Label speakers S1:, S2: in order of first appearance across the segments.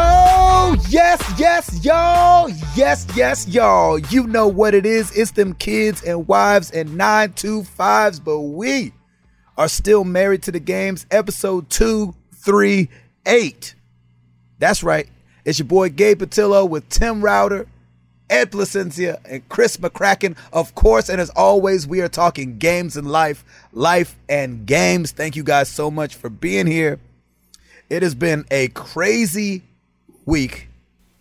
S1: Oh, Yes, y'all. Yes, yes, y'all. You know what it is. It's them kids and wives and 925s, but we are still married to the games. Episode 238. That's right. It's your boy Gabe Patillo with Tim Router, Ed Placencia, and Chris McCracken, of course. And as always, we are talking games and life, life and games. Thank you guys so much for being here. It has been a crazy week,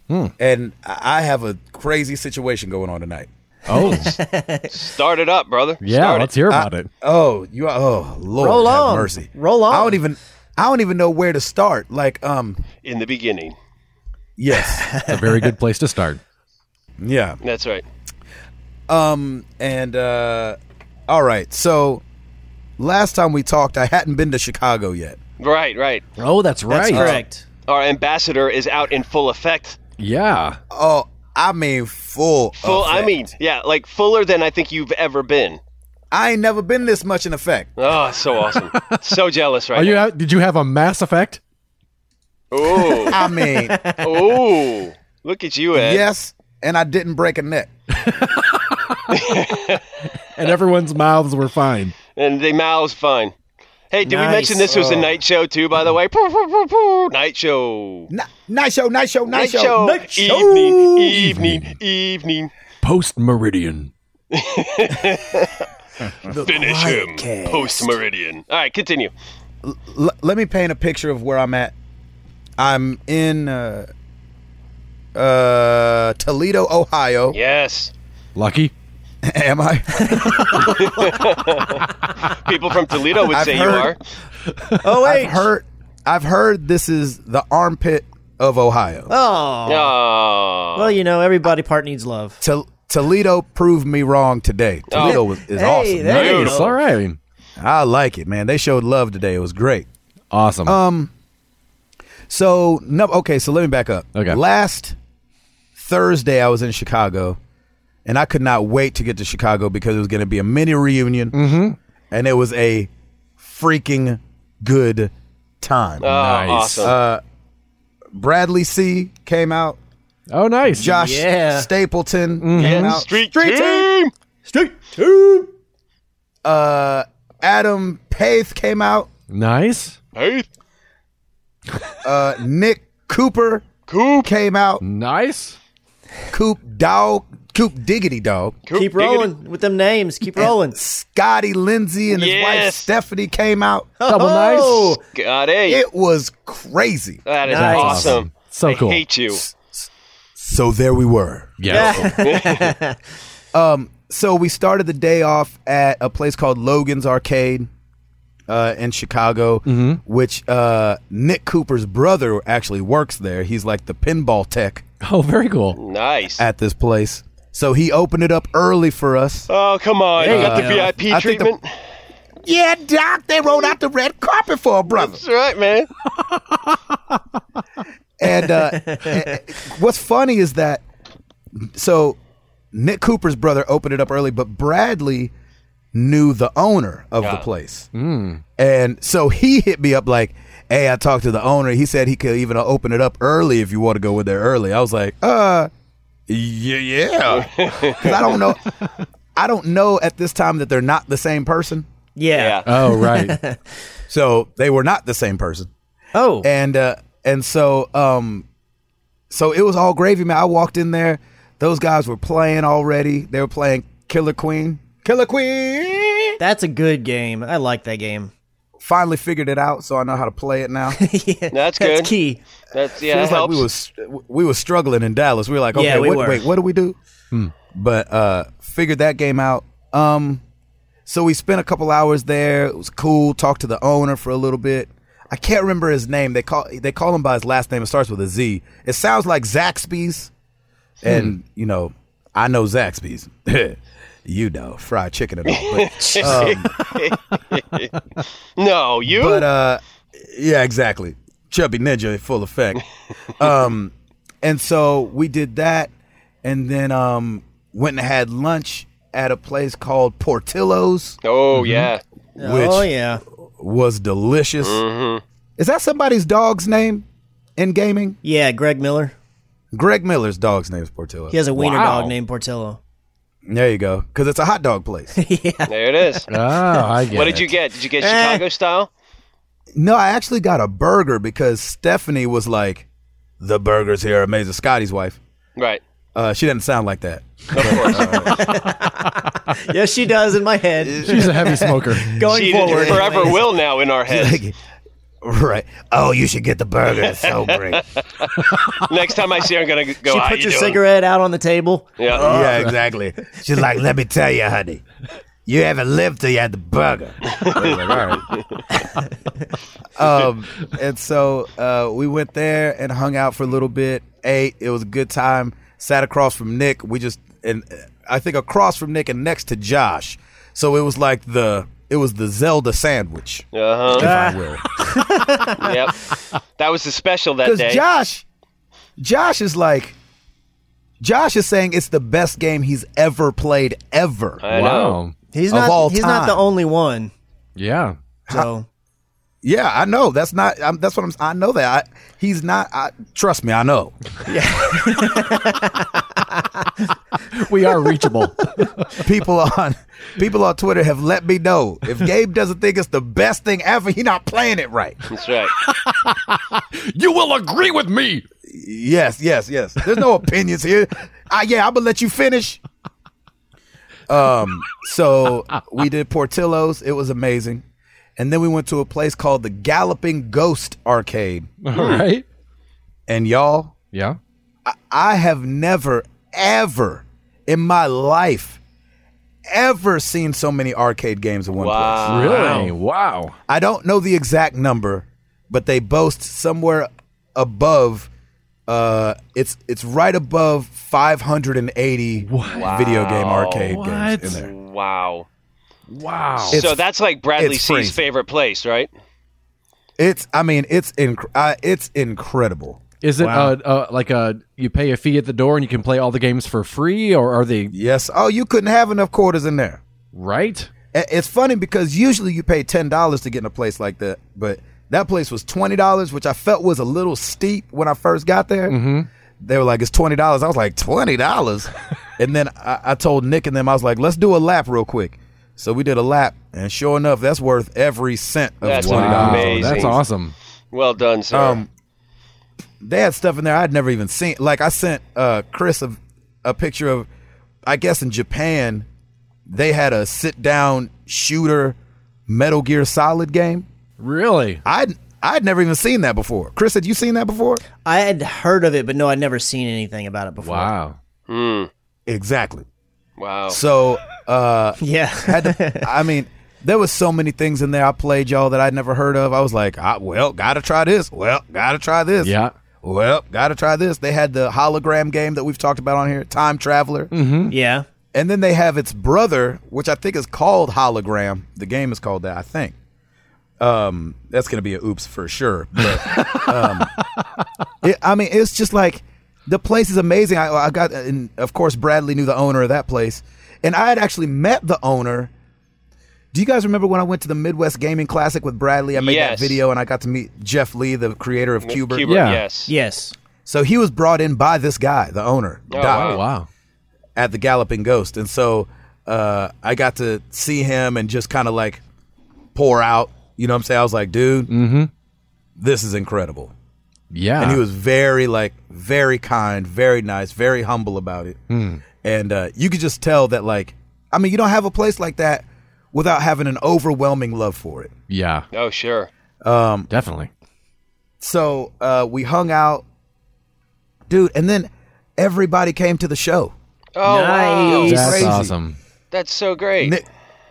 S1: and I I have a crazy situation going on tonight.
S2: Oh,
S3: Start it up, brother.
S2: yeah.
S3: Start
S2: let's
S3: it.
S2: hear about it.
S1: Oh, you are. Oh, Lord,
S4: Roll
S1: have
S4: on.
S1: mercy.
S4: Roll
S1: I
S4: on.
S1: don't even. I don't even know where to start. Like, um,
S3: in the beginning.
S1: yes,
S2: It's a very good place to start.
S1: yeah.
S3: That's right.
S1: Um, and uh, all right. So, last time we talked, I hadn't been to Chicago yet.
S3: Right, right.
S2: Oh, that's right.
S4: Correct.
S3: Our ambassador is out in full effect.
S2: Yeah.
S1: Oh, I mean, full.
S3: Full. I
S1: effect.
S3: mean, yeah, like fuller than I think you've ever been.
S1: I ain't never been this much in effect.
S3: Oh, so awesome. so jealous right
S2: Are you
S3: now.
S2: out? Did you have a Mass Effect?
S3: Ooh,
S1: I mean,
S3: ooh. Look at you, Ed.
S1: yes, and I didn't break a neck.
S2: And everyone's mouths were fine.
S3: And the mouth's fine. Hey, did we
S4: Nice.
S3: mention this was a night show too? By the way, Poo, poo, poo, poo. night show.
S1: N- night show, night show, night, show, night show.
S3: Evening, evening, evening.
S2: Post Meridian.
S3: Finish him. Post meridian. All right, continue.
S1: L- let me paint a picture of where I'm at. I'm in uh, uh, Toledo, Ohio.
S3: Yes,
S2: Lucky.
S1: Am I?
S3: people from Toledo would
S1: I've
S3: say you are.
S1: heard-
S4: Oh wait.
S1: I've heard. I've heard this is the armpit of Ohio.
S4: Oh.
S3: Oh,
S4: Well, you know, everybody part needs love.
S1: Tol- Toledo proved me wrong today. Toledo was, is
S4: Oh. Hey,
S1: awesome.
S4: there you
S2: Nice.
S4: go.
S2: All right.
S1: I like it, man. They showed love today. It was great.
S2: Awesome.
S1: So no, okay. So let me back up.
S2: Okay.
S1: Last Thursday, I was in Chicago, and I could not wait to get to Chicago because it was going to be a mini reunion, and it was a freaking good time.
S3: Oh,
S2: Nice.
S3: awesome.
S1: Bradley C came out.
S2: oh, nice.
S1: Josh
S4: Yeah.
S1: Stapleton came
S3: Yeah,
S1: out.
S3: street, team.
S4: Straight two.
S1: Uh, Adam Paith came out.
S2: Nice.
S3: Hey,
S1: Uh, Nick Cooper
S3: Coop.
S1: came out.
S2: Nice.
S1: Coop Dog, Coop Diggity Dog.
S3: Coop,
S4: Keep
S3: diggity.
S4: rolling with them names. Keep rolling.
S1: Scotty Lindsay and his wife
S3: Yes.
S1: Stephanie came out.
S2: Double
S4: Oh.
S3: God, hey,
S1: It was crazy.
S3: that is
S4: Nice.
S3: awesome.
S2: So
S3: I
S2: cool.
S3: hate you.
S1: So there we were.
S2: nice. Yeah.
S4: Yeah.
S1: So we started the day off at a place called Logan's Arcade uh, in Chicago, which uh, Nick Cooper's brother actually works there. He's like the pinball tech
S2: Oh, very cool.
S3: Nice.
S1: at this place. So he opened it up early for us.
S3: oh, come on.
S4: There
S3: you
S4: you
S3: got
S4: go.
S3: the VIP
S1: I think the-
S3: treatment.
S1: Yeah, Doc, they rolled out the red carpet for a brother.
S3: That's right, man.
S1: And uh, eh, what's funny is that so Nick Cooper's brother opened it up early, but Bradley knew the owner of the
S3: Yeah.
S1: place, and so he hit me up like, "Hey, I talked to the owner. He said he could even open it up early if you want to go in there early." I was like, "Uh, yeah, yeah," because I don't know, I don't know at this time that they're not the same person.
S3: Yeah.
S4: yeah.
S2: Oh, right.
S1: So they were not the same person.
S4: Oh.
S1: and uh and so um so it was all gravy man i walked in there those guys were playing already they were playing killer queen killer queen
S4: That's a good game. I like that game.
S1: finally figured it out so i know how to play it now it
S3: That's good.
S4: That's key.
S3: That's yeah.
S1: was
S3: that
S1: like we
S3: helps.
S1: was we were struggling in dallas we were like okay
S4: Yeah, we
S1: what,
S4: were.
S1: wait what do we do but uh figured that game out um so we spent a couple hours there it was cool talked to the owner for a little bit I can't remember his name. They call they call him by his last name. It starts with a Z. It sounds like Zaxby's. and you know I know Zaxby's. you know, fried chicken and all. But,
S3: no, you.
S1: but, uh, yeah, exactly. Chubby Ninja in full effect. Um, and so we did that, and then um, went and had lunch at a place called Portillo's,
S3: oh yeah.
S1: which
S4: oh yeah. Mm-hmm.
S1: was delicious. Is that somebody's dog's name in gaming?
S4: Yeah, Greg Miller.
S1: Greg Miller's dog's name is Portillo.
S4: He has a wiener
S3: Wow.
S4: dog named Portillo.
S1: There you go. Because it's a hot dog place.
S3: There it is.
S2: Oh, I get
S3: What
S2: it.
S3: did you get? Did you get Chicago style?
S1: no, I actually got a burger because Stephanie was like, the burgers here are amazing. Scotty's wife.
S3: Right.
S1: Uh, she didn't sound like that.
S3: Of course.
S4: yes, she does in my head.
S2: She's a heavy smoker.
S4: Going
S3: She
S4: forward,
S3: forever
S4: anyways.
S3: will now in our heads.
S1: Like, right. Oh, you should get the burger. It's so great.
S3: Next time I see her, I'm gonna go.
S4: She
S3: "How
S4: puts
S3: you
S4: a
S3: doing?"
S4: cigarette out on the table.
S3: Yeah.
S1: yeah, exactly. She's like, let me tell you, honey. You haven't lived till you had the burger. um, and so uh, we went there and hung out for a little bit. Ate. It was a good time. Sat across from Nick. We just and uh, I think across from Nick and next to Josh. So it was like the it was the Zelda sandwich.
S3: Uh
S1: If I will.
S3: huh. yep. That was the special that day.
S1: Because Josh, Josh is like, Josh is saying it's the best game he's ever played ever.
S3: I know.
S2: Wow.
S4: He's
S1: Of
S4: not.
S1: all
S4: he's not the
S1: time.
S4: only one.
S2: Yeah.
S4: So
S1: yeah, I know. That's not. I'm, that's what I'm. I know that. I, he's not. I, trust me, I know.
S2: We are reachable.
S1: People on people on Twitter have let me know if Gabe doesn't think it's the best thing ever, he not playing it right.
S3: That's right.
S2: you will agree with me.
S1: Yes, yes, yes. There's no opinions here. I, yeah, I'm gonna let you finish. Um, so we did Portillo's. It was amazing, and then we went to a place called the Galloping Ghost Arcade.
S2: All right.
S1: And y'all,
S2: Yeah.
S1: I have never, ever in my life, ever seen so many arcade games in one place.
S3: Wow.
S2: Really? Wow.
S1: I don't know the exact number, but they boast somewhere above. Uh, it's it's right above 580 video game arcade
S2: What?
S1: games in there.
S3: Wow.
S2: Wow.
S3: so that's like Bradley
S1: it's
S3: C's
S1: crazy.
S3: favorite place, right?
S1: It's I mean it's inc- uh, it's incredible.
S2: Is it
S4: Wow.
S2: uh, uh, like uh you pay a fee at the door and you can play all the games for free, or are they
S1: Yes. Oh, you couldn't have enough quarters in there.
S2: right?
S1: I- It's funny because usually you pay ten dollars to get in a place like that, but that place was twenty dollars, which I felt was a little steep when I first got there. Mm-hmm. They were like, "It's twenty dollars." I was like, 20 dollars," and then I, I told Nick and them, I was like, "Let's do a lap real quick." So we did a lap, and sure enough, that's worth every cent of
S3: That's
S1: twenty
S2: Wow,
S1: dollars.
S3: Amazing.
S2: that's awesome.
S3: Well done, sir.
S1: Um, they had stuff in there I'd never even seen. Like I sent uh, Chris a, a picture of, I guess in Japan, they had a sit down shooter Metal Gear Solid game.
S2: Really?
S1: I'd I'd never even seen that before. Chris, had you seen that before?
S4: I had heard of it, but no, I'd never seen anything about it before.
S2: Wow.
S1: Exactly.
S3: wow.
S1: So uh,
S4: Yeah.
S1: had to, I mean, there was so many things in there I played y'all that I'd never heard of. I was like, I, well, gotta try this. Well, gotta try this.
S2: Yeah.
S1: Well, gotta try this. They had the hologram game that we've talked about on here, Time Traveler.
S4: yeah.
S1: And then they have its brother, which I think is called Hologram. The game is called that, I think. Um, that's going to be a oops for sure. But, um, it, I mean, it's just like the place is amazing. I, I got, and of course, Bradley knew the owner of that place, and I had actually met the owner. Do you guys remember when I went to the Midwest Gaming Classic with Bradley? I made
S3: Yes.
S1: that video, and I got to meet Jeff Lee, the creator of Cuber.
S3: Cuba,
S2: Yeah.
S3: Yes.
S4: Yes.
S1: So he was brought in by this guy, the owner,
S3: Oh,
S1: Doc
S3: wow.
S2: Oh, wow.
S1: at the Galloping Ghost, and so uh, I got to see him and just kind of like pour out. You know what I'm saying? I was like, dude, this is incredible.
S2: Yeah.
S1: And he was very like very kind, very nice, very humble about it. And uh, you could just tell that like, I mean, you don't have a place like that without having an overwhelming love for it.
S2: yeah.
S3: Oh, sure.
S2: Definitely.
S1: So uh, we hung out, dude, and then everybody came to the show.
S3: Oh,
S4: Nice.
S3: wow.
S2: That's
S1: crazy.
S2: awesome.
S3: That's so great.
S1: Nick,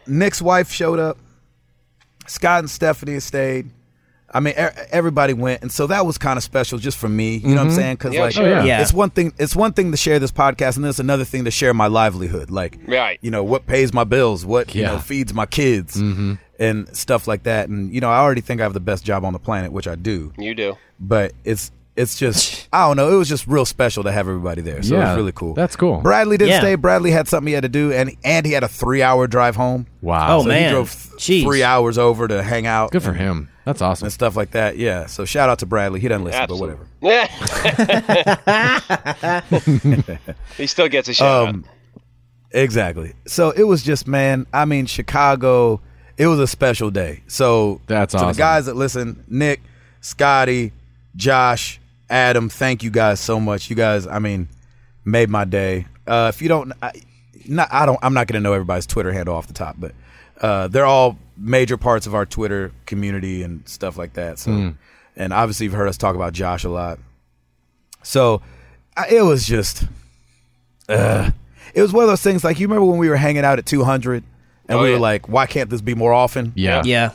S1: Nick's wife showed up. Scott and Stephanie stayed. I mean, er- everybody went, and so that was kind of special just for me. You know what I'm saying? Because
S3: Yeah,
S1: like,
S3: sure. Oh, yeah.
S4: Yeah.
S1: it's one thing. It's one thing to share this podcast, and then it's another thing to share my livelihood. Like,
S3: Right.
S1: You know what pays my bills, what you
S2: Yeah.
S1: know feeds my kids, and stuff like that. And you know, I already think I have the best job on the planet, which I do.
S3: you do.
S1: But it's It's just I don't know. It was just real special to have everybody there. So it was really cool.
S2: That's cool.
S5: Bradley didn't
S4: Yeah.
S5: stay. Bradley had something he had to do, and and he had a three hour drive home.
S2: Wow.
S4: Oh,
S1: So
S4: man.
S1: he drove th-
S4: Jeez.
S1: three hours over to hang out
S2: Good for him. That's awesome.
S1: and stuff like that. Yeah. So shout out to Bradley. He doesn't listen,
S3: Absolutely.
S1: but whatever.
S3: he still gets a shout out.
S1: Um, exactly.
S5: So it was just man. I mean, Chicago.
S1: It was a special day. So
S2: That's
S1: to
S2: awesome.
S1: the guys that listen, Nick, Scotty, Josh, Adam, thank you guys so much. You guys, I mean, made my day. Uh, if you don't, I, not I don't. I'm not going to know everybody's Twitter handle off the top, but uh, they're all major parts of our Twitter community and stuff like that. So,
S2: Hmm.
S1: and obviously you've heard us talk about Josh a lot. So, I, it was just, uh,
S5: uh, It was one of those things like you remember when we were hanging out at two hundred,
S1: and
S3: Oh,
S1: we
S3: yeah.
S1: were like, why can't this be more often?
S2: yeah.
S4: Yeah.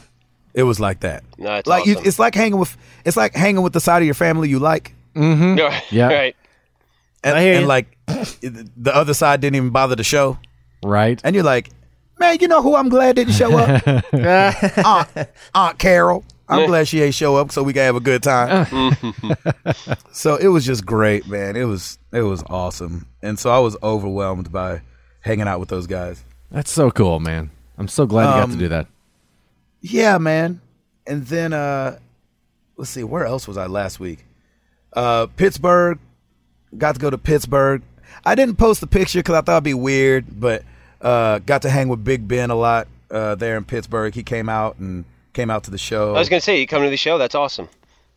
S1: It was like that.
S3: No, it's
S5: like
S3: awesome.
S5: you, it's like hanging with it's like hanging with the side of your family you like.
S3: Yeah,
S2: Yeah.
S3: right.
S1: And,
S4: I hear
S1: and
S4: you.
S1: like the other side didn't even bother to show.
S2: Right.
S5: And you're like, man, you know who I'm glad didn't show up? Aunt, Aunt Carol.
S1: I'm glad she ain't show up so we can have a good time. so it was just great, man. It was it was awesome. And so I was overwhelmed by hanging out with those guys.
S2: That's so cool, man. I'm so glad you got to do that.
S1: Yeah, man. And then uh let's see, where else was I last week? Uh Pittsburgh. Got to go to Pittsburgh. I didn't post the picture cuz I thought it'd be weird, but uh got to hang with Big Ben a lot uh there in Pittsburgh. He came out and came out to the show.
S3: I was gonna say you come to the show. That's awesome.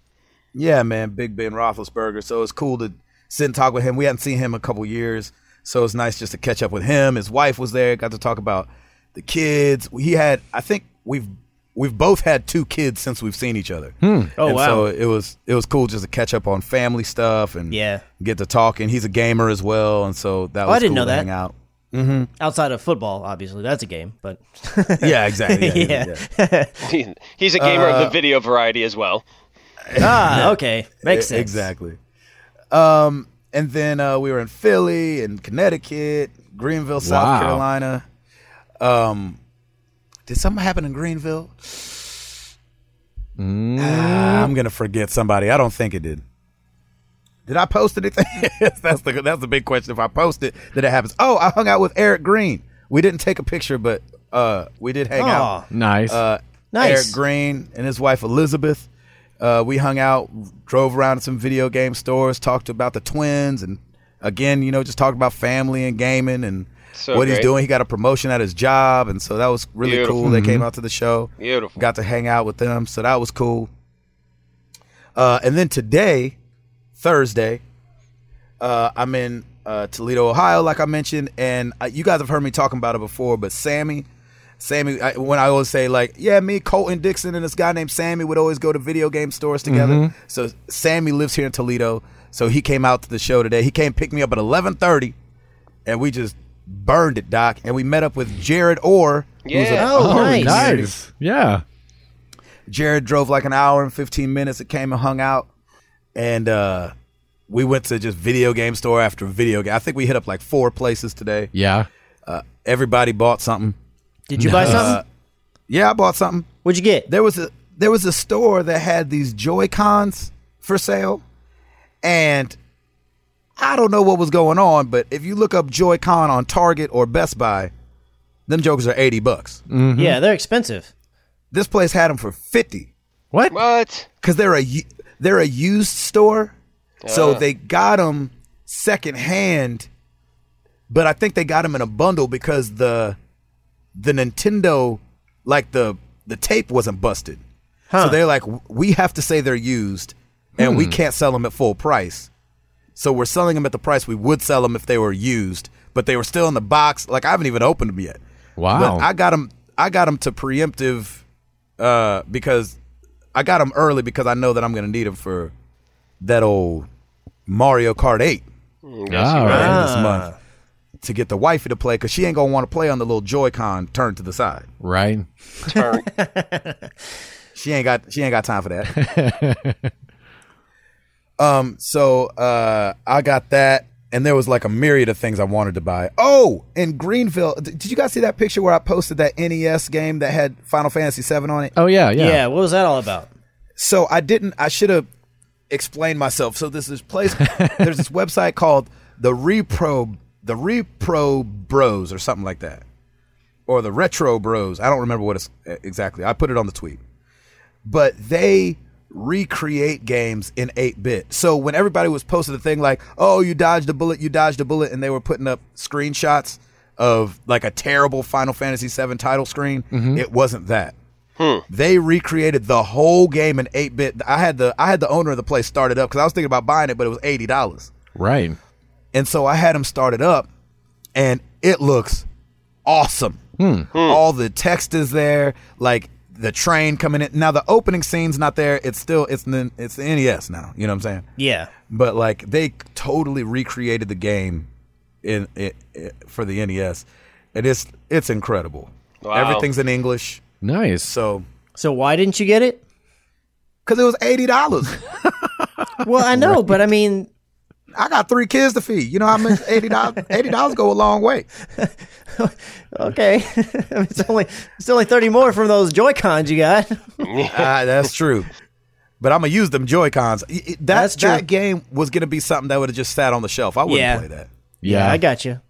S1: Yeah, man, Big Ben Roethlisberger. So it's cool to sit and talk with him. We hadn't seen him in a couple years, so it's nice just to catch up with him. His wife was there. Got to talk about the kids. He had, I think we've we've both had two kids since we've seen each other.
S4: Oh,
S1: And
S4: wow.
S1: So it was it was cool just to catch up on family stuff and
S4: Yeah. Oh,
S1: get to talking. He's a gamer as well, and so that was
S4: I didn't
S1: cool
S4: know
S1: to
S4: that.
S1: hang out.
S4: Outside of football, obviously. That's a game, but
S1: Yeah, exactly. Yeah, yeah,
S4: yeah.
S1: yeah.
S3: He- He's a gamer
S1: Uh,
S3: of the video variety as well.
S4: ah, okay. Makes
S1: E-
S4: sense.
S1: Exactly. Um, and then uh, we were in Philly and Connecticut, Greenville, South
S2: Wow.
S1: Carolina. Um, did something happen in Greenville?
S4: Mm.
S1: Ah, I'm gonna forget somebody. I don't think it did. Did I post anything? that's the that's the big question. If I post it, then it happens. Oh, I hung out with Eric Green. We didn't take a picture, but uh, we did hang out
S4: Aw,
S2: Nice.
S1: uh,
S4: Nice.
S1: Eric Green and his wife Elizabeth. Uh, we hung out, drove around to some video game stores, talked about the twins, and again, you know, just talked about family and gaming and
S3: So
S1: what he's
S3: great.
S1: doing. He got a promotion at his job, and so that was really
S3: Beautiful.
S1: cool. They came out to the show,
S3: Beautiful.
S1: got to hang out with them, so that was cool. Uh, and then today, Thursday, uh, I'm in uh, Toledo, Ohio, like I mentioned, and uh, you guys have heard me talking about it before. But Sammy, Sammy, I, when I always say like, yeah, me, Colton Dixon, and this guy named Sammy would always go to video game stores together. So Sammy lives here in Toledo, so he came out to the show today. He came pick me up at 11:30, and we just burned it, Doc. And we met up with Jared Orr. who's a-
S3: Yeah.
S4: Oh, nice.
S2: nice. Yeah.
S1: Jared drove like an hour and 15 minutes and came and hung out. And uh, we went to just video game store after video game. I think we hit up like four places today.
S2: Yeah.
S1: Uh, everybody bought something.
S4: Did you buy something?
S1: Yeah, I bought something.
S4: What'd you get?
S1: There was a there was a store that had these Joy Cons for sale, and I don't know what was going on, but if you look up Joy Con on Target or Best Buy, them jokers are eighty bucks.
S2: Mm-hmm.
S4: Yeah, they're expensive.
S1: This place had them for fifty.
S2: What?
S3: What?
S1: because they're a u- they're a used store, so they got them secondhand. But I think they got them in a bundle because the the Nintendo like the the tape wasn't busted, so they're like "W- we have to say they're used, and we can't sell them at full price. So we're selling them at the price we would sell them if they were used, but they were still in the box. Like I haven't even opened them yet.
S2: Wow.
S1: But I got them. I got them to preemptive uh, because I got them early because I know that I'm going to need them for that old Mario Kart 8
S2: All
S1: at the
S2: right.
S1: end of this month to get the wifey to play because she ain't going to want to play on the little Joy-Con turned to the side.
S2: Right.
S3: Turn.
S1: She ain't got she ain't got time for that. um, so uh, I got that, and there was like a myriad of things I wanted to buy.
S5: Oh, in Greenville, d- did you guys see that picture where I posted that
S1: E
S5: NES game that had Final Fantasy VII on it?
S2: Oh yeah.
S4: Yeah.
S2: Yeah.
S4: what was that all about?
S5: So I didn't. I should have
S1: explain myself. So there's this place, there's this website called the Repro, the Repro Bros or something like that, or the Retro Bros. I don't remember what it's uh, exactly. I put it on the tweet, but they recreate games in 8-bit. So when everybody was posting the thing like, "Oh, you dodged a bullet, you dodged a bullet," and they were putting up screenshots of like a terrible Final Fantasy VII title screen, it wasn't that they recreated the whole game in 8-bit i had the i had the owner of the place started up because i was thinking about buying it but it was $80
S2: Right.
S1: and so i had him start it up and it looks awesome all the text is there like the train coming in now the opening scene's not there it's still it's the, it's the nes now you know what i'm saying
S4: Yeah.
S1: but like they totally recreated the game in it, it for the nes and it's it's incredible
S3: Wow.
S1: everything's in english
S2: Nice.
S1: so
S4: So why didn't you get it?
S1: because it was $80
S4: Well, I know, but I mean,
S1: I got three kids to feed. You know how much eighty dollars eighty dollars go a long way.
S4: okay, it's only it's only thirty more from those Joy Cons you got.
S1: Ah, that's true. But I'm gonna use them Joy Cons. That
S4: That's true.
S1: that game was gonna be something that would have just sat on the shelf. I wouldn't
S4: Yeah.
S1: play that.
S2: yeah.
S4: I got you.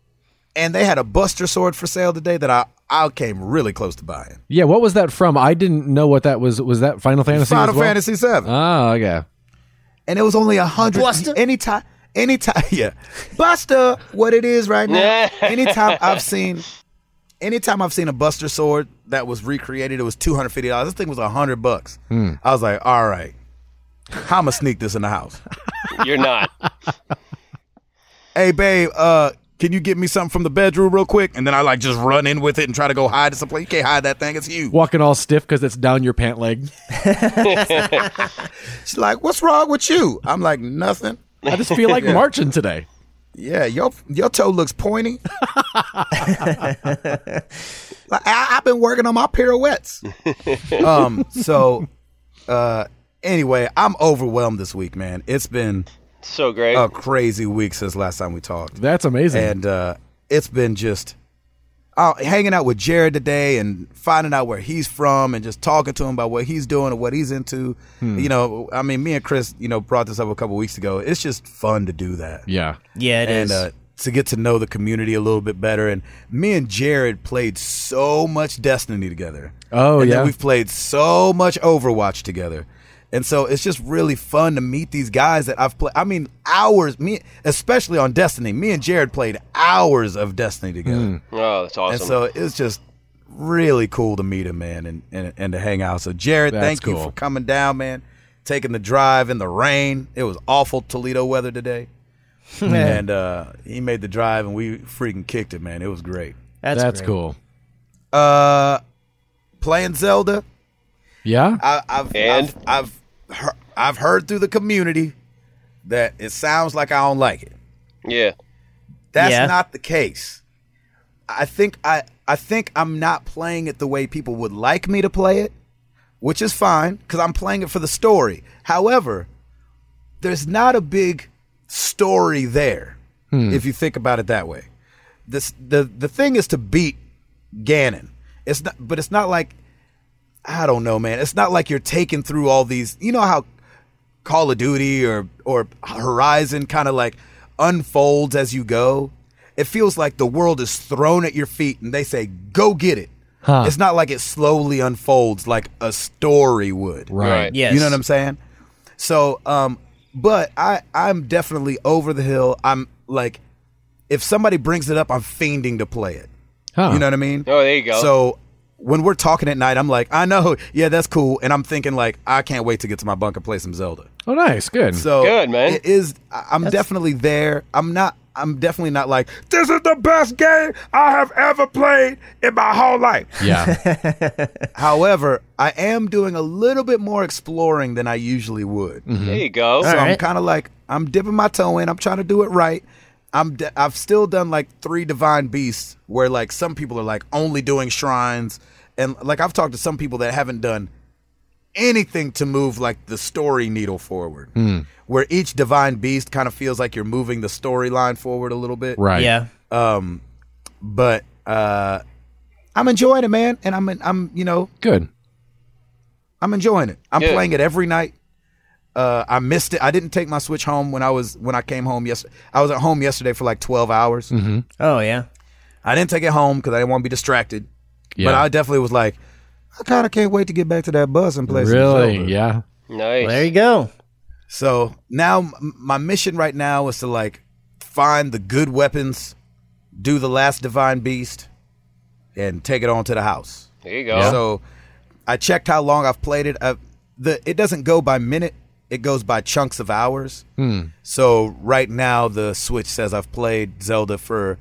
S1: And they had a Buster Sword for sale today that I I came really close to buying.
S2: yeah. What was that from? I didn't know what that was. Was that Final Fantasy?
S1: Final
S2: as well?
S1: Fantasy Seven,
S2: Oh, okay.
S1: and it was only a hundred.
S4: Buster?
S1: Anytime, anytime, yeah, Buster. What it is right now? anytime I've seen, anytime I've seen a Buster Sword that was recreated, it was two hundred fifty dollars. This thing was hundred bucks. I was like, all right, how I'ma sneak this in the house?
S3: You're not.
S1: hey babe, uh, can you get me something from the bedroom real quick? And then I like just run in with it and try to go hide it someplace. You can't hide that thing. It's huge.
S2: Walking all stiff because it's down your pant leg.
S1: She's like, what's wrong with you? I'm like, nothing.
S2: I just feel like marching today.
S1: Yeah, your your toe looks pointy. like, I, I've been working on my pirouettes. um. So, uh. Anyway, I'm overwhelmed this week, man. It's been
S3: So great.
S1: a crazy week since last time we talked,
S2: That's amazing.
S1: and uh, it's been just uh, hanging out with Jared today and finding out where he's from and just talking to him about what he's doing and what he's into. You know, I mean, me and Chris, you know, brought this up a couple weeks ago. It's just fun to do that
S2: yeah.
S4: Yeah, it
S1: and
S4: is.
S1: uh, to get to know the community a little bit better. And me and Jared played so much Destiny together.
S2: Oh,
S1: and
S2: yeah?
S1: Then we've played so much Overwatch together. And so it's just really fun to meet these guys that I've played. I mean, hours. Me, especially on Destiny. Me and Jared played hours of Destiny together,
S3: oh, that's awesome.
S1: and so it's just really cool to meet him, man, and and, and to hang out. So Jared,
S2: That's
S1: thank you
S2: cool.
S1: for coming down, man. Taking the drive in the rain. It was awful Toledo weather today and uh, he made the drive, and we freaking kicked it, man. It was great.
S4: that's
S2: That's,
S4: great.
S2: cool.
S1: Uh, playing Zelda,
S2: Yeah.
S1: I, I've,
S3: And?
S1: I've I've heard, I've heard through the community that it sounds like I don't like it.
S3: yeah.
S1: That's
S4: Yeah.
S1: not the case. I think I I think I'm not playing it the way people would like me to play it, which is fine because I'm playing it for the story. However, there's not a big story there if you think about it that way. This the the thing is to beat Ganon. It's not, but it's not like I don't know, man. It's not like you're taking through all these. You know how Call of Duty or or Horizon kind of like unfolds as you go. It feels like the world is thrown at your feet and they say, "Go get it."
S2: Huh.
S1: It's not like it slowly unfolds like a story would.
S2: right.
S3: Right.
S4: Yes.
S1: You know what I'm saying? So, um, but I I'm definitely over the hill. I'm like, if somebody brings it up, I'm fiending to play it.
S2: Huh.
S1: You know what I mean?
S3: Oh, there you go.
S1: So when we're talking at night, I'm like, I know, yeah, that's cool, and I'm thinking like, I can't wait to get to my bunk and play some Zelda.
S2: oh, nice. Good.
S1: So
S3: Good, man.
S1: It is. I- I'm definitely there. I'm not. I'm definitely not like this is the best game I have ever played in my whole life.
S2: yeah.
S1: However, I am doing a little bit more exploring than I usually would.
S3: there you go.
S1: So I'm
S4: right.
S1: kind of like I'm dipping my toe in. I'm trying to do it right. I'm d I've still done like three divine beasts where like some people are like only doing shrines and like I've talked to some people that haven't done anything to move like the story needle forward. Where each divine beast kind of feels like you're moving the storyline forward a little bit.
S2: Right.
S4: Yeah.
S1: But uh I'm enjoying it, man, and I'm I'm you know
S2: Good.
S1: I'm enjoying it. I'm
S3: Good.
S1: playing it every night. Uh, I missed it. I didn't take my Switch home when I was when I came home yesterday. I was at home yesterday for like twelve hours.
S2: Mm-hmm.
S4: Oh yeah.
S1: I didn't take it home because I didn't want to be distracted.
S2: Yeah.
S1: But I definitely was like, I kind of can't wait to get back to that bus and play. some
S2: really?
S1: Zelda.
S2: Yeah.
S3: Nice.
S4: Well, there you go.
S1: So now m- my mission right now is to like find the good weapons, do the last divine beast, and take it on to the house.
S3: There you go.
S1: So I checked how long I've played it. i the it doesn't go by minute; it goes by chunks of hours.
S3: Hmm.
S1: So right now the Switch says I've played Zelda for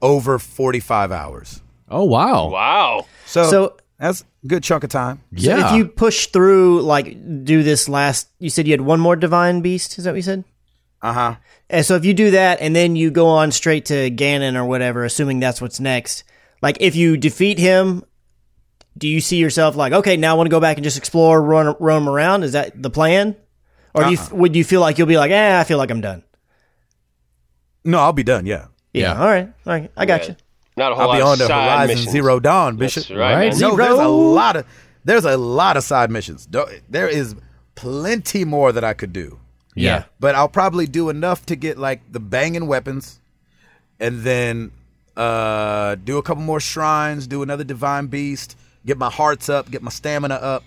S1: over forty-five hours.
S2: Oh wow.
S3: wow.
S1: So,
S4: So-
S1: that's a good chunk of time.
S2: Yeah.
S4: So if you push through, like do this last, you said you had one more divine beast. Is that what you said?
S1: Uh huh.
S4: And so if you do that, and then you go on straight to Ganon or whatever, assuming that's what's next. Like if you defeat him, do you see yourself like, okay, now I want to go back and just explore, run, roam around? Is that the plan? Or do you, would you feel like you'll be like, eh, I feel like I'm done?
S1: No, I'll be done. Yeah,
S4: Yeah. All right. All right. I got
S3: Yeah.
S4: you.
S3: Not a whole
S1: I'll be
S3: lot
S1: on
S3: of
S1: to
S3: side
S1: Horizon
S3: missions.
S1: Zero Dawn, Bishop.
S3: That's right.
S2: Right?
S3: man.
S1: No, there's a
S4: Zero.
S1: lot of there's a lot of side missions. Don't- There is plenty more that I could do,
S2: yeah.
S1: but I'll probably do enough to get like the banging weapons, and then uh, do a couple more shrines, do another divine beast, get my hearts up, get my stamina up,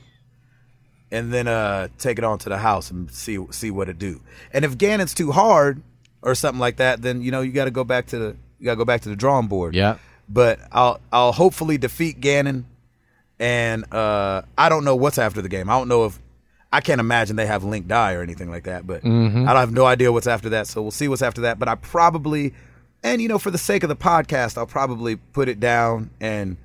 S1: and then uh, take it on to the house and see see what it do. And if Ganon's too hard or something like that, then you know you got to go back to the you got to go back to the drawing board
S2: Yeah.
S1: but I'll I'll hopefully defeat Ganon. And uh, I don't know what's after the game. I don't know if I can't imagine they have Link die or anything like that. But I don't have no idea what's after that. So we'll see what's after that. But I probably, and you know, for the sake of the podcast, I'll probably put it down and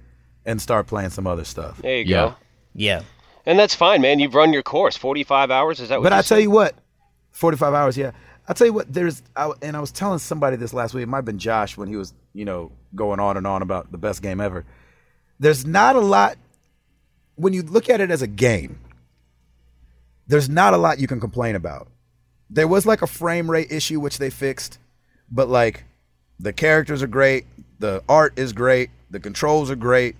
S1: and start playing some other stuff.
S3: There you
S2: Yeah.
S3: go.
S4: Yeah.
S3: And that's fine, man. You've run your course. Forty-five hours. Is that what?
S1: But
S3: you
S1: I
S3: said?
S1: tell you what, forty five hours. Yeah, I tell you what. There's I, and I was telling somebody this last week. It might have been Josh when he was you know going on and on about the best game ever. There's not a lot when you look at it as a game. There's not a lot you can complain about. There was like a frame rate issue which they fixed, but like the characters are great, the art is great, the controls are great.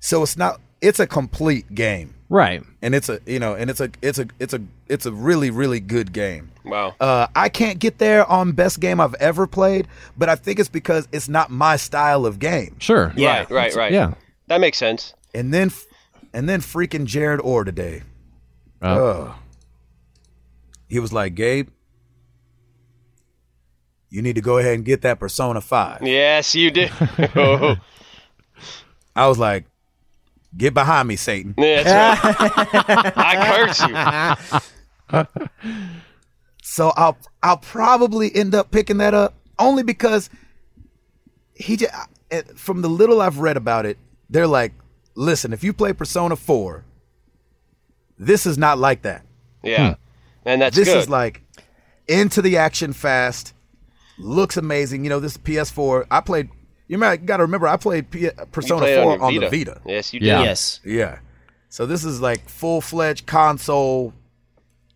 S1: So it's not it's a complete game
S2: Right.
S1: and it's a you know and it's a it's a it's a it's a really really good game
S3: Wow.
S1: uh, i can't get there on best game i've ever played but i think it's because it's not my style of game
S2: Sure.
S4: Yeah.
S3: Right. Right. Right.
S2: Yeah.
S3: That makes sense.
S1: and then f- and then freaking jared orr today oh he was like gabe you need to go ahead and get that persona 5
S3: Yes, you do. Oh,
S1: i was like get behind me satan
S3: yeah, that's right. I curse you.
S1: So I'll I'll probably end up picking that up only because he just from the little I've read about it, they're like, listen, if you play Persona Four, this is not like that.
S2: Hmm.
S3: Yeah. And that's
S1: this
S3: good.
S1: is like into the action fast, looks amazing. You know, this PS4. I played. You might got to remember, I played P-
S3: You
S1: Persona
S3: played
S1: Four
S3: your
S1: on, the Vita.
S3: Yes, you did.
S2: Yeah.
S4: Yes.
S1: Yeah. So this is like full fledged console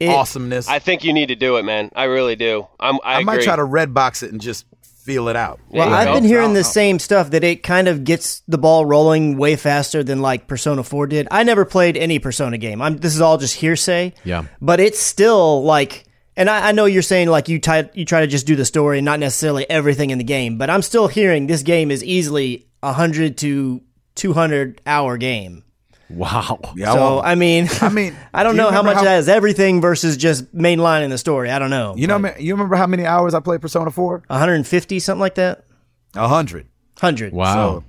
S4: It-
S1: awesomeness.
S3: I think you need to do it, man. I really do. I'm, I,
S1: I might
S3: agree.
S1: try to red box it and just feel it out.
S4: Well,
S3: Yeah,
S4: I've
S3: no,
S4: been
S1: no,
S4: hearing the
S1: no.
S4: same stuff that it kind of gets the ball rolling way faster than like Persona 4 did. I never played any Persona game. I'm this is all just hearsay.
S2: Yeah.
S4: But it's still like and I, I know you're saying like you try you try to just do the story and not necessarily everything in the game, but I'm still hearing this game is easily a hundred to two hundred hour game.
S2: Wow.
S1: Yeah, I
S4: so
S1: won't-
S4: I mean
S1: I mean,
S4: I
S1: do
S4: don't
S1: you
S4: know how
S1: remember
S4: much that is everything versus just mainline in the story. I don't know.
S1: You know, man, you remember how many hours I played Persona Four?
S4: 150, something like that?
S1: A hundred.
S4: Hundred.
S2: Wow.
S4: Uh,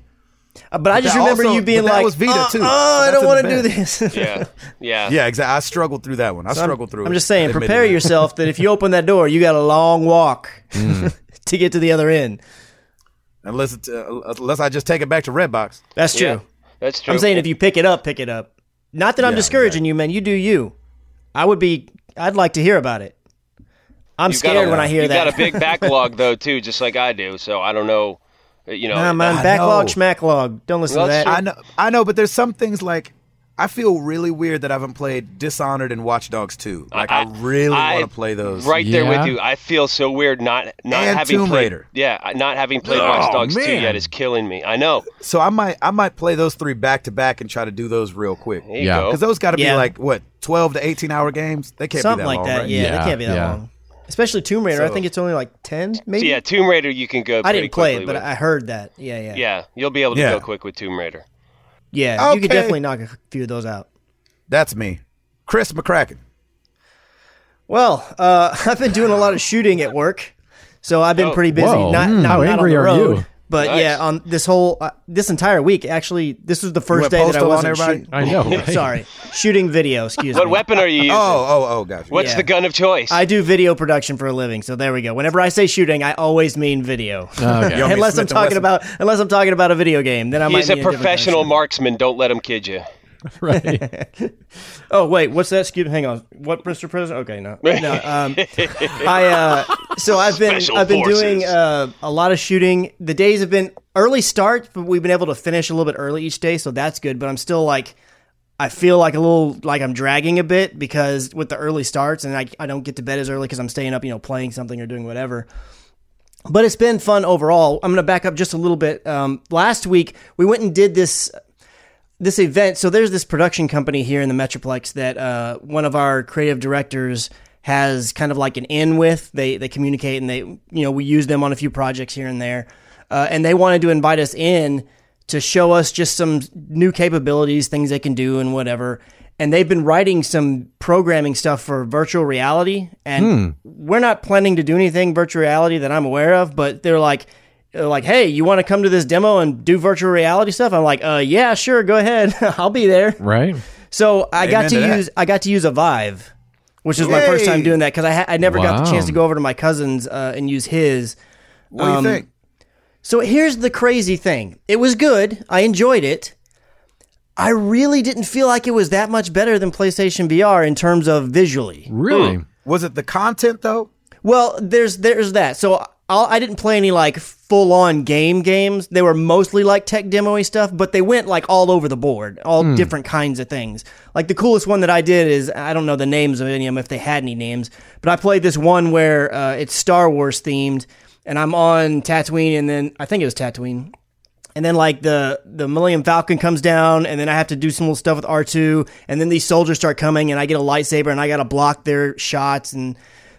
S4: But I just
S1: that
S4: remember
S1: also-
S4: you being
S1: but that
S4: like,
S1: was Vita,
S4: "Uh,
S1: too.
S4: Oh,
S1: That's
S4: I
S1: in
S4: don't
S1: the
S4: want to
S1: bed."
S4: do this.
S3: Yeah. Yeah.
S1: Yeah, exactly. I struggled through that one. I struggled through.
S4: I'm
S1: it,
S4: just saying, prepare
S1: admittedly.
S4: yourself that if you open that door, you got a long walk to get to the other end.
S1: Unless it's, uh, unless I just take it back to Redbox.
S4: That's true.
S3: Yeah. That's true.
S4: I'm saying if you pick it up, pick it up. Not that I'm discouraging you, man. You do you. I would be. I'd like to hear about it. I'm
S3: You've got
S4: scared
S3: a-
S4: when I hear
S3: you've
S4: that.
S3: got a big backlog though too, just like I do. So I don't know. You know.
S4: nah, man.
S1: I
S4: Backlog,
S1: know.
S4: schmacklog. Don't listen
S3: Well,
S4: to
S3: that's
S4: that.
S1: I know, I know, but there's some things like I feel really weird that I haven't played Dishonored and Watch Dogs 2. Like I, really
S3: I-
S1: want to play those.
S3: Right there
S2: Yeah.
S3: with you. I feel so weird not not
S1: And
S3: having
S1: Tomb
S3: played.
S1: Raider. Oh,
S3: Yeah, I- not having played Watch Dogs two
S2: man.
S3: yet is killing me. I know.
S1: So I might I might play those three back to back and try to do those real quick.
S3: There
S2: Yeah.
S3: you
S1: Because
S3: go.
S1: those got to
S4: Yeah.
S1: be like what 12 to 18 hour games. They can't
S4: Something
S1: be that
S4: like
S1: long,
S4: that.
S1: right?
S4: Yeah,
S2: Yeah,
S4: they can't be that
S2: yeah.
S4: long. Especially Tomb Raider. I
S1: So-
S4: think it's only like 10, maybe?
S3: Yeah, Tomb Raider you can go.
S4: I didn't
S3: pretty
S4: play it,
S3: quickly
S4: but
S3: with.
S4: I heard that. Yeah, yeah. Yeah,
S3: yeah, you'll be able to
S1: Yeah.
S3: go quick with Tomb Raider.
S4: you could
S1: Okay.
S4: definitely knock a few of those out.
S1: That's me, Chris McCracken.
S4: Well, uh, I've been doing a lot of shooting at work, so I've been
S3: Oh,
S4: pretty busy.
S2: whoa.
S4: Not,
S2: Hmm,
S4: not,
S2: how
S4: not
S2: angry
S4: on
S2: are
S4: the road,
S2: you?
S4: but
S3: Nice.
S4: yeah, on this whole uh, this entire week, actually, this was the first
S1: went
S4: day that I
S1: postal on
S4: wasn't
S1: everybody?
S4: shooting.
S2: I know. right?
S4: Sorry, shooting video. Excuse
S3: What
S4: me.
S3: weapon are you using?
S1: Oh oh oh, gotcha.
S3: What's
S4: yeah.
S3: the gun of choice?
S4: I do video production for a living, so there we go. Whenever I say shooting, I always mean video.
S2: Okay.
S1: Yummy
S4: unless I'm
S1: Smith and
S4: talking
S1: Wesson.
S4: about unless I'm talking about a video game, then I might.
S3: He's a
S4: mean different
S3: professional
S4: kind of
S3: marksman. Don't let him kid you.
S2: right.
S4: shooting. oh wait, what's that? Excuse Hang on. What, Mr. President? Okay, no, no. Um, I uh, so I've been
S3: Special
S4: I've been doing
S3: forces.
S4: uh, a lot of shooting. The days have been early starts, but we've been able to finish a little bit early each day, so that's good. But I'm still like. I feel like a little like I'm dragging a bit because with the early starts and I, I don't get to bed as early because I'm staying up, you know, playing something or doing whatever. But it's been fun overall. I'm going to back up just a little bit. Um, last week we went and did this this event. So there's this production company here in the Metroplex that uh, one of our creative directors has kind of like an in with. They they communicate and they you know we use them on a few projects here and there, uh, and they wanted to invite us in to show us just some new capabilities, things they can do, and whatever. And they've been writing some programming stuff for virtual reality, and we're not planning to do anything virtual reality that I'm aware of. But they're like, they're like, hey, you want to come to this demo and do virtual reality stuff? I'm like, uh, yeah, sure, go ahead, I'll be there.
S2: Right.
S4: So I got
S1: Amen
S4: to,
S1: to that.
S4: use I got to use a Vive, which is my first time
S1: Yay.
S4: doing that because I ha- I never got the
S2: Wow.
S4: chance to go over to my cousin's uh, and use his.
S1: What do you think?
S4: So here's the crazy thing. It was good. I enjoyed it. I really didn't feel like it was that much better than PlayStation VR in terms of visually.
S2: Really.
S1: Was it the content though?
S4: Well, there's there's that. So I'll, I didn't play any like full on game games. They were mostly like tech demo-y stuff, but they went like all over the board, all different kinds of things. Like the coolest one that I did is I don't know the names of any of them if they had any names, but I played this one where uh, it's Star Wars themed, and I'm on Tatooine, and then I think it was Tatooine, and then like the the Millennium Falcon comes down, and then I have to do some little stuff with R two, and then these soldiers start coming, and I get a lightsaber, and I got to block their shots, and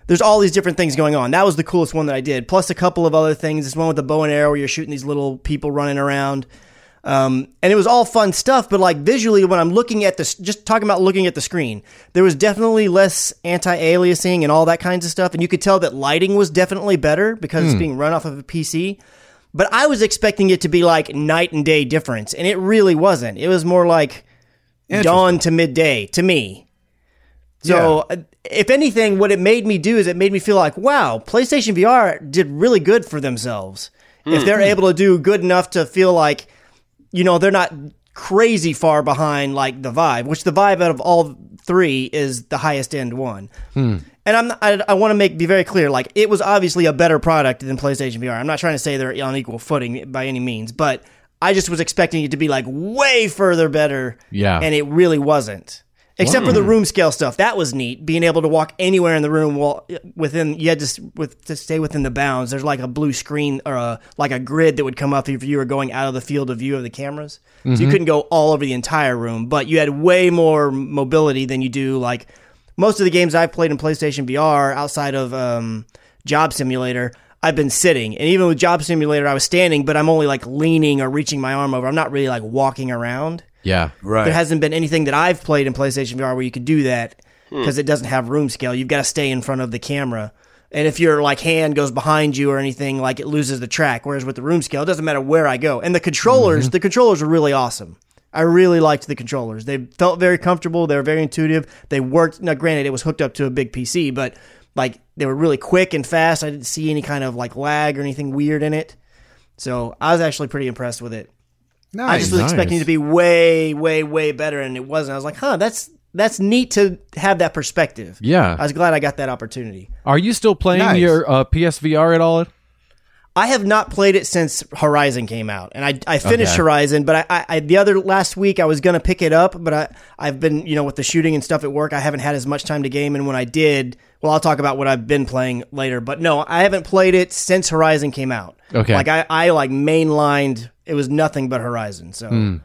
S4: there's all these different things going on. That was the coolest one that I did. Plus a couple of other things. This one with the bow and arrow, where you're shooting these little people running around, um, and it was all fun stuff. But like visually, when I'm looking at this, just talking about looking at the screen, there was definitely less anti-aliasing and all that kinds of stuff, and you could tell that lighting was definitely better because it's being run off of a PC. But I was expecting it to be like night and day difference, and it really wasn't. It was more like dawn to midday to me. So, uh, if anything, what it made me do is it made me feel like, wow, PlayStation VR did really good for themselves. If they're able to do good enough to feel like, you know, they're not crazy far behind like the Vive, which the Vive out of all three is the highest end one. And I'm I, I want to make be very clear, like it was obviously a better product than PlayStation VR. I'm not trying to say they're on equal footing by any means, but I just was expecting it to be like way further better.
S2: Yeah.
S4: and it really wasn't. Except for the room scale stuff, that was neat. Being able to walk anywhere in the room while within you had to s- with to stay within the bounds. There's like a blue screen or a, like a grid that would come up if you were going out of the field of view of the cameras, so you couldn't go all over the entire room. But you had way more mobility than you do like most of the games I've played in PlayStation VR outside of um, Job Simulator, I've been sitting. And even with Job Simulator, I was standing, but I'm only like leaning or reaching my arm over. I'm not really like walking around.
S2: Yeah.
S1: Right.
S4: There hasn't been anything that I've played in PlayStation VR where you could do that because it doesn't have room scale. You've got to stay in front of the camera. And if your like hand goes behind you or anything, like it loses the track. Whereas with the room scale, it doesn't matter where I go. And the controllers, the controllers are really awesome. I really liked the controllers. They felt very comfortable. They were very intuitive. They worked. Now, granted, it was hooked up to a big PC, but like they were really quick and fast. I didn't see any kind of like lag or anything weird in it. So I was actually pretty impressed with it. I just was
S2: Nice.
S4: expecting it to be way, way, way better, and it wasn't. I was like, huh, that's that's neat to have that perspective.
S2: Yeah.
S4: I was glad I got that opportunity.
S2: Are you still playing
S1: Nice.
S2: your uh, PSVR at all?
S4: I have not played it since Horizon came out, and I, I finished
S2: Okay.
S4: Horizon, but I, I, I the other last week I was gonna pick it up, but I I've been you know with the shooting and stuff at work, I haven't had as much time to game, and when I did, well, I'll talk about what I've been playing later, but no, I haven't played it since Horizon came out.
S2: Okay.
S4: like I, I like mainlined it was nothing but Horizon, so.
S2: Hmm.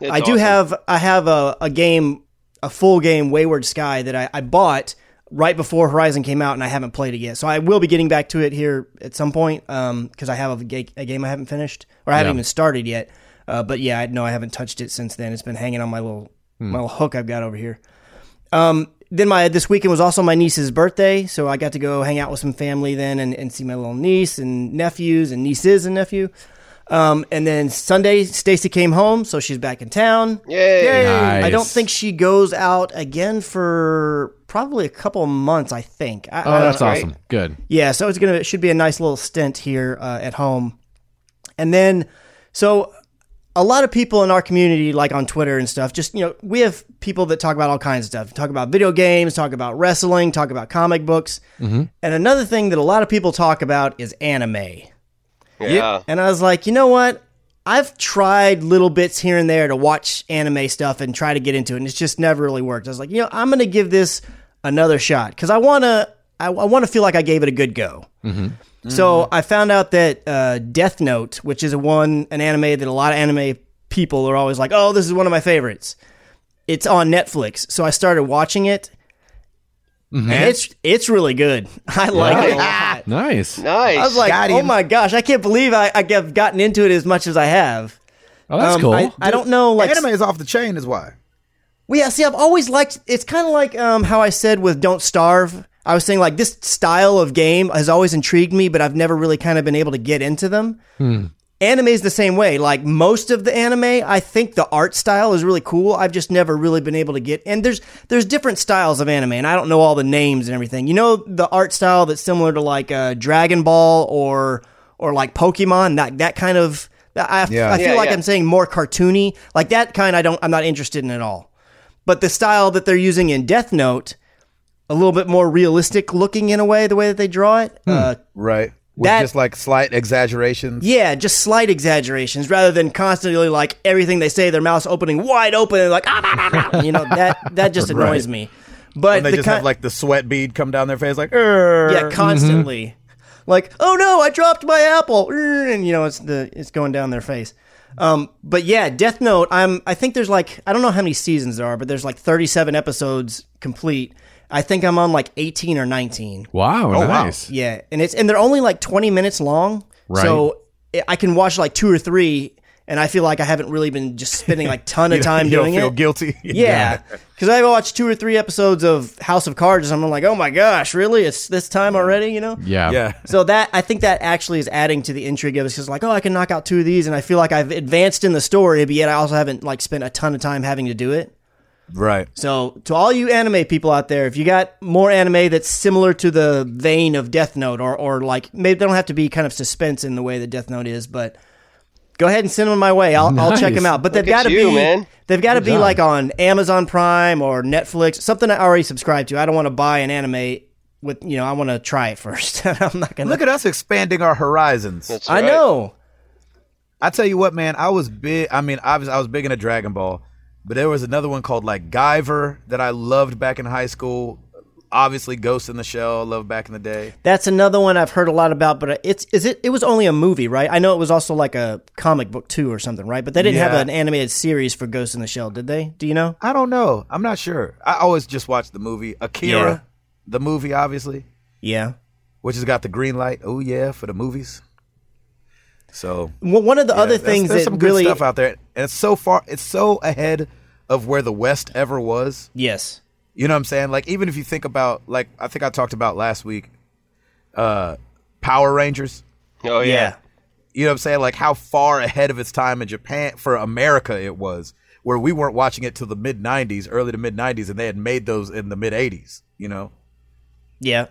S3: It's
S4: I do
S3: awesome.
S4: have I have a, a game a full game Wayward Sky that I, I bought right before Horizon came out and I haven't played it yet. So I will be getting back to it here at some point because I have a, ga- a game I haven't finished or I haven't even started yet. Uh, but yeah, I no, I haven't touched it since then. It's been hanging on my little
S3: Hmm.
S4: my little hook I've got over here. Um, then my this weekend was also my niece's birthday, so I got to go hang out with some family then and, and see my little niece and nephews and nieces and nephew. Um, and then Sunday, Stacy came home, so she's back in town.
S3: Yay!
S2: Nice.
S4: I don't think she goes out again for probably a couple months. I think. I, I
S2: Oh,
S4: don't
S2: that's
S4: know.
S2: awesome. Good.
S4: Yeah, so it's gonna it should be a nice little stint here uh, at home, and then so a lot of people in our community, like on Twitter and stuff, just you know we have people that talk about all kinds of stuff, talk about video games, talk about wrestling, talk about comic books,
S2: Mm-hmm.
S4: and another thing that a lot of people talk about is anime.
S3: Yeah.
S4: And I was like, you know what? I've tried little bits here and there to watch anime stuff and try to get into it, and it's just never really worked. I was like, you know, I'm going to give this another shot because I want to. I, want to feel like I gave it a good go. So I found out that uh, Death Note, which is a one an anime that a lot of anime people are always like, "Oh, this is one of my favorites." It's on Netflix, so I started watching it. And it's it's really good. I like it a lot.
S2: Nice.
S3: Nice.
S4: I was like,
S1: Got
S4: oh
S1: him.
S4: my gosh, I can't believe I, I have gotten into it as much as I have.
S2: Oh, that's
S4: Um,
S2: cool.
S4: I, I don't know, like,
S1: Anime is off the chain, is why.
S4: well, yeah, see, I've always liked. It's kind of like um, how I said with "Don't Starve." I was saying like this style of game has always intrigued me, but I've never really kind of been able to get into them. Anime is the same way. Like most of the anime, I think the art style is really cool. I've just never really been able to get. And there's there's different styles of anime, and I don't know all the names and everything. You know the art style that's similar to like uh, Dragon Ball or or like Pokemon, that that kind of. I, I feel
S3: Yeah,
S4: like
S3: yeah.
S4: I'm saying more cartoony, like that kind. I don't. I'm not interested in at all. But the style that they're using in Death Note, a little bit more realistic looking in a way, the way that they draw it.
S1: Hmm.
S4: Uh,
S1: Right. With
S4: That-
S1: just like slight exaggerations.
S4: yeah, just slight exaggerations rather than constantly like everything they say, their mouths opening wide open, and like ah, ah, ah, ah," you know that that just annoys me. But
S1: And they
S4: the
S1: just
S4: ki-
S1: have like the sweat bead come down their face, like, "Err."
S4: yeah, constantly. Like, oh no, I dropped my apple, Er, and you know it's the it's going down their face. Um, but yeah, Death Note. I'm I think there's like I don't know how many seasons there are, but there's like 37 episodes complete. I think I'm on like 18 or 19.
S2: wow.
S1: Oh, wow.
S2: nice.
S4: Yeah, and it's and they're only like 20 minutes long.
S2: Right.
S4: So eh, I- I can watch like two or three, and I feel like I haven't really been just spending like ton of time
S1: you
S4: doing
S1: don't feel
S4: it.
S1: guilty.
S4: Yeah, because I've watched two or three episodes of House of Cards, and I'm like, oh my gosh, really? It's this time already, you know?
S2: Yeah.
S1: Yeah.
S4: So that I think that actually is adding to the intrigue of it because like, oh, I can knock out two of these, and I feel like I've advanced in the story, but yet I also haven't like spent a ton of time having to do it.
S1: Right.
S4: So, to all you anime people out there, if you got more anime that's similar to the vein of Death Note, or or like maybe they don't have to be kind of suspense in the way that Death Note is, but go ahead and send them my way. I'll, I'll check
S2: Nice.
S4: them out. But they've
S3: Look at
S4: got to
S3: you,
S4: be
S3: man.
S4: they've got to be like on Amazon Prime or Netflix, something I already subscribe to. I don't want to buy an anime with you know I want to try it first. I'm not gonna.
S1: Look at us expanding our horizons.
S3: That's
S4: I
S3: right.
S4: know.
S1: I tell you what, man, I was big. I mean, obviously, I was big into Dragon Ball, but there was another one called like Guyver that I loved back in high school. Obviously, Ghost in the Shell, loved back in the day.
S4: That's another one I've heard a lot about, but uh, it's is it it was only a movie, right? I know it was also like a comic book too or something, right? But they didn't have
S1: Yeah.
S4: an animated series for Ghost in the Shell, did they? Do you know?
S1: I don't know. I'm not sure. I always just watched the movie Akira,
S4: Yeah.
S1: the movie, obviously,
S4: Yeah.
S1: which has got the green light. Oh yeah, for the movies. So
S4: Well, one of the other
S1: Yeah, that's-
S4: things
S1: there's
S4: that
S1: some good
S4: really
S1: stuff out there, and it's so far, it's so ahead of where the West ever was.
S4: yes,
S1: You know what I'm saying? Like even if you think about like I think I talked about last week, uh Power Rangers.
S3: Oh yeah.
S4: yeah,
S1: You know what I'm saying? Like how far ahead of its time in Japan for America it was, where we weren't watching it till the mid '90s, early to mid '90s, and they had made those in the mid '80s. You know,
S4: yeah.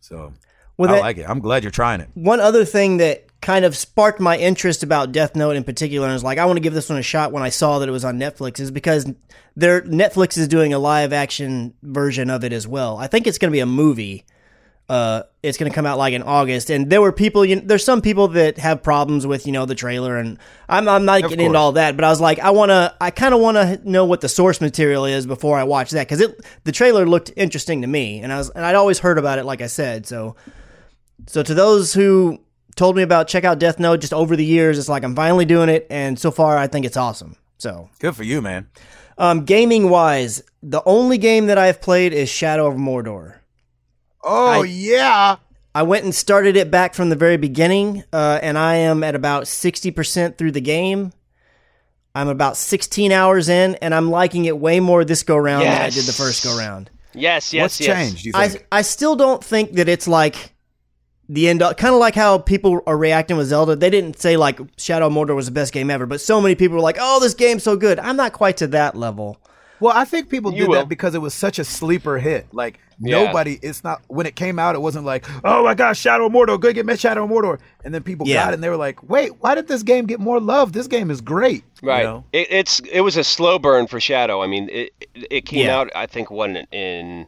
S1: so
S4: Well,
S1: I
S4: that-
S1: like it. I'm glad you're trying it.
S4: One other thing that kind of sparked my interest about Death Note in particular and is like I want to give this one a shot when I saw that it was on Netflix is because their Netflix is doing a live action version of it as well. I think it's going to be a movie. Uh, it's going to come out like in August, and there were people. You know, there's some people that have problems with you know the trailer, and I'm I'm not getting into all that. But I was like, I want to, I kind of want to know what the source material is before I watch that because it the trailer looked interesting to me, and I was and I'd always heard about it, like I said. So, so to those who told me about check out Death Note just over the years, it's like I'm finally doing it, and so far I think it's awesome. So
S1: Good for you, man.
S4: um, gaming wise, the only game that I've played is Shadow of Mordor.
S1: Oh yeah.
S4: I went and started it back from the very beginning, uh, and I am at about 60% through the game. I'm about 16 hours in, and I'm liking it way more this go round than I did the
S3: Yes.
S4: first go round.
S3: Yes, yes,
S1: What's
S3: yes.
S1: changed? You think?
S4: I, I still don't think that it's like the end kind of like how people are reacting with Zelda. They didn't say like Shadow of Mordor was the best game ever, but so many people were like, oh, this game's so good. I'm not quite to that level.
S1: well, I think people
S3: You
S1: did
S3: will.
S1: that because it was such a sleeper hit. Like
S3: Yeah.
S1: nobody. It's not when it came out. It wasn't like, oh my gosh, Shadow of Mordor, go get me Shadow of Mordor, and then people
S4: Yeah.
S1: got it and they were like, wait, why did this game get more love? This game is great. you
S3: Right.
S1: know?
S3: It, it's it was a slow burn for Shadow. I mean, it it- it came
S4: Yeah.
S3: out I think one in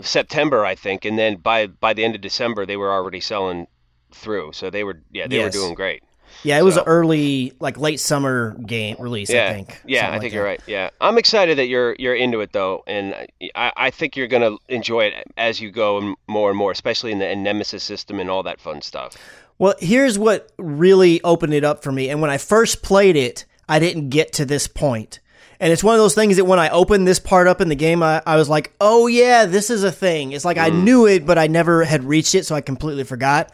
S3: September, I think, and then by by the end of December they were already selling through. So they were yeah they
S4: Yes.
S3: were doing great.
S4: Yeah, it was
S3: So-
S4: an early, like late summer game release.
S3: Yeah,
S4: I think.
S3: yeah, I
S4: Something
S3: think
S4: like
S3: you're
S4: that.
S3: right. Yeah, I'm excited that you're you're into it though, and I- I, I think you're gonna enjoy it as you go and more and more, especially in the Nemesis system and all that fun stuff.
S4: Well, here's what really opened it up for me. And when I first played it, I didn't get to this point. And it's one of those things that when I opened this part up in the game, I, I was like, oh, yeah, this is a thing. It's like I knew it, but I never had reached it. So I completely forgot.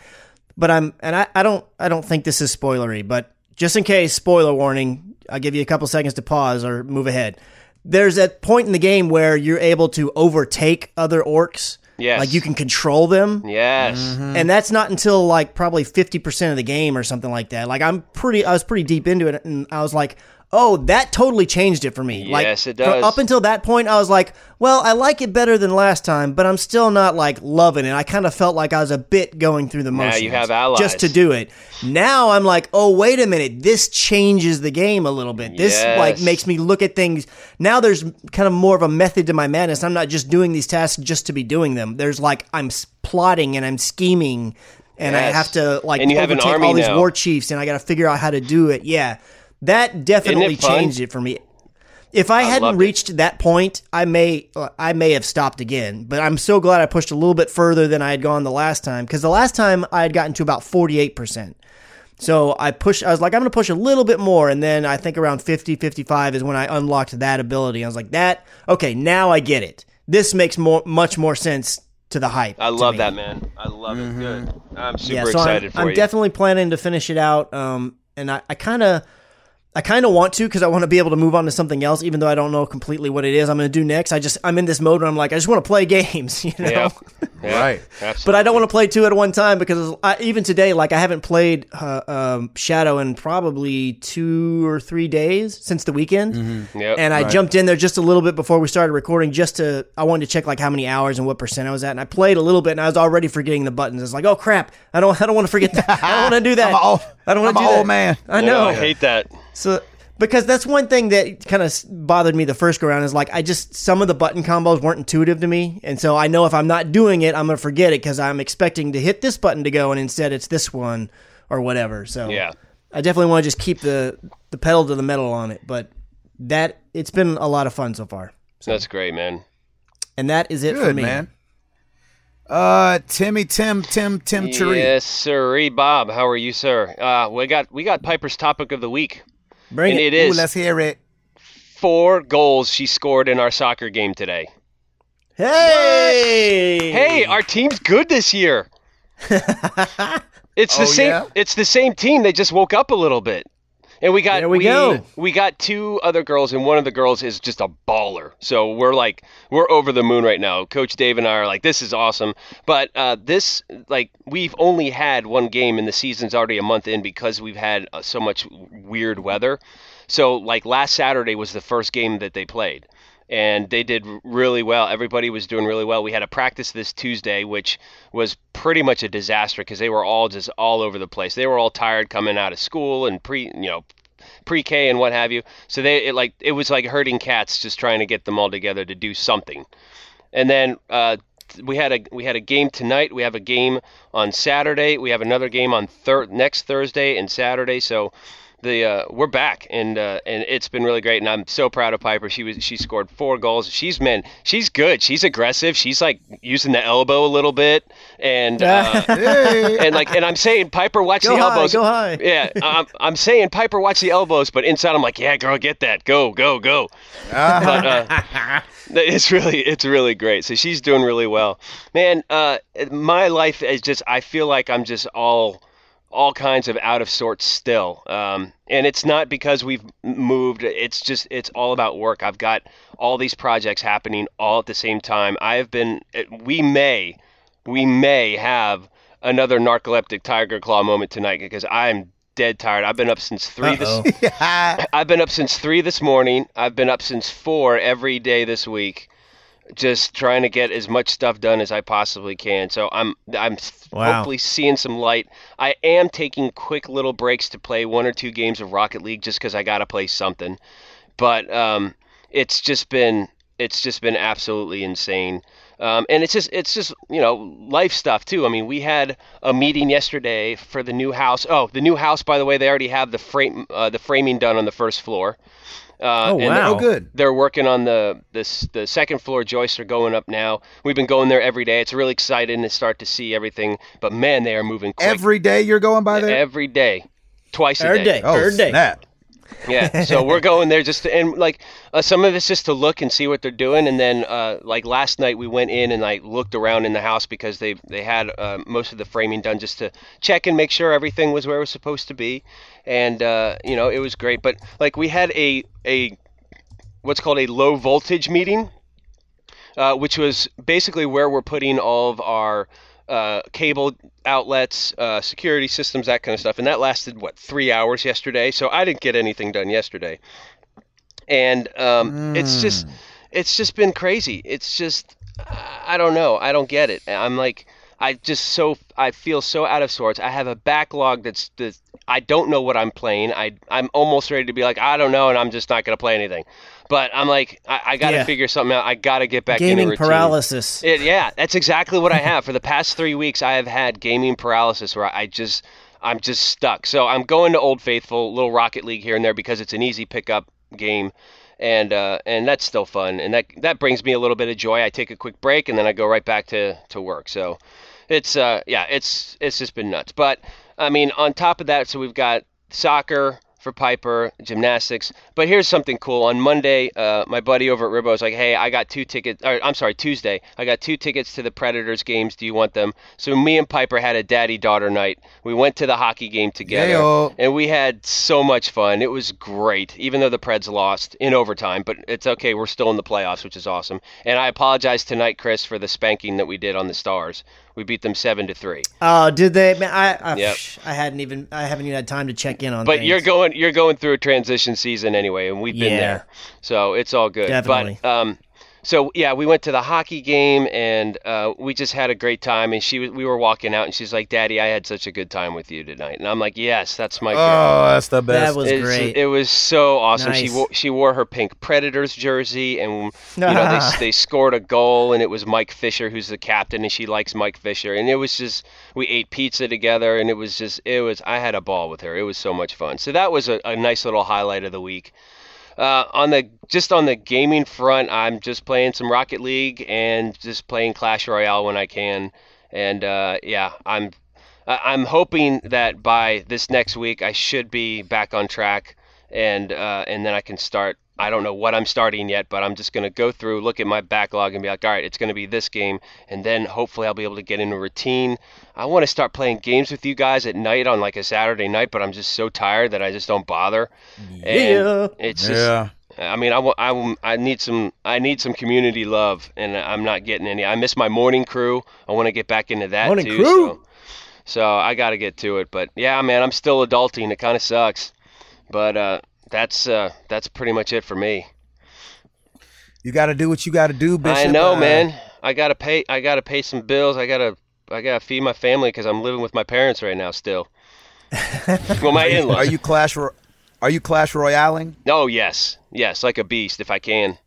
S4: But I'm, and I, I don't, I don't think this is spoilery, but just in case, spoiler warning, I'll give you a couple seconds to pause or move ahead. There's that point in the game where you're able to overtake other orcs.
S3: Yes.
S4: Like you can control them
S3: Yes,
S4: and that's not until like probably 50% of the game or something like that like i'm pretty i was pretty deep into it and i was like oh that totally changed it for me like
S3: Yes, it
S4: for-
S3: does.
S4: up until that point i was like well i like it better than last time but i'm still not like loving it i kind of felt like i was a bit going through the motions
S3: you have allies.
S4: just to do it now i'm like oh wait a minute this changes the game a little bit this like
S3: Yes.
S4: makes me look at things now there's kind of more of a method to my madness i'm not just doing these tasks just to be doing them there's like i'm s- plotting and i'm scheming and i
S3: Yes.
S4: have to like
S3: And you have an
S4: overtake
S3: army
S4: all these
S3: now.
S4: war chiefs and i gotta figure out how to do it yeah that definitely
S3: fun?
S4: changed it for me if I, hadn't
S3: loved it.
S4: reached that point, I may uh, I may have stopped again. But I'm so glad I pushed a little bit further than I had gone the last time because the last time I had gotten to about 48 percent. So I pushed. I was like, I'm going to push a little bit more, and then I think around 50, 55 is when I unlocked that ability. I was like, that okay, now I get it. This makes more much more sense to the hype.
S3: I
S4: to
S3: love
S4: me.
S3: that
S4: Mm-hmm.
S3: man. I love it. Good. I'm super
S4: yeah, so
S3: excited
S4: I'm,
S3: for
S4: I'm
S3: you.
S4: definitely planning to finish it out. Um, and I kind of, I kind of want to because I want to be able to move on to something else, even though I don't know completely what it is I'm going to do next. I just I'm in this mode where I'm like I just want to play games, you know.
S3: yeah. Yeah.
S1: Right.
S4: But
S3: Absolutely.
S4: I don't want to play two at one time because I, even today, like I haven't played uh, um, Shadow in probably two or three days since the weekend,
S3: Yep.
S4: and I jumped in there just a little bit before we started recording, just to I wanted to check like how many hours and what percent I was at, and I played a little bit, and I was already forgetting the buttons. It's like, oh crap, I don't, I don't want to forget that. I don't want to do that.
S1: I'm a old,
S4: I don't want to
S1: I'm
S4: do
S1: a
S4: that.
S1: old man.
S4: I
S3: Yeah,
S4: know.
S3: I hate that.
S4: So because that's one thing that kind of bothered me the first go round is like I just some of the button combos weren't intuitive to me, and so I know if I'm not doing it, I'm gonna forget it because I'm expecting to hit this button to go, and instead it's this one or whatever. So
S3: Yeah.
S4: I definitely want to just keep the the pedal to the metal on it, but that it's been a lot of fun so far,
S3: That's great, man.
S4: and that is it for
S1: Good
S4: me.
S1: man. Uh, Timmy, Tim, Tim, Tim, Cheree.
S3: Yes, sir. Bob, how are you, sir? Uh, we got we got Piper's topic of the week,
S4: Bring
S3: and
S4: it.
S3: it
S1: Ooh,
S3: is
S1: let's hear it.
S3: four goals she scored in our soccer game today.
S4: Hey,
S3: Hey, our team's good this year. it's the
S1: Oh,
S3: same.
S1: yeah?
S3: It's the same team. They just woke up a little bit, and we got
S4: There we go.
S3: we got two other girls, and one of the girls is just a baller. So we're like we're over the moon right now. Coach Dave and I are like, this is awesome. But uh, this like we've only had one game, and the season's already a month in because we've had uh, so much weird weather. So like last Saturday was the first game that they played and they did really well. Everybody was doing really well. We had a practice this Tuesday, which was pretty much a disaster because they were all just all over the place. They were all tired coming out of school and pre, you know, pre-K and what have you. So they it like it was like herding cats, just trying to get them all together to do something. And then uh, next we had a we had a game tonight. We have a game on Saturday. We have another game on thir- next Thursday and Saturday. So the uh, we're back and uh, and it's been really great. And I'm so proud of Piper. She was she scored four goals. She's man, she's good. She's aggressive. She's like using the elbow a little bit and uh, and like and I'm saying Piper watch
S4: Go
S3: the
S4: high,
S3: elbows.
S4: go high.
S3: Yeah, I'm, I'm saying Piper watch the elbows, but inside I'm like, yeah, girl, get that. Go, go, go. But, uh, it's really it's really great. So she's doing really well, man. Uh, my life is just I feel like I'm just all all kinds of out of sorts still, um, and it's not because we've moved. It's just it's all about work. I've got all these projects happening all at the same time. I have been. eh, We may we may have another narcoleptic tiger claw moment tonight because I'm dead tired. I've been up since 3 this I've been up since three this morning. I've been up since four every day this week, just trying to get as much stuff done as I possibly can. So I'm I'm s-
S4: Wow.
S3: hopefully seeing some light. I am taking quick little breaks to play one or two games of Rocket League just because I gotta play something. But um, it's just been it's just been absolutely insane. Um, and it's just it's just you know life stuff too. I mean, we had a meeting yesterday for the new house. Oh, the new house, by the way, they already have the frame uh, the framing done on the first floor. Uh,
S2: Oh,
S3: and
S2: wow.
S1: Oh, good.
S3: they're working on the this the second floor joists are going up now. We've been going there every day. It's really exciting to start to see everything. But man, they are moving quick
S1: Every day you're going by there.
S3: every day, twice a
S4: Third day.
S1: oh
S4: Third day.
S1: snap!
S3: yeah, so we're going there just to, and like uh, some of it's just to look and see what they're doing, and then uh, like last night we went in and I looked around in the house because they they had uh, most of the framing done just to check and make sure everything was where it was supposed to be, and uh, you know it was great. But like we had a a what's called a low voltage meeting, uh, which was basically where we're putting all of our uh, cable outlets, uh, security systems, that kind of stuff. And that lasted, what, three hours yesterday? So I didn't get anything done yesterday. And um, it's just, it's just been crazy. It's just, I don't know. I don't get it. I'm like, I just so I feel so out of sorts. I have a backlog that's, that's I don't know what I'm playing. I I'm almost ready to be like I don't know, and I'm just not gonna play anything. But I'm like I, I gotta
S4: Yeah.
S3: figure something out. I gotta get back in a
S4: Gaming
S3: routine.
S4: paralysis.
S3: It, yeah, that's exactly what I have. For the past three weeks, I have had gaming paralysis where I just, I'm just stuck. So I'm going to Old Faithful, little Rocket League here and there because it's an easy pickup game, and uh, and that's still fun, and that that brings me a little bit of joy. I take a quick break and then I go right back to to work. So, it's uh yeah, it's it's just been nuts. But I mean, on top of that, so we've got soccer for Piper, gymnastics. But here's something cool. On Monday, uh, my buddy over at Ribbo's like, hey, I got two tickets. Or, I'm sorry, Tuesday, I got two tickets to the Predators games. Do you want them? So me and Piper had a daddy daughter night. We went to the hockey game together,
S1: Yayo.
S3: and we had so much fun. It was great, even though the Preds lost in overtime. But it's okay. We're still in the playoffs, which is awesome. And I apologize tonight, Chris, for the spanking that we did on the Stars. We beat them seven to three.
S4: Oh, did they? Man, I I,
S3: Yep.
S4: I hadn't even I haven't even had time to check in on.
S3: But
S4: things.
S3: you're going you're going through a transition season anyway, and we've been
S4: Yeah.
S3: there, so it's all good.
S4: Definitely.
S3: But um, so yeah, we went to the hockey game and uh, we just had a great time. And she was, we were walking out, and she's like, "Daddy, I had such a good time with you tonight." And I'm like, "Yes, that's my girl."
S1: Oh, that's the
S4: that
S1: best.
S4: was
S3: It's-
S4: great.
S3: It was so awesome. She
S4: Nice.
S3: wore, she wore her pink Predators jersey, and you know they, they scored a goal, and it was Mike Fisher who's the captain, and she likes Mike Fisher, and it was just we ate pizza together, and it was just it was I had a ball with her. It was so much fun. So that was a, a nice little highlight of the week. Uh, on the just on the gaming front, I'm just playing some Rocket League and just playing Clash Royale when I can, and uh, yeah, I'm I- I'm hoping that by this next week I should be back on track, and uh, and then I can start. I don't know what I'm starting yet, but I'm just gonna go through, look at my backlog, and be like, all right, it's gonna be this game, and then hopefully I'll be able to get into a routine. I want to start playing games with you guys at night on like a Saturday night, but I'm just so tired that I just don't bother.
S4: Yeah.
S3: And it's just
S1: yeah.
S3: I mean, I, wa- I, wa- I need some I need some community love, and I'm not getting any. I miss my morning crew. I want to get back into that
S4: Morning
S3: too.
S4: crew.
S3: So, so I got to get to it. But yeah, man, I'm still adulting. It kind of sucks, but uh, that's uh, that's pretty much it for me.
S1: You got to do what you got to do, Bishop.
S3: I know,
S1: Uh,
S3: man. I gotta pay. I gotta pay some bills. I gotta I gotta feed my family because I'm living with my parents right now still. well, my in-laws.
S1: Are you Clash? Ro- Are you Clash Royaling?
S3: Oh yes, yes, like a beast if I can.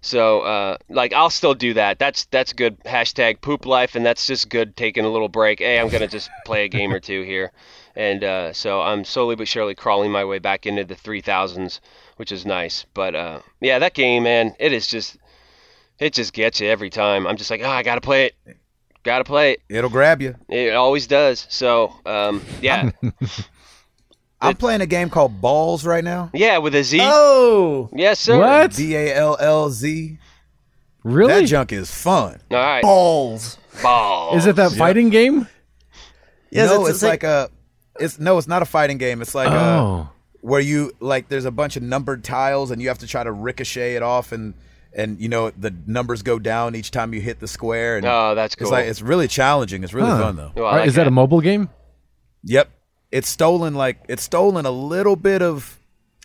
S3: So, uh, like, I'll still do that. That's that's good. Hashtag poop life, and that's just good. Taking a little break. Hey, I'm gonna just play a game or two here, and uh, so I'm slowly but surely crawling my way back into the three thousands, which is nice. But uh, yeah, that game, man, it is just, it just gets you every time. I'm just like, oh, I gotta play it, gotta play it.
S1: It'll grab you.
S3: It always does. So, um, yeah,
S1: I'm playing a game called Balls right now.
S3: yeah, with a Z.
S4: Oh,
S3: Yes, sir.
S2: What?
S1: B A L L Z.
S2: Really?
S1: That junk is fun.
S3: All right.
S4: balls.
S3: Ball.
S2: Is it that fighting game?
S4: Yes,
S1: no,
S4: it's-
S1: it's,
S4: it's
S1: like a. It's no, it's not a fighting game. It's like a,
S2: Oh.
S1: where you like there's a bunch of numbered tiles and you have to try to ricochet it off and and you know the numbers go down each time you hit the square and
S3: Oh, that's
S1: it's
S3: cool.
S1: like it's really challenging. It's really
S2: Huh.
S1: fun though.
S3: Well, I
S2: Alright,
S3: like
S2: is that a mobile game?
S1: Yep. It's stolen like it's stolen a little bit of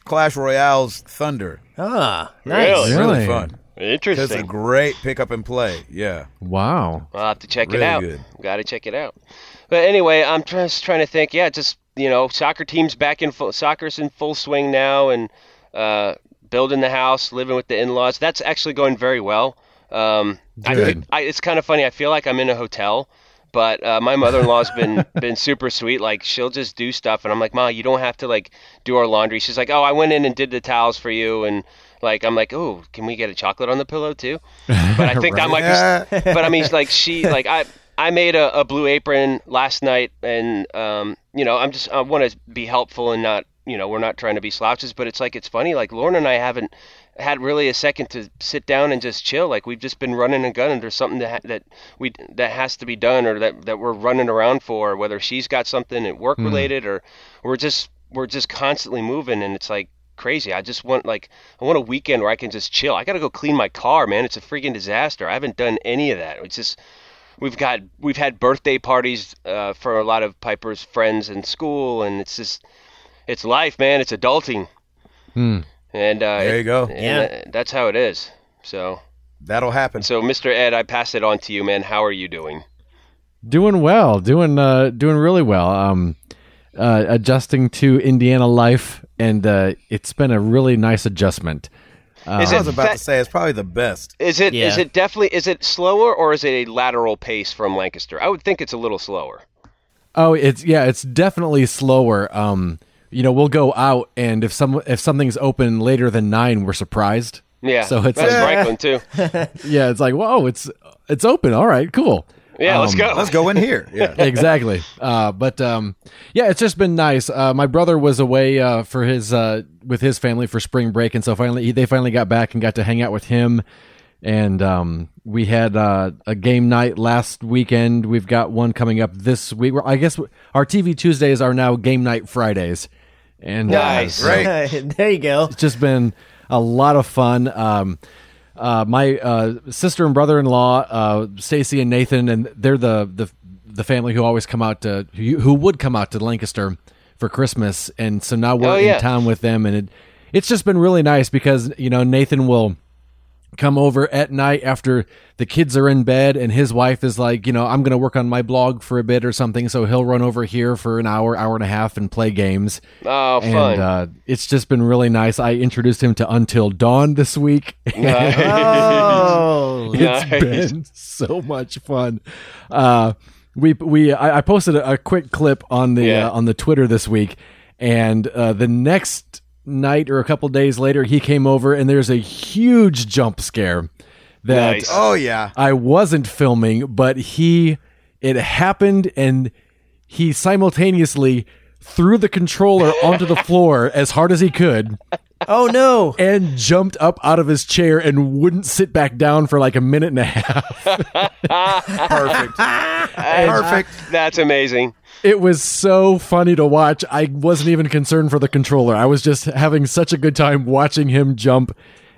S1: Clash Royale's thunder.
S4: ah, nice.
S1: Oh, It's
S3: Really?
S1: really fun. It's a
S3: Interesting.
S1: great pick up and play. Yeah.
S2: Wow.
S3: I'll have to check
S1: Really
S3: it out.
S1: good.
S3: Got to check it out. But anyway, I'm just trying to think. Yeah, just you know, soccer teams back in full, soccer's in full swing now, and uh, building the house, living with the in-laws. That's actually going very well. Um, I
S2: Good.
S3: could- I, it's kind of funny. I feel like I'm in a hotel, but uh, my mother-in-law's been been super sweet. Like she'll just do stuff, and I'm like, Ma, you don't have to like do our laundry. She's like, Oh, I went in and did the towels for you, and like I'm like, Oh, can we get a chocolate on the pillow too? But I think that might be
S1: Yeah.
S3: but I mean, like she, like I, I made a, a blue apron last night, and um, you know, I'm just I want to be helpful and not, you know, we're not trying to be slouches, but it's like it's funny, like Lauren and I haven't had really a second to sit down and just chill. Like we've just been running and gunning. There's something that ha- that we that has to be done, or that that we're running around for, whether she's got something at work related, or we're just we're just constantly moving, and it's like crazy. I just want like I want a weekend where I can just chill. I gotta go clean my car, man. It's a freaking disaster. I haven't done any of that. It's just we've got we've had birthday parties uh, for a lot of Piper's friends in school, and it's just it's life, man. It's adulting,
S2: Hmm.
S3: and uh,
S1: There you go.
S3: and, uh, that's how it is. So
S1: That'll happen.
S3: so Mr. Ed, I pass it on to you, man. How are you doing?
S2: Doing well. Doing uh doing really well. Um uh adjusting to Indiana life and uh it's been a really nice adjustment. Uh,
S3: is
S1: I
S3: it
S1: was about
S3: fa-
S1: to say it's probably the best.
S3: is it is
S4: Yeah.
S3: it definitely is it slower or is it a lateral pace from Lancaster? I would think it's a little slower.
S2: Oh, it's yeah, it's definitely slower. Um you know, we'll go out and if some if something's open later than 9, we're surprised.
S3: Yeah,
S2: So it's
S3: that's
S2: like-
S3: Franklin too.
S2: Yeah, it's like, "Whoa, it's it's open. All right, cool."
S3: Yeah, let's
S2: Um,
S3: go.
S1: Let's go in here. Yeah.
S2: exactly. Uh, but um, yeah, it's just been nice. Uh, my brother was away uh, for his uh, with his family for spring break, and so finally they finally got back and got to hang out with him. And um, we had uh, a game night last weekend. We've got one coming up this week. I guess our TV Tuesdays are now game night Fridays. And uh,
S3: Nice.
S2: so-
S1: Great.
S4: there you go.
S2: it's just been a lot of fun. Um, uh, my uh, sister and brother-in-law, uh, Stacy and Nathan, and they're the, the the family who always come out to who, who would come out to Lancaster for Christmas, and so now we're
S3: Oh, yeah.
S2: in town with them, and it it's just been really nice because you know Nathan will come over at night after the kids are in bed and his wife is like you know i'm going to work on my blog for a bit or something so he'll run over here for an hour hour and a half and play games
S3: Oh,
S2: and
S3: fun.
S2: Uh, it's just been really nice. I introduced him to Until Dawn this week. uh,
S4: Oh,
S2: It's
S3: Nice.
S2: been so much fun. Uh, we we I, I posted a, a quick clip on the
S3: Yeah.
S2: uh, on the Twitter this week, and uh, the next night or a couple days later, he came over and there's a huge jump scare that
S3: Nice.
S1: Oh yeah.
S2: I wasn't filming, but he it happened and he simultaneously threw the controller onto the floor as hard as he could
S4: oh no.
S2: and jumped up out of his chair and wouldn't sit back down for like a minute and a half.
S1: Perfect. Perfect.
S3: That's amazing.
S2: It was so funny to watch. I wasn't even concerned for the controller. I was just having such a good time watching him jump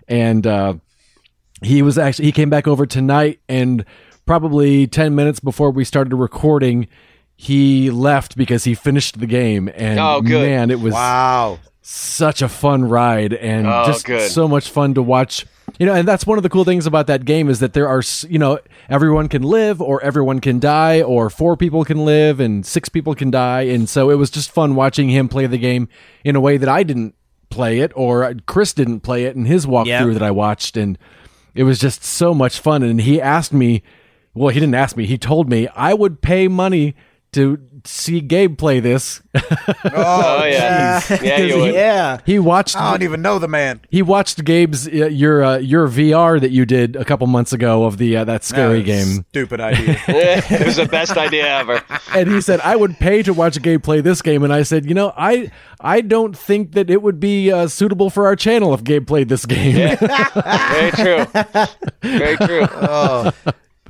S2: and uh he was actually he came back over tonight and probably 10 minutes before we started recording he left because he finished the game and
S3: Oh, good.
S2: man it was
S1: Wow.
S2: such a fun ride and
S3: Oh,
S2: just
S3: good.
S2: so much fun to watch you know and that's one of the cool things about that game is that there are s- you know everyone can live or everyone can die or four people can live and six people can die and so it was just fun watching him play the game in a way that i didn't play it or chris didn't play it in his walkthrough
S4: Yeah.
S2: that i watched and It was just so much fun. And he asked me, well, he didn't ask me. He told me I would pay money to see Gabe play this.
S3: Oh, yeah. Yeah, you would.
S4: yeah.
S2: he watched
S1: I don't even know the man.
S2: he watched Gabe's uh, your uh, your VR that you did a couple months ago of the uh, that scary
S1: That was a
S2: game.
S1: Stupid idea.
S3: it was the best idea ever.
S2: and he said I would pay to watch Gabe play this game, and I said, you know, I I don't think that it would be uh, suitable for our channel if Gabe played this game.
S3: Very true. Very true.
S1: oh,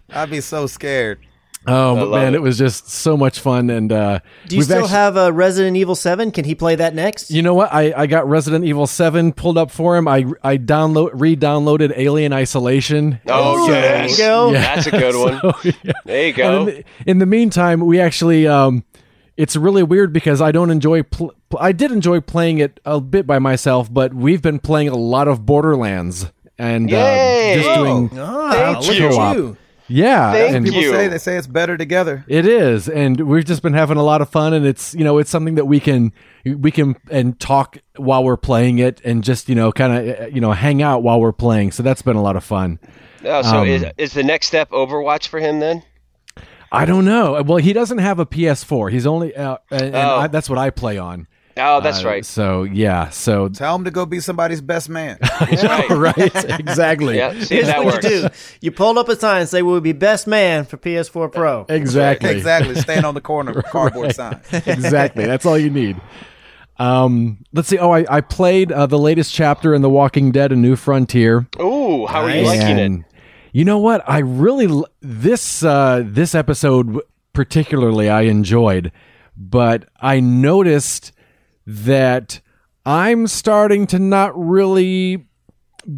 S1: I'd be so scared.
S2: oh but
S3: love
S2: man,
S3: it.
S2: it was just so much fun, and uh,
S4: Do you
S2: we've
S4: still
S2: actu-
S4: have a Resident Evil Seven? Can he play that next?
S2: You know what? I, I got Resident Evil Seven pulled up for him. I I download re-downloaded Alien Isolation.
S3: Oh,
S4: Ooh, there
S3: yes.
S4: you go.
S2: Yeah.
S3: That's a good one.
S2: yeah.
S3: There you
S2: And
S3: go.
S2: in, the, in the meantime, we actually, um, it's really weird because I don't enjoy. Pl- pl- I did enjoy playing it a bit by myself, but we've been playing a lot of Borderlands and uh,
S3: Yay!
S2: just doing.
S4: Ah,
S3: Thank
S4: look
S3: you.
S4: at you.
S2: Yeah,
S3: Thank
S2: and
S1: People
S3: You.
S1: say they say it's better together.
S2: it is, and we've just been having a lot of fun, and it's you know it's something that we can we can and talk while we're playing it, and just you know kind of you know hang out while we're playing. So that's been a lot of fun.
S3: Oh, so
S2: Um,
S3: is, is the next step Overwatch for him then?
S2: I don't know. Well, he doesn't have a PS4. He's only uh, and, and
S3: Oh.
S2: I, that's what I play on.
S3: Oh, that's
S2: Uh,
S3: right.
S2: So yeah, so
S1: Tell them to go be somebody's best man.
S3: That's right.
S2: right, exactly,
S3: Yeah, see,
S4: Here's
S3: that works.
S4: what you do: you pull up a sign and say, "We would be best man for PS4 Pro."
S2: exactly,
S1: exactly. Stand on the corner with a cardboard sign.
S2: exactly. That's all you need. Um, let's see. Oh, I, I played uh, the latest chapter in The Walking Dead: A New Frontier.
S3: Ooh, how are you
S4: Nice.
S3: Oh, liking it?
S2: And you know what? I really l- this uh, this episode w- particularly I enjoyed, but I noticed that I'm starting to not really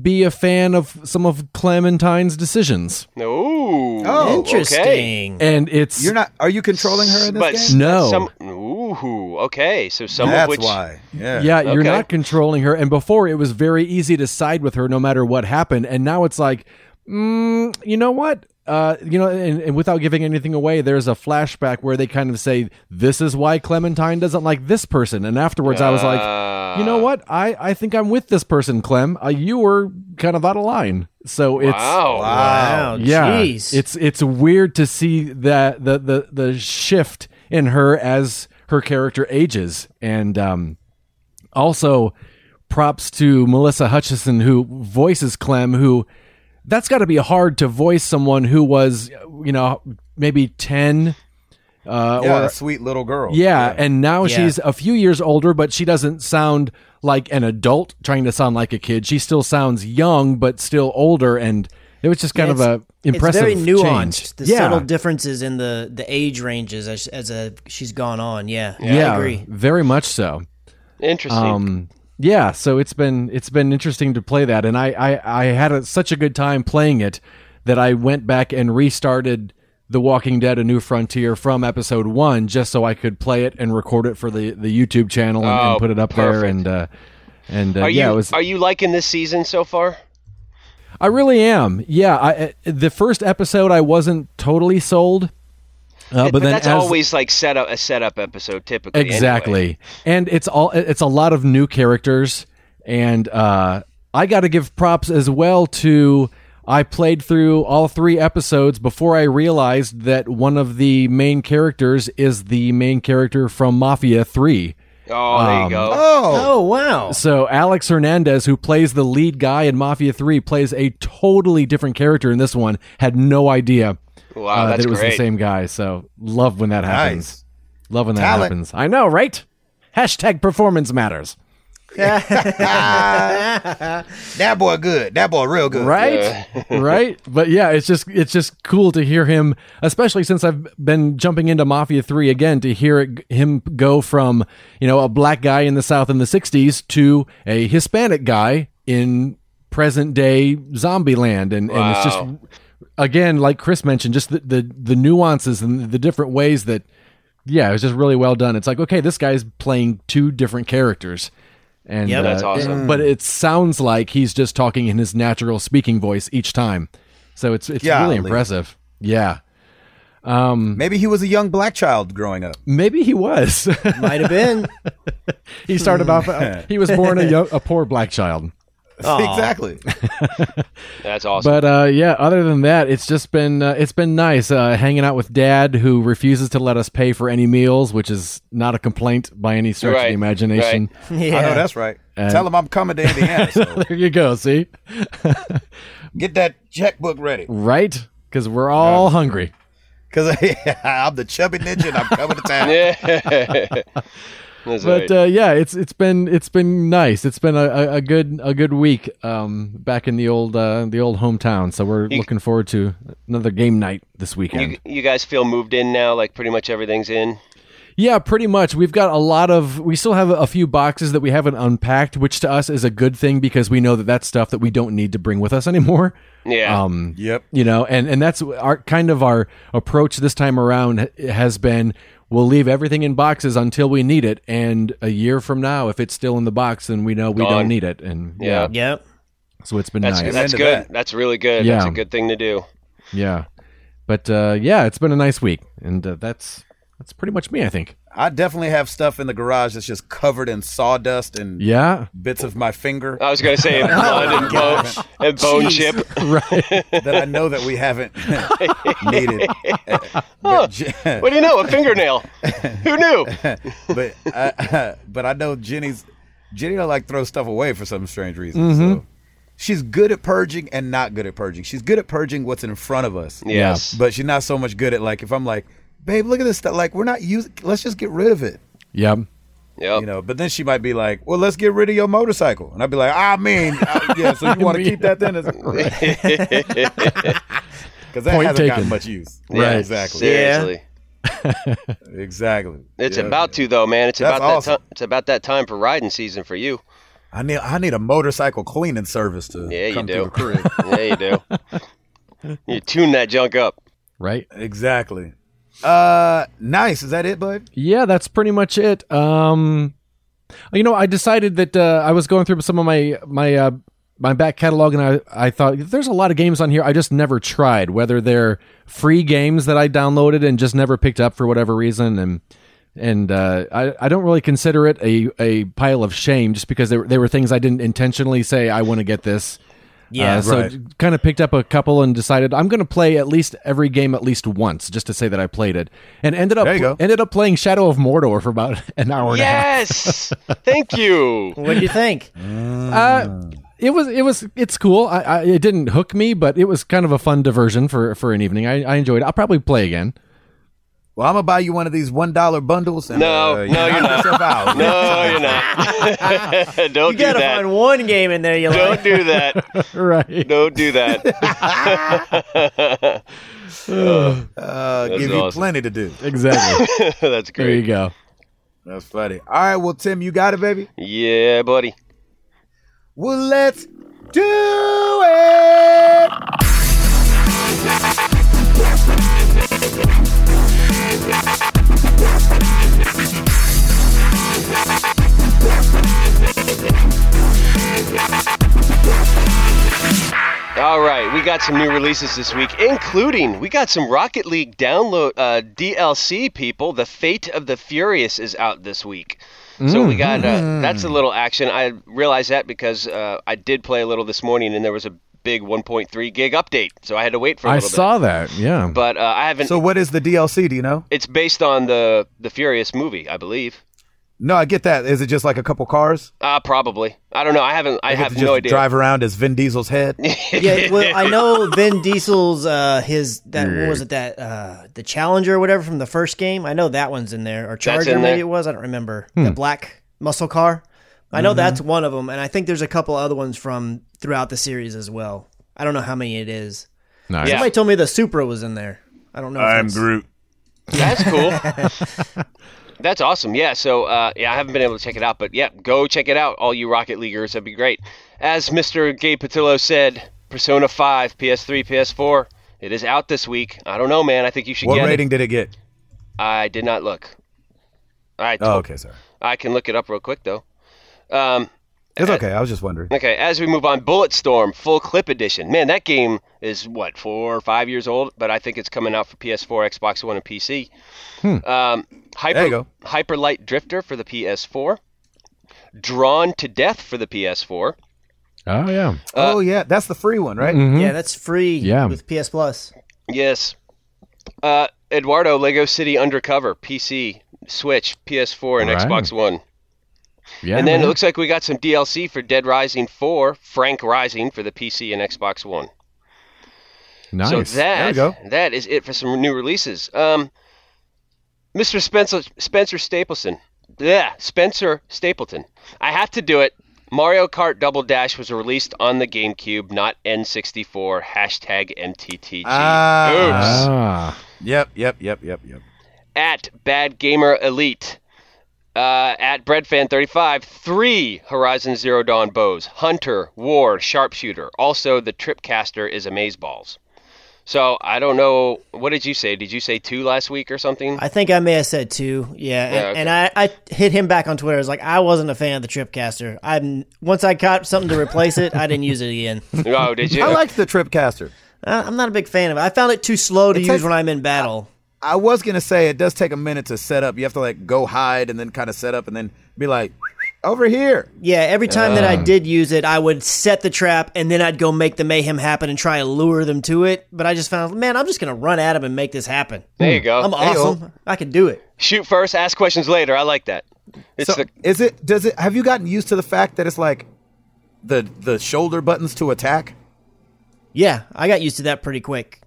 S2: be a fan of some of Clementine's decisions,
S3: Ooh.
S1: Oh,
S3: Okay.
S4: Interesting.
S2: and it's
S1: You're not. Are you controlling her in this
S3: but
S1: game?
S3: s-
S2: No.
S3: Some, ooh, okay. So some
S1: That's
S3: of which
S1: why. Yeah.
S2: Yeah, you're
S3: Okay.
S2: not controlling her. And before, it was very easy to side with her no matter what happened. And now it's like, mm, you know what? Uh, you know, and, and without giving anything away, there's a flashback where they kind of say, "This is why Clementine doesn't like this person." And afterwards, I was like, "You
S3: Uh.
S2: know what? I I think I'm with this person, Clem. Uh, you were kind of out of line." So it's
S3: Wow.
S4: Wow.
S2: yeah,
S4: Jeez.
S2: it's it's weird to see that the the the shift in her as her character ages, and um, also props to Melissa Hutchison who voices Clem, who that's got to be hard to voice someone who was you know maybe ten. Uh,
S1: Yeah,
S2: or
S1: a sweet little girl.
S2: yeah, and now
S4: Yeah.
S2: she's a few years older, but she doesn't sound like an adult trying to sound like a kid. She still sounds young, but still older, and it was just kind
S4: Yeah,
S2: of a impressive
S4: it's very nuanced.
S2: change.
S4: The
S2: yeah,
S4: subtle differences in the the age ranges as as a, she's gone on. Yeah,
S2: yeah,
S4: I agree.
S2: very much so.
S3: Interesting.
S2: Um, yeah, so it's been it's been interesting to play that, and I I, I had a, such a good time playing it that I went back and restarted The Walking Dead: A New Frontier from episode one just so I could play it and record it for the the YouTube channel and, and
S3: Oh,
S2: put it up there
S3: perfect.
S2: and. Uh, and uh,
S3: are you
S2: yeah, it was, Uh,
S3: are you liking this season so far?
S2: I really am. Yeah, I, uh, the first episode I wasn't totally sold, uh, but,
S3: but
S2: then
S3: that's
S2: as-
S3: always like set up a setup episode typically. anyway.
S2: exactly, and it's all it's a lot of new characters, and uh, I got to give props as well to. I played through all three episodes before I realized that one of the main characters is the main character from Mafia Three.
S3: Oh, there
S2: Um,
S3: you go.
S2: uh,
S1: Oh,
S4: Oh wow!
S2: So Alex Hernandez, who plays the lead guy in Mafia Three, plays a totally different character in this one. Had no idea.
S3: Wow,
S2: uh,
S3: Oh, that's
S2: that it was
S3: great.
S2: the same guy. So love when that happens.
S1: nice.
S2: Love when that
S1: Talent.
S2: happens. I know, right? Hashtag performance matters,
S1: That boy good. That boy real good.
S2: right? right? But yeah, it's just it's just cool to hear him, especially since I've been jumping into Mafia Three again to hear it, him go from you know a black guy in the South in the '60s to a Hispanic guy in present day zombie land, and and it's just
S3: Wow.
S2: again like Chris mentioned, just the the, the nuances and the different ways that. yeah, it was just really well done. It's like, okay, this guy's playing two different characters. And
S4: Yep.
S3: That's
S2: uh,
S3: awesome.
S2: But it sounds like he's just talking in his natural speaking voice each time. So it's it's really
S1: Golly.
S2: impressive. Yeah.
S1: Maybe he was a young black child growing up.
S2: Maybe he was.
S4: Might have been.
S2: he started off uh, he was born a, young, a poor black child.
S1: exactly.
S3: That's awesome.
S2: But uh, yeah, other than that, it's just been uh, it's been nice uh, hanging out with Dad, who refuses to let us pay for any meals, which is not a complaint by any stretch of
S3: Right,
S2: the imagination.
S4: Yeah.
S1: I know that's right. Tell him I'm coming to Indiana. So
S2: there you go. See,
S1: get that checkbook ready,
S2: right? Because we're all hungry.
S1: because I'm the chubby ninja and I'm coming to town.
S3: yeah. That's
S2: But
S3: right.
S2: uh, yeah, it's it's been it's been nice. It's been a, a, a good a good week um, back in the old uh, the old hometown. So we're looking forward to another game night this weekend.
S3: you, you guys feel moved in now? Like pretty much everything's in.
S2: Yeah, pretty much. We've got a lot of. We still have a few boxes that we haven't unpacked, which to us is a good thing because we know that that's stuff that we don't need to bring with us anymore.
S3: Yeah.
S2: Um,
S1: Yep.
S2: you know, and and that's our kind of our approach this time around ha- has been we'll leave everything in boxes until we need it, and a year from now, if it's still in the box, then we know we don't
S3: Gone.
S2: need it, and yeah,
S3: Yeah.
S4: Yep.
S2: Uh, so it's been
S3: that's
S2: nice,
S3: that's
S1: Into
S3: good.
S1: that.
S3: That's really good.
S2: Yeah.
S3: That's a good thing to do.
S2: yeah. But uh, yeah, it's been a nice week, and uh, that's that's pretty much me, I think.
S1: I definitely have stuff in the garage that's just covered in sawdust and
S2: Yeah,
S1: bits of my finger
S3: I was gonna say
S2: Oh
S3: blood and bone and bone
S4: Jeez.
S3: chip.
S2: right.
S1: that I know that we haven't needed. but, Je-
S3: What do you know? A fingernail. Who knew?
S1: but, I, but I know Jenny's Jenny don't like throw stuff away for some strange reason. So she's good at purging and not good at purging. She's good at purging what's in front of us.
S3: Yes.
S1: But she's not so much good at like if I'm like, babe, look at this stuff. Like we're not using. Let's just get rid of it.
S2: Yep.
S3: Yep.
S1: You know. But then she might be like, well, let's get rid of your motorcycle. And I'd be like, I mean, I- yeah. So you want to keep that then? Because that
S2: Point
S1: hasn't
S2: taken.
S1: gotten much use.
S3: Yeah,
S1: Yeah, Exactly.
S3: Seriously.
S1: Exactly.
S3: It's
S1: Yeah.
S3: about to though, man. It's
S1: That's
S3: about that
S1: awesome.
S3: time. It's about that time for riding season for you.
S1: I need I need a motorcycle cleaning service to
S3: Yeah, you
S1: come
S3: do.
S1: through the crib.
S3: yeah, you do. You tune that junk up.
S2: Right.
S1: exactly. Uh, nice. Is that it, bud?
S2: Yeah, that's pretty much it. Um, you know, I decided that uh, I was going through some of my my uh, my back catalog, and I I thought there's a lot of games on here I just never tried, whether they're free games that I downloaded and just never picked up for whatever reason, and and uh, I I don't really consider it a a pile of shame just because there there were things I didn't intentionally say I want to get this.
S4: Yeah.
S2: Uh, so
S1: right.
S2: kind of picked up a couple and decided I'm going to play at least every game at least once just to say that I played it, and ended up
S1: There you go.
S2: ended up playing Shadow of Mordor for about an hour and a half.
S3: Yes. Thank you.
S4: what do you think?
S2: Uh, it was it was it's cool. I, I it didn't hook me, but it was kind of a fun diversion for for an evening. I, I enjoyed. it. I'll probably play again.
S1: Well, I'm gonna buy you one of these one dollar bundles. And,
S3: No,
S1: uh, you
S3: no, you're
S1: knock
S3: not.
S1: yourself out.
S3: No, you're not. Don't
S4: You
S3: do
S4: gotta
S3: that.
S4: find one game in there you like.
S3: Don't do that.
S2: Right.
S3: Don't do that.
S1: Uh, give you
S3: awesome.
S1: plenty to do.
S2: Exactly.
S3: That's
S2: there you
S3: great.
S2: go.
S1: That's funny. All right, well, Tim, you got it, baby.
S3: Yeah, buddy.
S1: Well, let's do it.
S3: All right, we got some new releases this week, including we got some Rocket League download uh, DLC. People, the Fate of the Furious is out this week, so we got
S2: Mm-hmm.
S3: uh, that's a little action. I realized that because uh, I did play a little this morning, and there was a big 1.3 gig update, so I had to wait for a
S2: I
S3: little
S2: saw that. Yeah.
S3: bit. But uh, I haven't.
S1: So, what is the DLC? Do you know?
S3: it's based on the the Furious movie, I believe.
S1: No, I get that. Is it just like a couple cars?
S3: Uh, probably. I don't know. I haven't. I
S1: They get
S3: have
S1: to just
S3: no idea.
S1: Drive around as Vin Diesel's head.
S4: yeah, well, I know Vin Diesel's uh his that what was it that uh the Challenger or whatever from the first game. I know that one's in there or Charger
S3: in
S4: maybe
S3: there.
S4: it was. I don't remember the black muscle car. I know that's one of them, and I think there's a couple other ones from throughout the series as well. I don't know how many it is.
S2: Nice.
S3: Yeah.
S4: Somebody told me the Supra was in there. I don't know. If
S3: That's
S4: that's-
S3: cool. That's awesome. Yeah. So, uh, yeah, I haven't been able to check it out, but yeah, go check it out, all you Rocket Leaguers. That'd be great. As Mr. Gabe Patillo said, Persona 5, PS3, PS4, it is out this week. I don't know, man. I think you should
S1: What
S3: get
S1: rating did it get?
S3: it. I did not look. All right.
S1: Oh, okay, sorry.
S3: I can look it up real quick, though. Um,
S1: It's okay. I was just wondering.
S3: okay. As we move on, Bulletstorm Full Clip Edition. Man, that game is what four or five years old, but I think it's coming out for PS4, Xbox One, and PC. Um, Hyper,
S1: Hmm. There you go.
S3: Hyper Light Drifter for the PS4. Drawn to Death for the PS4.
S2: Oh yeah.
S3: uh,
S1: oh yeah, that's the free one, right?
S2: Mhm.
S4: Yeah, that's free
S2: Yeah.
S4: with PS Plus.
S3: Yes. Uh, Eduardo, Lego City Undercover, PC, Switch, PS4, and
S2: All right.
S3: Xbox One.
S2: Yeah.
S3: and then it
S2: man.
S3: looks like we got some DLC for Dead Rising 4, Frank Rising for the PC and Xbox One.
S2: Mm-hmm. nice.
S3: So that
S1: There
S3: that is it for some new releases. Um, Mr. Spencer Spencer Stapleton. Yeah, Spencer Stapleton. I have to do it. Mario Kart Double Dash was released on the GameCube, not N64. Hashtag MTTG.
S1: Ah.
S3: Oops.
S2: ah.
S1: Yep, yep, yep, yep, yep.
S3: At Bad Gamer Elite. Uh, at BreadFan35, three Horizon Zero Dawn bows Hunter, War, Sharpshooter. Also, the Tripcaster is Amazeballs. So, I don't know. What did you say? Did you say two last week or something?
S4: I think I may have said two. Yeah, and,
S3: Yeah, okay.
S4: and I, I hit him back on Twitter. I was like, I wasn't a fan of the Tripcaster. I'm once I caught something to replace it, I didn't use it again.
S3: oh, did you?
S1: I liked the Tripcaster.
S4: I, I'm not a big fan of it. I found it too slow to
S1: It
S4: use
S1: takes-
S4: when I'm in battle.
S1: I was gonna say it does take a minute to set up. You have to like go hide and then kind of set up and then be like over here.
S4: Yeah, every time that I
S3: Um.
S4: did use it, I would set the trap and then I'd go make the mayhem happen and try and lure them to it. But I just found, man, I'm just gonna run at him and make this happen.
S3: there you go.
S4: I'm awesome. I can do it.
S3: Shoot first, ask questions later. I like that.
S1: So
S3: It's the
S1: is it? Does it? Have you gotten used to the fact that it's like the the shoulder buttons to attack?
S4: Yeah, I got used to that pretty quick.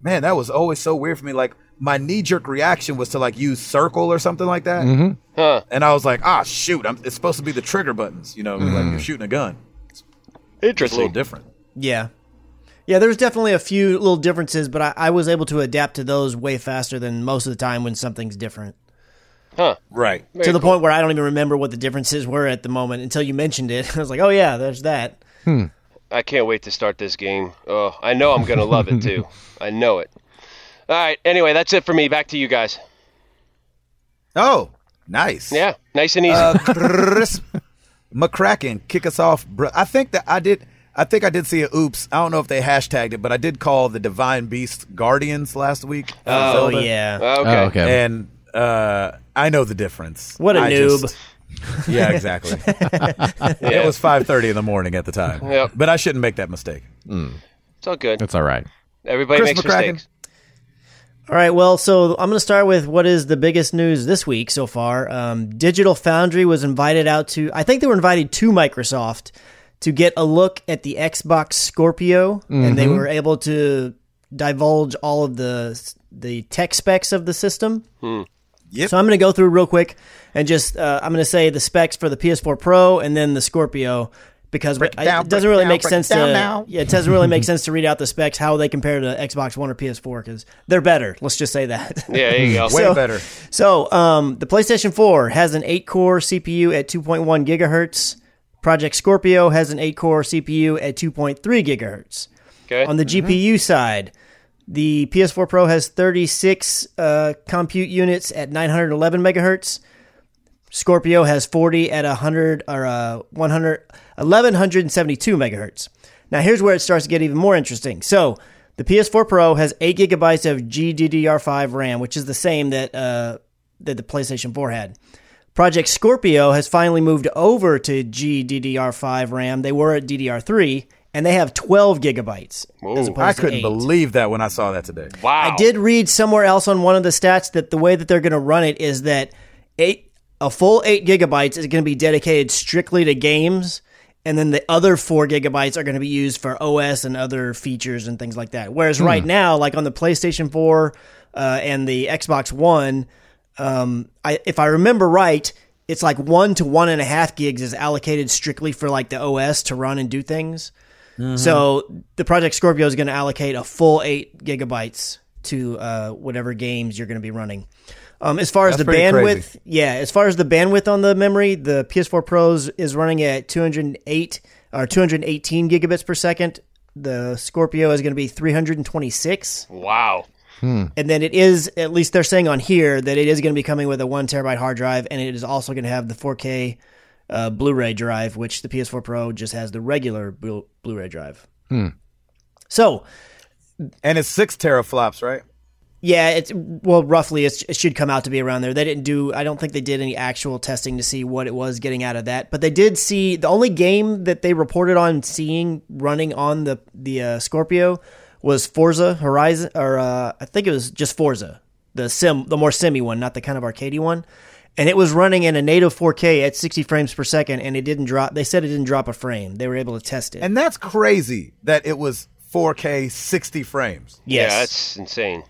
S1: Man, that was always so weird for me. Like my knee jerk reaction was to like use circle or something like that,
S3: Huh.
S1: and I was like, ah, shoot, I'm, it's supposed to be the trigger buttons. You know, like you're shooting a gun. It's a little
S3: interesting.
S1: different.
S4: Yeah. Yeah, there's definitely a few little differences, but I, I was able to adapt to those way faster than most of the time when something's different.
S1: Right.
S4: to the point where I don't even remember what the differences were at the moment until you mentioned it. I was like, oh, yeah, there's that.
S3: I can't wait to start this game. Oh, I know I'm gonna love it too. I know it. All right. Anyway, that's it for me. Back to you guys.
S1: Oh, nice.
S3: Yeah, nice and easy.
S1: Uh, Chris McCracken, kick us off, bro. I think that I did. I think I did see a oops. I don't know if they hashtagged it, but I did call the Divine Beast Guardians last week. Uh,
S4: Oh,
S1: Zelda.
S4: yeah.
S3: Uh, okay.
S2: Oh, okay.
S1: and uh, I know the difference.
S4: What a
S1: I
S4: noob.
S1: just- yeah, exactly. It was five thirty in the morning at the time.
S3: Yep.
S1: But I shouldn't make that mistake.
S3: It's all good.
S2: That's all right.
S3: Everybody
S1: Chris
S3: makes
S1: McCracken.
S3: mistakes.
S4: All right, well, so I'm going to start with what is the biggest news this week so far. Um, Digital Foundry was invited out to, I think they were invited to Microsoft to get a look at the Xbox Scorpio, and they were able to divulge all of the the tech specs of the system. So I'm going to go through real quick and just uh, I'm going to say the specs for the PS4 Pro and then the Scorpio because I- it,
S1: down, break
S4: doesn't really
S1: down,
S4: make
S1: break
S4: sense
S1: down
S4: to
S1: now.
S4: yeah it doesn't really make sense to read out the specs how they compare to Xbox One or PS4 because they're better. Let's just say that.
S3: Yeah, there you go.
S1: Way
S4: So-
S1: better.
S4: So, um, the PlayStation 4 has an 8 core CPU at 2.1 gigahertz. Project Scorpio has an 8 core CPU at 2.3 gigahertz.
S3: Okay.
S4: On the GPU side, the PS4 Pro has 36 uh, compute units at 911 megahertz. Scorpio has 40 at 100 or uh, 100 1172 megahertz. Now here's where it starts to get even more interesting. So the PS4 Pro has 8 gigabytes of GDDR5 RAM, which is the same that uh, that the PlayStation 4 had. Project Scorpio has finally moved over to GDDR5 RAM. They were at DDR3, and they have 12 gigabytes. as opposed
S1: I
S4: to
S1: couldn't
S4: eight.
S1: believe that when I saw that today.
S3: wow.
S4: I did read somewhere else on one of the stats that the way that they're going to run it is that eight a full eight gigabytes is going to be dedicated strictly to games, and then the other four gigabytes are going to be used for OS and other features and things like that. Whereas right now, like on the PlayStation Four uh, and the Xbox One, um, I, if I remember right. It's like one to one and a half gigs is allocated strictly for like the OS to run and do things. So the Project Scorpio is going to allocate a full eight gigabytes to uh, whatever games you're going to be running. Um, as far as the
S1: pretty
S4: bandwidth, yeah, as far as the bandwidth on the memory, the PS4 Pros is running at 208 or 218 gigabits per second. The Scorpio is going to be 326,
S3: Wow.
S4: and then it is at least they're saying on here that it is going to be coming with a one terabyte hard drive, and it is also going to have the 4K uh, Blu-ray drive, which the PS4 Pro just has the regular Blu- Blu-ray drive. So
S1: And it's six teraflops, right?
S4: Yeah, it's well, roughly it's, it should come out to be around there. They didn't do, I don't think they did any actual testing to see what it was getting out of that, but they did see the only game that they reported on seeing running on the the uh, Scorpio was Forza Horizon, or uh, I think it was just Forza, the sim, the more simmy one, not the kind of arcadey one, and it was running in a native 4K at 60 frames per second, and it didn't drop. They said it didn't drop a frame. They were able to test it.
S1: And that's crazy that it was 4K 60 frames.
S4: yes.
S3: Yeah, that's insane.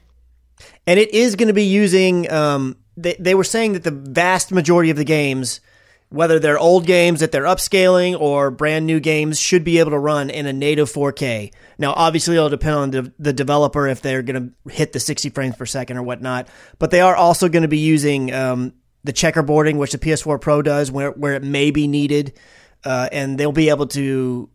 S4: and it is going to be using. Um, they they were saying that the vast majority of the games, whether they're old games that they're upscaling or brand new games, should be able to run in a native 4K. Now, obviously, it'll depend on the, the developer if they're going to hit the 60 frames per second or whatnot. But they are also going to be using um, the checkerboarding, which the PS4 Pro does, where where it may be needed, uh, and they'll be able to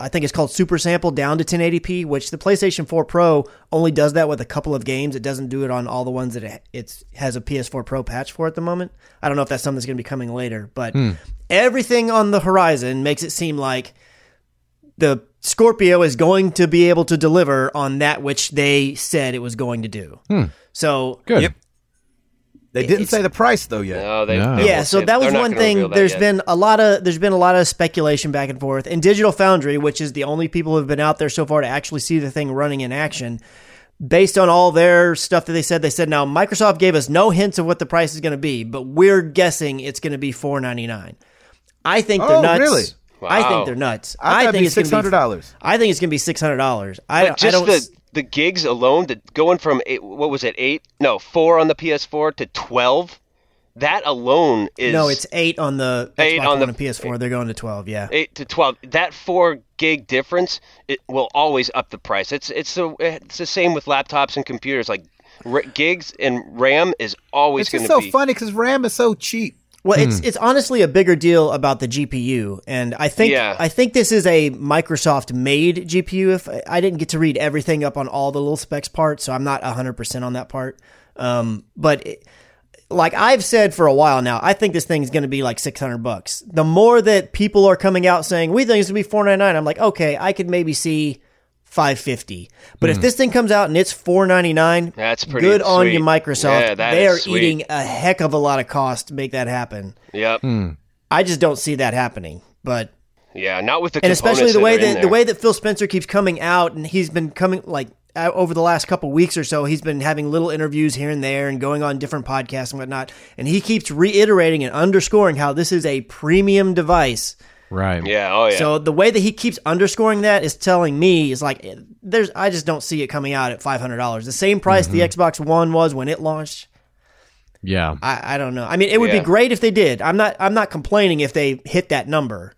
S4: I think it's called Super Sample down to 1080p, which the PlayStation 4 Pro only does that with a couple of games. It doesn't do it on all the ones that it it's, has a PS4 Pro patch for at the moment. I don't know if that's something that's going to be coming later, but everything on the horizon makes it seem like the Scorpio is going to be able to deliver on that which they said it was going to do. So
S2: Good.
S1: They didn't say the price though yet.
S3: No, they,
S2: Yeah.
S3: they
S4: yeah,
S3: won't
S4: so
S3: say-
S4: that was
S3: they're not
S4: one
S3: gonna reveal
S4: thing.
S3: that
S4: There's
S3: yet.
S4: been a lot of there's been a lot of speculation back and forth, and Digital Foundry, which is the only people who have been out there so far to actually see the thing running in action. Based on all their stuff that they said, they said now Microsoft gave us no hints of what the price is going to be, but we're guessing it's going to be four ninety nine. I think they're
S1: Oh,
S4: nuts.
S1: really?
S4: I
S3: Wow.
S4: think they're nuts.
S1: I
S4: I,
S1: thought it'd
S4: think
S1: be
S4: it's gonna be-
S1: $600.
S4: I think it's going to be six hundred dollars. I,
S3: But just
S4: I don't.
S3: the the gigs alone, the, going from eight, what was it eight? No, four on the PS4 to twelve. That alone is
S4: no, it's eight on the
S3: Eight
S4: Xbox
S3: on the-
S4: One and PS4. they're going to twelve. Yeah.
S3: eight to twelve. That four gig difference it will always up the price. It's it's the it's the same with laptops and computers. Like r- gigs and RAM is always
S1: It's
S3: going
S1: just so
S3: to be.
S1: funny because RAM is so cheap.
S4: Well, it's it's honestly a bigger deal about the GPU, and I think
S3: Yeah.
S4: I think this is a Microsoft made GPU. If I didn't get to read everything up on all the little specs part, so I'm not 100 percent on that part. Um, but it, like I've said for a while now, I think this thing's going to be like 600 bucks. The more that people are coming out saying we think it's going to be 499, I'm like, okay, I could maybe see 550. But if this thing comes out and it's 499,
S3: That's pretty
S4: good on you,
S3: sweet.
S4: Microsoft.
S3: Yeah, that
S4: they
S3: is
S4: are
S3: sweet.
S4: eating a heck of a lot of cost to make that happen.
S3: Yep.
S1: Hmm.
S4: I just don't see that happening. But
S3: Yeah. Not with the
S4: and especially the way
S3: that, are in
S4: that the
S3: there.
S4: way that Phil Spencer keeps coming out, and he's been coming like uh, over the last couple weeks or so, he's been having little interviews here and there, and going on different podcasts and whatnot. And he keeps reiterating and underscoring how this is a premium device.
S2: Right.
S3: Yeah. Oh yeah.
S4: So the way that he keeps underscoring that is telling me is like eh, there's I just don't see it coming out at five hundred dollars, the same price the
S3: Mm-hmm.
S4: Xbox One was when it launched.
S2: Yeah.
S4: I, I don't know. I mean, it would
S3: Yeah.
S4: be great if they did. I'm not. I'm not complaining if they hit that number,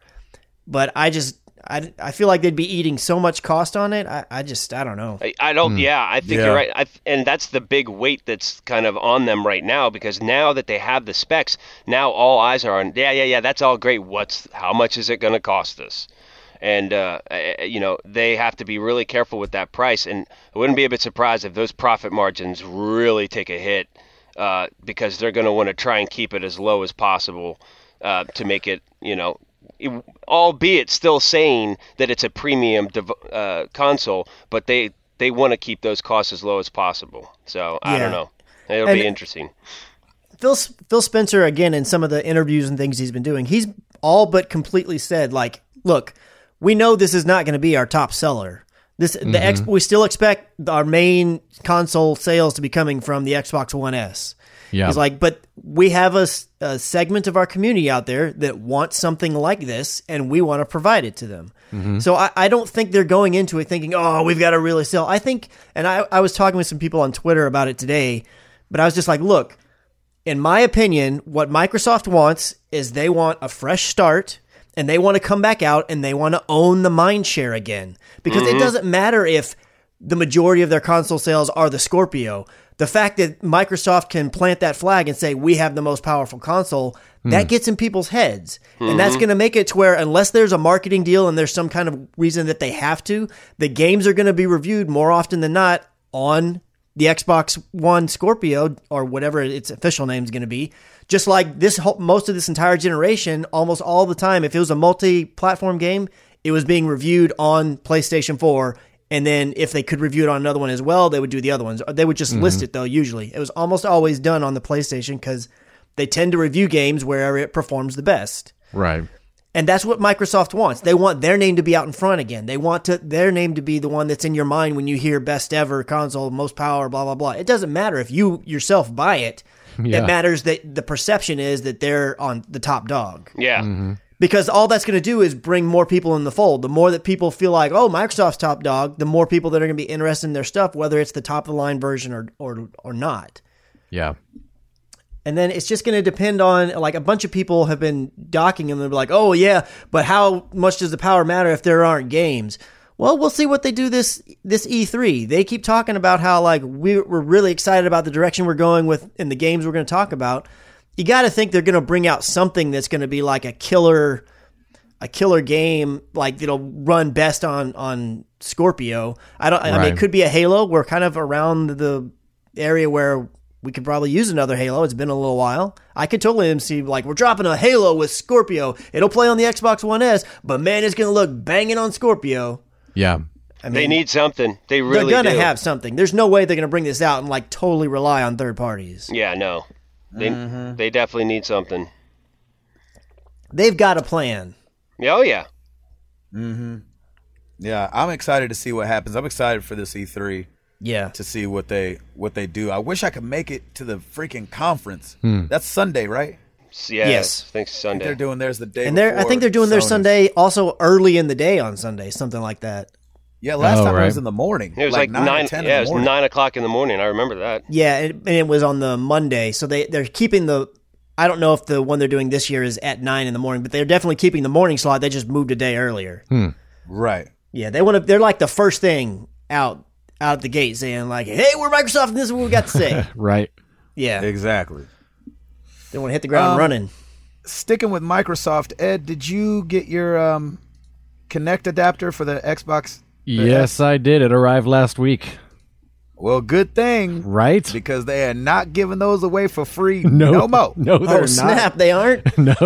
S4: but I just. I, I feel like they'd be eating so much cost on it. I, I just I don't know.
S3: I, I don't. Yeah, I think
S1: Yeah.
S3: you're right. I, th- and that's the big weight that's kind of on them right now because now that they have the specs, now all eyes are on. Yeah, yeah, yeah. That's all great. What's how much is it going to cost us? And uh, I- I- you know they have to be really careful with that price. And I wouldn't be a bit surprised if those profit margins really take a hit uh, because they're going to want to try and keep it as low as possible uh, to make it you know it- albeit still saying that it's a premium dev- uh, console, but they they want to keep those costs as low as possible. So I
S4: Yeah.
S3: don't know. It'll
S4: And-
S3: be interesting.
S4: Phil Phil Spencer again in some of the interviews and things he's been doing, he's all but completely said like, look, we know this is not going to be our top seller. This the X, we still expect our main console sales to be coming from the Xbox One S.
S2: Yeah.
S4: He's like, but we have a, s- a segment of our community out there that wants something like this, and we want to provide it to them. So I, I don't think they're going into it thinking, oh, we've got to really sell. I think, and I, I was talking with some people on Twitter about it today, but I was just like, look, in my opinion, what Microsoft wants is they want a fresh start and they want to come back out and they want to own the mind share again. Because it doesn't matter if the majority of their console sales are the Scorpio. The fact that Microsoft can plant that flag and say, we have the most powerful console, that gets in people's heads. And that's going to make it to where, unless there's a marketing deal and there's some kind of reason that they have to, the games are going to be reviewed more often than not on the Xbox One Scorpio or whatever its official name is going to be. Just like this, whole, most of this entire generation, almost all the time, if it was a multi-platform game, it was being reviewed on PlayStation Four And then if they could review it on another one as well, they would do the other ones. Or They would just list it though. Usually, it was almost always done on the PlayStation because they tend to review games wherever it performs the best.
S2: Right.
S4: And that's what Microsoft wants. They want their name to be out in front again. They want to their name to be the one that's in your mind when you hear best ever console, most power, blah blah blah. It doesn't matter if you yourself buy it.
S2: Yeah.
S4: It matters that the perception is that they're on the top dog.
S3: Yeah.
S4: Because all that's going to do is bring more people in the fold. The more that people feel like, "Oh, Microsoft's top dog," the more people that are going to be interested in their stuff whether it's the top of the line version or or or not.
S2: Yeah.
S4: And then it's just going to depend on like a bunch of people have been docking them. They're like, oh yeah, but how much does the power matter if there aren't games? Well, we'll see what they do this this E3. They keep talking about how like we're, we're really excited about the direction we're going with and the games we're going to talk about. You got to think they're going to bring out something that's going to be like a killer a killer game like that'll run best on on Scorpio. I don't. I mean,
S2: Right.
S4: it could be a Halo. We're kind of around the area where we could probably use another Halo. It's been a little while. I could totally see like we're dropping a Halo with Scorpio. It'll play on the Xbox One S, but man, it's gonna look banging on Scorpio.
S2: Yeah.
S3: they need something. They
S4: They're
S3: really
S4: gonna
S3: do.
S4: have something. There's no way they're gonna bring this out and like totally rely on third parties.
S3: Yeah, no. They
S4: Mm-hmm.
S3: they definitely need something.
S4: They've got a plan.
S3: Yeah, Oh yeah.
S1: Yeah, I'm excited to see what happens. I'm excited for this E3
S4: Yeah.
S1: to see what they what they do. I wish I could make it to the freaking conference. That's Sunday, right?
S3: S- Yeah, I
S4: Yes.
S3: think
S1: I think
S3: Sunday.
S1: they're doing theirs the day.
S4: And they're I
S1: before
S4: think they're doing their
S1: Sony's.
S4: Sunday also early in the day on Sunday, something like that.
S1: Yeah, last
S2: Oh,
S1: time it was
S2: right.
S1: in the morning.
S3: it was like,
S1: nine, or
S3: nine.
S1: 10 in the
S3: yeah, it was
S1: morning.
S3: nine o'clock in the morning. I remember that.
S4: Yeah, and and it was on the Monday, so they they're keeping the. I don't know if the one they're doing this year is at nine in the morning, but they're definitely keeping the morning slot. They just moved a day earlier.
S2: Hmm.
S1: Right.
S4: Yeah, they want to. They're like the first thing out out the gate, saying like, "Hey, we're Microsoft, and this is what we got to say."
S2: Right.
S4: yeah,
S1: Exactly.
S4: they want to hit the
S2: Um,
S4: ground running.
S1: Sticking with Microsoft, Ed, did you get your um, Connect adapter for the Xbox?
S2: Yes, I did. It arrived last week.
S1: Well, good thing
S2: Right?
S1: because they are not giving those away for free.
S2: No.
S1: no mo.
S2: No, they're
S4: Oh
S2: not.
S4: snap! They aren't.
S2: No.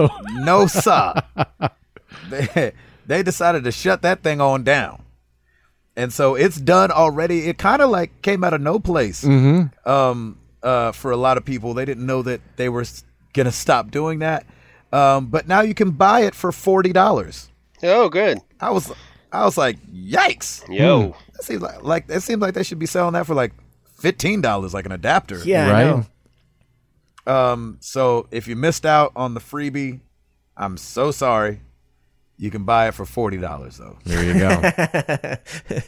S1: no sir. they, they decided to shut that thing on down. And so it's done already. It kind of like came out of no place um, uh, for a lot of people. They didn't know that they were going to stop doing that. Um, but now you can buy it for $40.
S3: Oh, good.
S1: I was I was like, yikes.
S4: Hmm.
S3: Yo.
S1: That seems like, like, that seems like they should be selling that for like $15, like an adapter.
S4: Yeah, I know.
S2: Right?
S1: So if you missed out on the freebie, I'm so sorry. You can buy it for forty dollars though.
S2: There you go.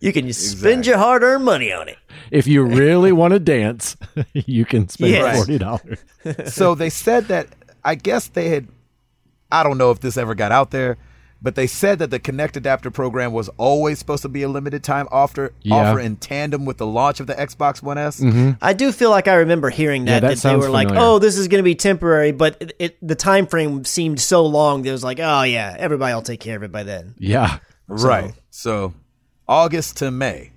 S4: You can spend your hard-earned money on it.
S2: if you really want to dance, you can spend
S4: Yes.
S2: forty dollars.
S1: so they said that I guess they had I don't know if this ever got out there, but they said that the Connect adapter program was always supposed to be a limited time offer
S2: Yeah. Mm-hmm.
S1: offer in tandem with the launch of the Xbox One S.
S4: I do feel like I remember hearing that
S2: Hmm. Yeah, that
S4: that, they
S2: sounds
S4: were like,
S2: familiar.
S4: "Oh, this is going to be temporary," but it, it, the time frame seemed so long. That it was like, "Oh yeah, everybody will take care of it by then."
S2: Yeah.
S1: Right. So August to May.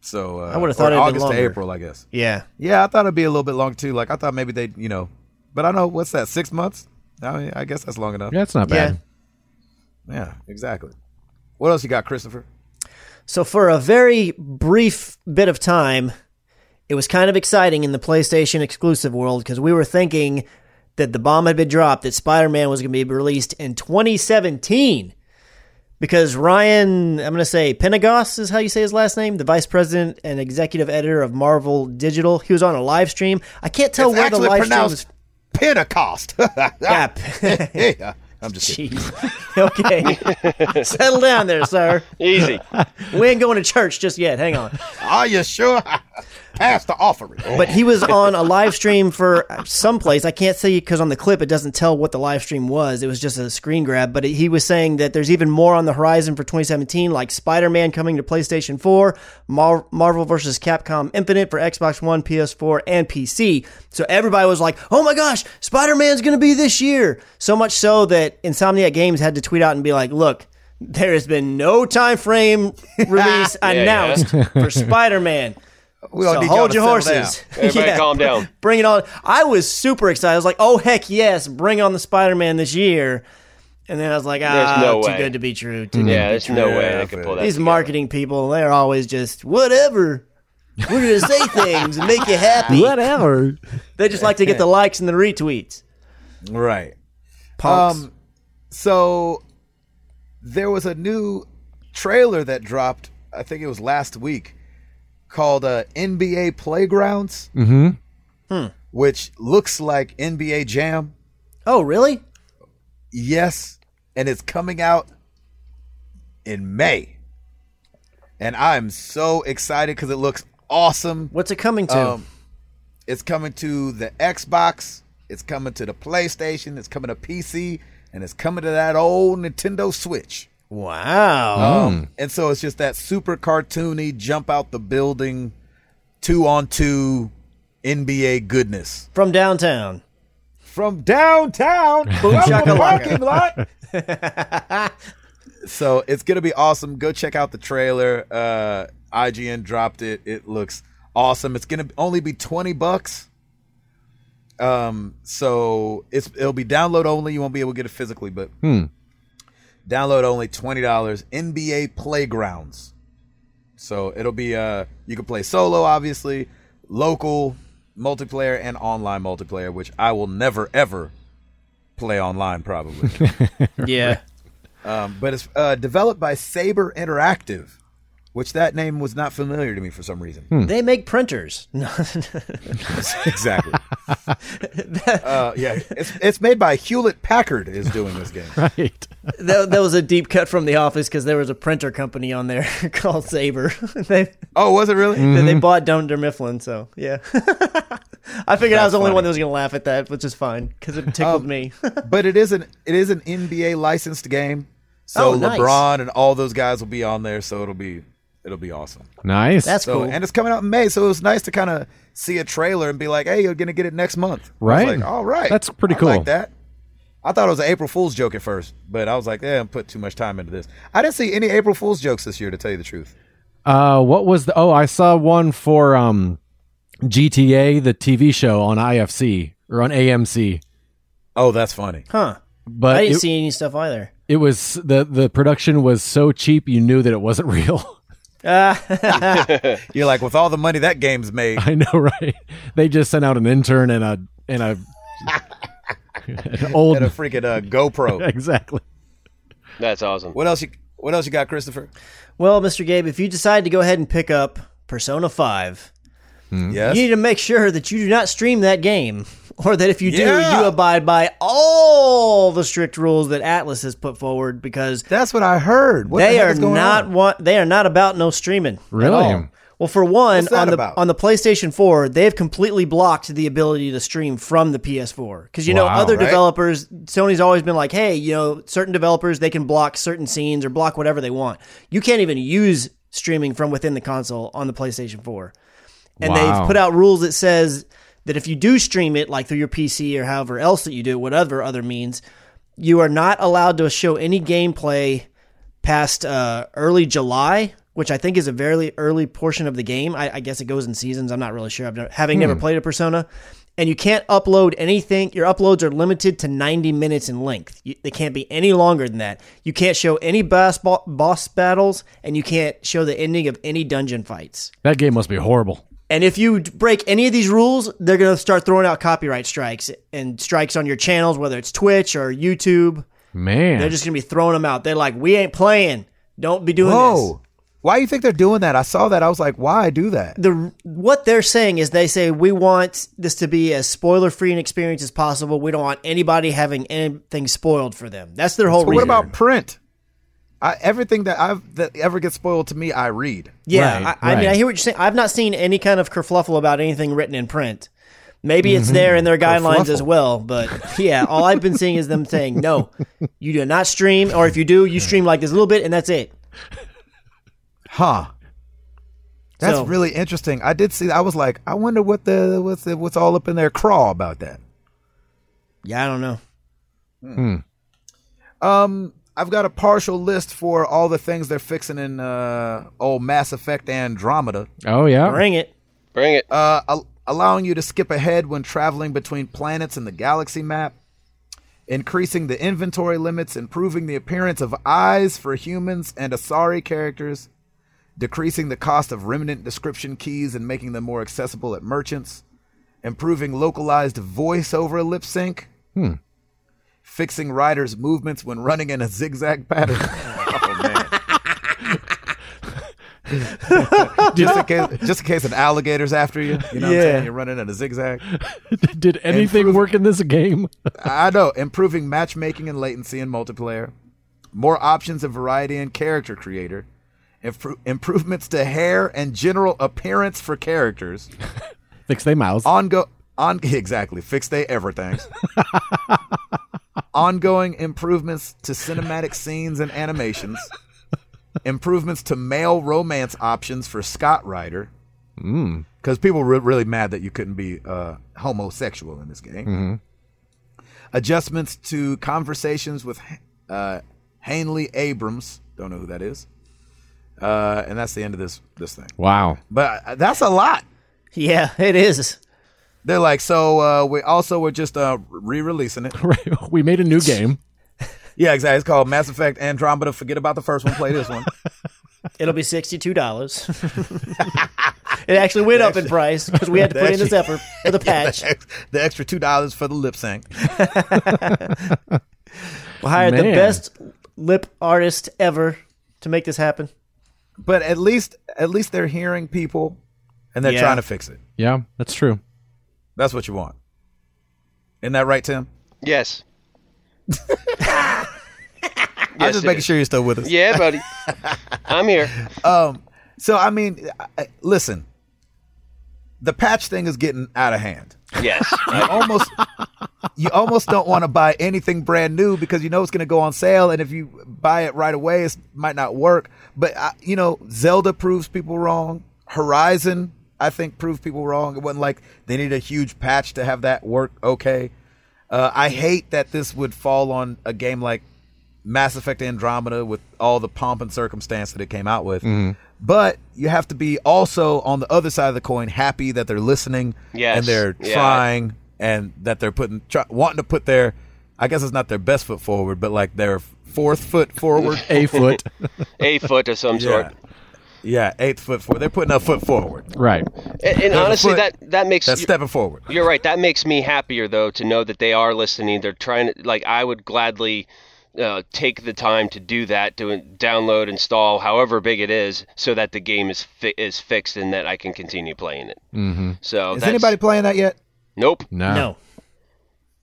S1: So uh, I
S4: would've thought it'd been
S1: August to
S4: longer.
S1: April, I guess.
S4: Yeah,
S1: Yeah, I thought it'd be a little bit long too. Like I thought maybe they'd, you know, but I know what's that? Six months? I mean, I guess that's long enough.
S2: Yeah, it's not bad.
S4: Yeah.
S1: Yeah, exactly. What else you got, Christopher?
S4: So for a very brief bit of time, it was kind of exciting in the PlayStation exclusive world because we were thinking that the bomb had been dropped that Spider-Man was going to be released in 2017 because Ryan, I'm going to say Penagos is how you say his last name, the vice president and executive editor of Marvel Digital. He was on a live stream. I can't tell
S1: It's
S4: where the
S1: actually
S4: live stream was.
S1: pronounced Pentecost.
S4: Yeah.
S1: yeah, I'm just kidding.
S4: Jeez. Okay. Settle down there, sir.
S3: Easy.
S4: We ain't going to church just yet. Hang on.
S1: Are you sure? Pass the offering.
S4: but he was on a live stream for someplace. I can't say because on the clip it doesn't tell what the live stream was. It was just a screen grab. But he was saying that there's even more on the horizon for 2017, like Spider-Man coming to PlayStation 4, Mar- Marvel vs. Capcom Infinite for Xbox One, PS4, and PC. So everybody was like, "Oh my gosh, Spider-Man's going to be this year!" So much so that Insomniac Games had to tweet out and be like, "Look." There has been no time frame release announced for Spider-Man
S1: We don't
S4: so
S1: need y'all
S4: hold
S1: to
S4: your
S1: settle down.
S4: horses.
S3: Everybody
S4: Yeah.
S3: calm down.
S4: Bring it on. I was super excited. I was like, oh, heck yes, bring on the Spider Man this year. And then I was like,
S3: There's
S4: ah,
S3: no
S4: too
S3: way.
S4: good to be true. Too
S1: Mm-hmm.
S4: good
S3: Yeah,
S4: to be
S3: there's no
S4: true.
S3: way they could pull that.
S4: These
S3: together.
S4: marketing people, they're always just whatever. We're gonna say things and make you happy.
S2: Whatever.
S4: They just like to get the likes and the retweets.
S1: Right.
S4: Punks.
S5: Um,
S1: So there was a new trailer that dropped. I think it was last week, called uh, NBA Playgrounds, mm-hmm. which looks like NBA Jam.
S4: oh, really?
S1: Yes, and it's coming out in May, and I'm so excited because it looks awesome.
S4: What's it coming to?
S1: Um, It's coming to the Xbox. It's coming to the PlayStation. It's coming to PC, and it's coming to that old Nintendo Switch.
S4: wow.
S1: Um, and so it's just that super cartoony jump out the building, two on two, NBA goodness
S4: From downtown.
S1: from downtown, below the parking lot. so it's gonna be awesome. Go check out the trailer. Uh, IGN dropped it. It looks awesome. It's gonna only be twenty bucks. Um, so it's it'll be download only. You won't be able to get it physically, but download only twenty dollars. NBA Playgrounds. So it'll be uh you can play solo, obviously, local multiplayer and online multiplayer, which I will never ever play online probably.
S4: Yeah.
S1: um, but it's uh, developed by Saber Interactive, which that name was not familiar to me for some reason.
S4: They make printers. No.
S1: exactly. uh, yeah, it's it's made by Hewlett Packard is doing this game.
S2: right.
S4: that, that was a deep cut from The Office because there was a printer company on there called Saber. they
S1: Oh, was it really?
S4: they bought Dunder Mifflin, so yeah. I figured I was the
S1: funny.
S4: only
S1: Um,
S4: one that was gonna laugh at that, which is fine because it tickled me.
S1: but it is an it is an NBA licensed game, so
S4: Oh, nice.
S1: LeBron and all those guys will be on there. So it'll be it'll be awesome.
S2: Nice.
S4: That's
S1: So
S4: cool.
S1: and it's coming out in May, so it was nice to kind of see a trailer and be like, "Hey, you're gonna get it next month." I was
S2: Right.
S1: like, all right,
S2: That's pretty
S1: I
S2: cool.
S1: Like that. I thought it was an April Fool's joke at first, but I was like, "Yeah, I put too much time into this." I didn't see any April Fool's jokes this year, to tell you the truth.
S2: Uh, what was the? Oh, I saw one for um, GTA, the TV show on IFC or on AMC.
S1: Oh, that's funny.
S4: huh?
S2: But
S4: I didn't
S2: it,
S4: see any stuff either.
S2: it was the the production was so cheap, you knew that it wasn't real.
S1: You're like, with all the money that game's made,
S2: I know, right? They just sent out an intern and a and a an old
S1: get a freaking uh, GoPro.
S2: exactly.
S3: That's awesome.
S1: What else you What else you got, Christopher?
S4: Well, Mr. Gabe, if you decide to go ahead and pick up Persona Five,
S1: Yes.
S4: you need to make sure that you do not stream that game, or that if you do,
S1: Yeah.
S4: you abide by all the strict rules that Atlas has put forward because
S1: That's what I heard. What the
S4: they
S1: heck
S4: are
S1: is going
S4: not
S1: on?
S4: want they are not about no streaming. at
S2: Really?
S4: all. Well, for one,
S1: What's that
S4: on the
S1: about?
S4: on the PlayStation 4, they've completely blocked the ability to stream from the PS4 because you know
S2: Wow.
S4: other
S1: Right.
S4: developers. Sony's always been like, hey, you know, certain developers they can block certain scenes or block whatever they want. You can't even use streaming from within the console on the PlayStation 4, and
S2: Wow.
S4: they've put out rules that says that if you do stream it, like through your PC or however else that you do, whatever other means, you are not allowed to show any gameplay past uh, early July, which I think is a very early portion of the game. I, I guess it goes in seasons. I'm not really sure. I've never, having never played a Persona, and you can't upload anything. Your uploads are limited to 90 minutes in length. You, they can't be any longer than that. You can't show any boss bo- boss battles, and you can't show the ending of any dungeon fights.
S2: That game must be horrible.
S4: And if you d- break any of these rules, they're going to start throwing out copyright strikes and strikes on your channels, whether it's Twitch or YouTube.
S2: Man,
S4: They're just going to be throwing them out. They're like, we ain't playing. Don't be doing this.
S1: Whoa. Oh. Why do you think they're doing that? I saw that. I was like, why do that?
S4: the what they're saying is they say we want this to be as spoiler free an experience as possible. We don't want anybody having anything spoiled for them. That's their whole
S1: But what
S4: reason.
S1: about print? I, everything that I've that ever gets spoiled to me, I read.
S4: yeah?
S2: Right,
S4: I, I mean,
S2: right.
S4: I hear what you're saying. I've not seen any kind of kerfluffle about anything written in print. Maybe
S2: Mm-hmm.
S4: it's there in their guidelines as
S1: Kerfluffle.
S4: well, but yeah, all I've been seeing is them saying no, you do not stream, or if you do, you stream like this a little bit, and that's it.
S1: Huh. That's
S4: So-
S1: really interesting. I did see. I was like, I wonder what the what's the, what's all up in their crawl about that.
S4: Yeah, I don't know.
S1: Um, I've got a partial list for all the things they're fixing in uh old Mass Effect Andromeda,
S2: oh yeah,
S4: Bring it.
S3: Bring it.
S1: uh, al- allowing you to skip ahead when traveling between planets in the galaxy map, increasing the inventory limits, improving the appearance of eyes for humans and Asari characters, decreasing the cost of remnant description keys and making them more accessible at merchants, improving localized voice over lip sync, fixing riders' movements when running in a zigzag pattern. just, in case, just in case an alligator's after you, you know what I'm
S4: Yeah.
S1: saying? You're running in a zigzag.
S2: Did anything work in this game?
S1: I know. Improving matchmaking and latency in multiplayer. More options of variety in character creator. Impro- improvements to hair and general appearance for characters.
S2: Fix they mouths.
S1: Ongo- on- exactly. Fix they everything. Ongoing improvements to cinematic scenes and animations. Improvements to male romance options for Scott Ryder. Because people were really mad that you couldn't be uh, homosexual in this game. Adjustments to conversations with uh, Hanley Abrams. Don't know who that is. Uh, and that's the end of this this thing.
S2: Wow.
S1: But uh, that's a lot.
S4: Yeah, it is.
S1: They're like, so uh, we also we're just uh, re-releasing it.
S2: Right. We made a new game.
S1: Yeah, exactly. It's called Mass Effect Andromeda. Forget about the first one. Play this one.
S4: It'll be sixty-two dollars. it actually went up in price because we had to put in this effort for the patch.
S1: the, ex- the extra two dollars for the lip sync.
S4: We hired the
S2: Man.
S4: best lip artist ever to make this happen.
S1: But at least at least they're hearing people, and they're
S4: Yeah.
S1: trying to fix it.
S2: Yeah, that's true.
S1: That's what you want. Isn't that right, Tim?
S3: Yes.
S1: I'm just
S3: it
S1: making
S3: is.
S1: sure you're still with us.
S3: Yeah, buddy. I'm here.
S1: So I mean, I- I, listen, the patch thing is getting out of hand.
S3: Yes.
S1: You almost you almost don't want to buy anything brand new because you know it's going to go on sale and if you buy it right away it might not work but I, you know zelda proves people wrong horizon i think proved people wrong it wasn't like they need a huge patch to have that work okay uh, i hate that this would fall on a game like mass effect andromeda with all the pomp and circumstance that it came out with but you have to be also on the other side of the coin happy that they're listening
S3: Yes.
S1: and they're
S3: Yeah.
S1: trying thing and that they're putting try, wanting to put their I guess it's not their best foot forward, but like their fourth foot forward.
S2: A foot.
S3: A foot of some
S1: yeah.
S3: sort.
S1: yeah, eighth foot forward. They're putting a foot forward.
S2: right.
S3: And, and honestly,
S1: foot.
S3: that that makes
S1: That's
S3: you-
S1: stepping forward.
S3: You're right. That makes me happier though to know that they are listening. They're trying to like I would gladly uh, take the time to do that, to download, install, however big it is, so that the game is fi- is fixed and that I can continue playing it. Mm-hmm. So
S1: Is
S3: that's,
S1: anybody playing that yet?
S3: Nope.
S2: No.
S4: No,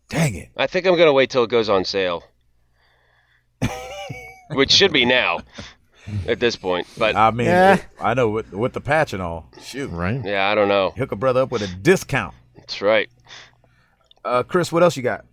S1: Dang it.
S3: I think I'm gonna wait till it goes on sale, which should be now at this point. But
S1: I mean,
S4: Yeah.
S1: I know with, with the patch and all. Shoot.
S2: Right.
S3: yeah, I don't know.
S1: Hook a brother up with a discount.
S3: That's right.
S1: Mm-hmm. Uh, Chris, what else you got?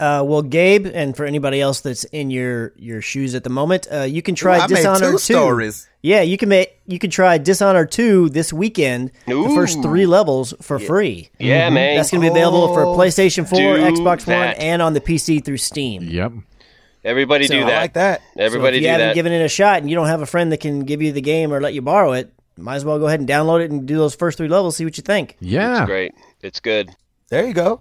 S4: uh, well, Gabe, and for anybody else that's in your your shoes at the moment, uh, you can try
S1: I made
S4: Dishonored
S1: two stories.
S4: Yeah, you can make you can try Dishonored two this weekend. The first
S3: Ooh.
S4: three levels for free.
S3: Yeah, man.
S4: That's going to be available for PlayStation Four,
S3: Do
S4: Xbox
S3: that.
S4: One, and on the PC through Steam.
S2: Yep.
S3: Everybody do
S4: I
S3: that.
S1: I like that.
S3: Everybody
S4: so if you
S3: do
S4: haven't
S3: that.
S4: given it a shot and you don't have a friend that can give you the game or let you borrow it, might as well go ahead and download it and do those first three levels, see what you think.
S2: Yeah.
S3: It's great. It's good.
S1: There you go.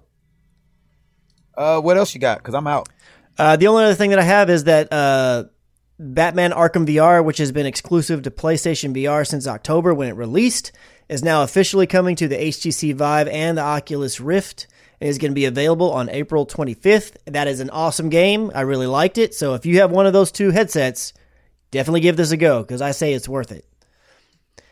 S1: Uh, what else you got? Because I'm out.
S4: Uh, the only other thing that I have is that uh, Batman Arkham VR, which has been exclusive to PlayStation VR since October when it released, is now officially coming to the HTC Vive and the Oculus Rift. It is going to be available on April 25th. That is an awesome game. I really liked it. So if you have one of those two headsets, definitely give this a go because I say it's worth it.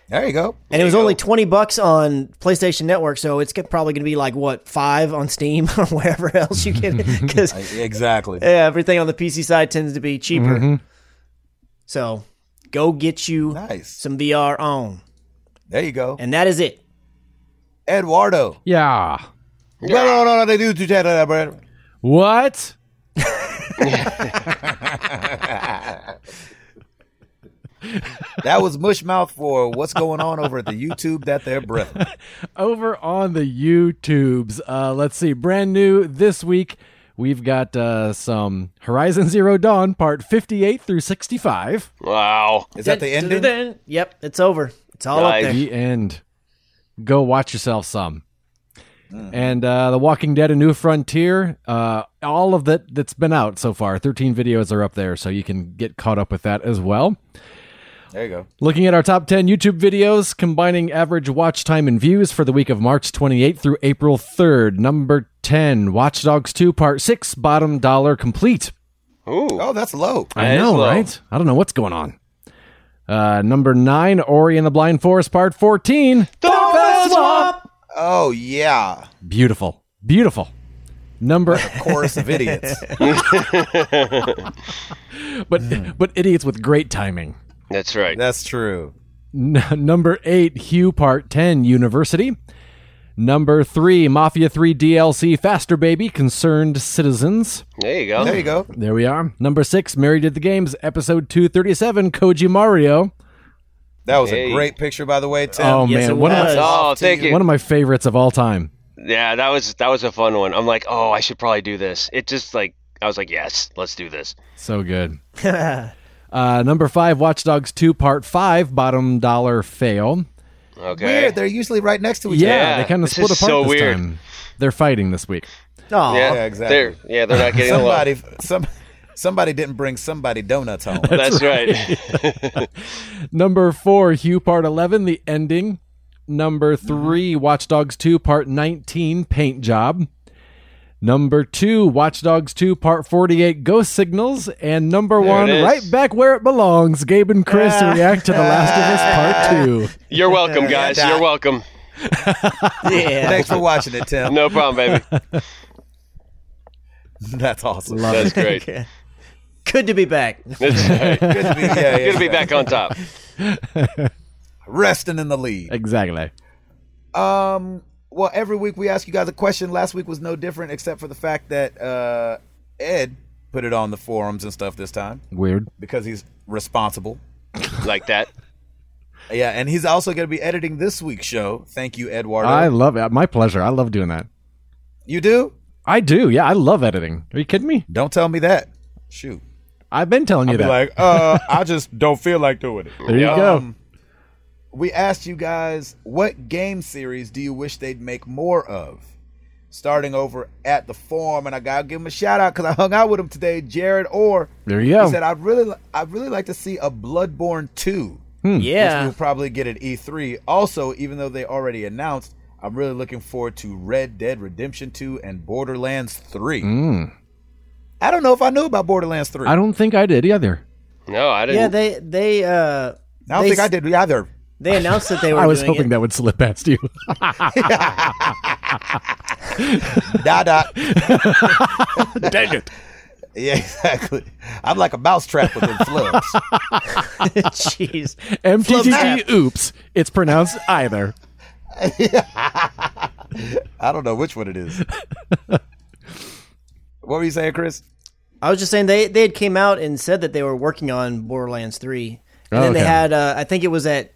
S1: There you go.
S4: And it was only 20 bucks on PlayStation Network, so it's probably going to be like, what, five on Steam or wherever else you get it? Because
S1: Exactly.
S4: yeah, everything on the PC side tends to be cheaper. So go get you
S1: Mm-hmm. Nice.
S4: some VR on.
S1: There you go.
S4: And that is it.
S1: Eduardo.
S2: Yeah.
S1: No, no, no, no, they do do that, uh, Brad.
S2: What?
S1: That was Mushmouth for what's going on over at the YouTube that they're brethren.
S2: Over on the YouTubes. Uh, let's see. Brand new this week. We've got uh, some Horizon Zero Dawn Part 58 through 65.
S3: Wow.
S1: Is that the ending?
S4: Dun-dun-dun. Yep, it's over. It's all
S3: Nice.
S4: up there.
S2: The end. Go watch yourself some. and uh, The Walking Dead: A New Frontier. Uh, all of that that's been out so far. Thirteen videos are up there, so you can get caught up with that as well.
S1: There you go.
S2: Looking at our top 10 YouTube videos, combining average watch time and views for the week of March 28th through April 3rd. Number 10, Watch Dogs 2 Part 6, Bottom Dollar Complete.
S3: Ooh.
S1: Oh, that's low.
S2: I
S3: That is
S2: know,
S3: low.
S2: right? I don't know what's going on. Uh, number 9, Ori and the Blind Forest Part 14.
S1: Oh yeah.
S2: Beautiful. Beautiful. Number,
S1: Chorus of idiots.
S2: but but idiots with great timing.
S3: That's right.
S1: That's true.
S2: N- number eight, Hugh Part 10, University. Number three, Mafia 3 DLC, Faster Baby, Concerned Citizens.
S3: There you go.
S1: There you go.
S2: There we are. Number six, Married at the Games, Episode 237, Koji Mario.
S1: That was
S3: Hey.
S1: a great picture, by the way, Tim.
S2: Oh,
S4: Yes, it
S2: man. One of,
S4: was.
S2: my,
S3: Oh, thank you.
S2: one of my favorites of all time.
S3: Yeah, that was that was a fun one. I'm like, oh, I should probably do this. It just like I was like, yes, let's do this.
S2: So good. uh, number five, Watch Dogs 2, Part 5, Bottom Dollar Fail.
S3: Okay.
S1: Weird. They're usually right next to each
S2: Yeah,
S3: Yeah,
S2: they kind of
S3: this
S2: split
S3: is
S2: apart
S3: so
S2: this
S3: weird.
S2: time. They're fighting this week.
S4: Aw.
S3: Yeah,
S1: Yeah, exactly.
S3: They're, yeah, they're not getting
S1: other.
S3: along.
S1: Somebody, some, somebody didn't bring somebody donuts home.
S3: That's right.
S2: Number four, Hugh Part 11, The Ending. Number three, Watch Dogs 2, Part 19, Paint Job. Number two, Watch Dogs 2, Part 48, Ghost Signals. And number
S3: There
S2: one,
S3: it is.
S2: right back where it belongs, Gabe and Chris react to The Last of Us Part 2.
S3: You're welcome, guys.
S1: that-
S3: You're welcome.
S4: Yeah.
S1: Thanks for watching it, Tim.
S3: No problem, baby.
S1: That's awesome.
S3: That's great.
S4: Okay. Good to be back.
S3: That's right.
S1: Good to be, yeah, yeah,
S3: Good to be
S1: yeah.
S3: back on top.
S1: Resting in the lead.
S2: Exactly.
S1: Um. Well, every week we ask you guys a question. Last week was no different, except for the fact that uh, Ed put it on the forums and stuff this time
S2: Weird.
S1: because he's responsible.
S3: Like that.
S1: Yeah, and he's also going to be editing this week's show. Thank you, Eduardo.
S2: I love it. My pleasure. I love doing that.
S1: you do?
S2: I do. Yeah, I love editing. Are you kidding me?
S1: Don't tell me that. Shoot.
S2: I've been telling you
S1: Be
S2: that.
S1: like, uh, I just don't feel like doing it.
S2: there you go.
S1: Um, we asked you guys what game series do you wish they'd make more of? Starting over at the forum, and I gotta give him a shout out because I hung out with him today, Jared Orr.
S2: There you go.
S1: He said, "I'd really, li- I'd really like to see a Bloodborne two, which
S4: Yeah.
S1: we'll probably get at E three. Also, even though they already announced, I'm really looking forward to Red Dead Redemption two and Borderlands three.
S4: Mm.
S1: I don't know if I knew about Borderlands three.
S2: I don't think I did either.
S3: No, I didn't.
S4: Yeah, they they uh
S1: I don't
S4: they
S1: think I
S4: s-
S1: did either.
S4: they announced that they were
S2: I was
S4: doing
S2: hoping
S4: it.
S2: that would slip past you.
S1: Da da.
S2: Dang it.
S1: Yeah, exactly. I'm like a mousetrap with them flubs.
S4: Jeez.
S2: MTGG oops. It's pronounced either.
S1: I don't know which one it is. what were you saying, Chris?
S4: I was just saying they they had came out and said that they were working on Borderlands three, and
S2: Oh,
S4: then they
S2: okay.
S4: had uh, I think it was at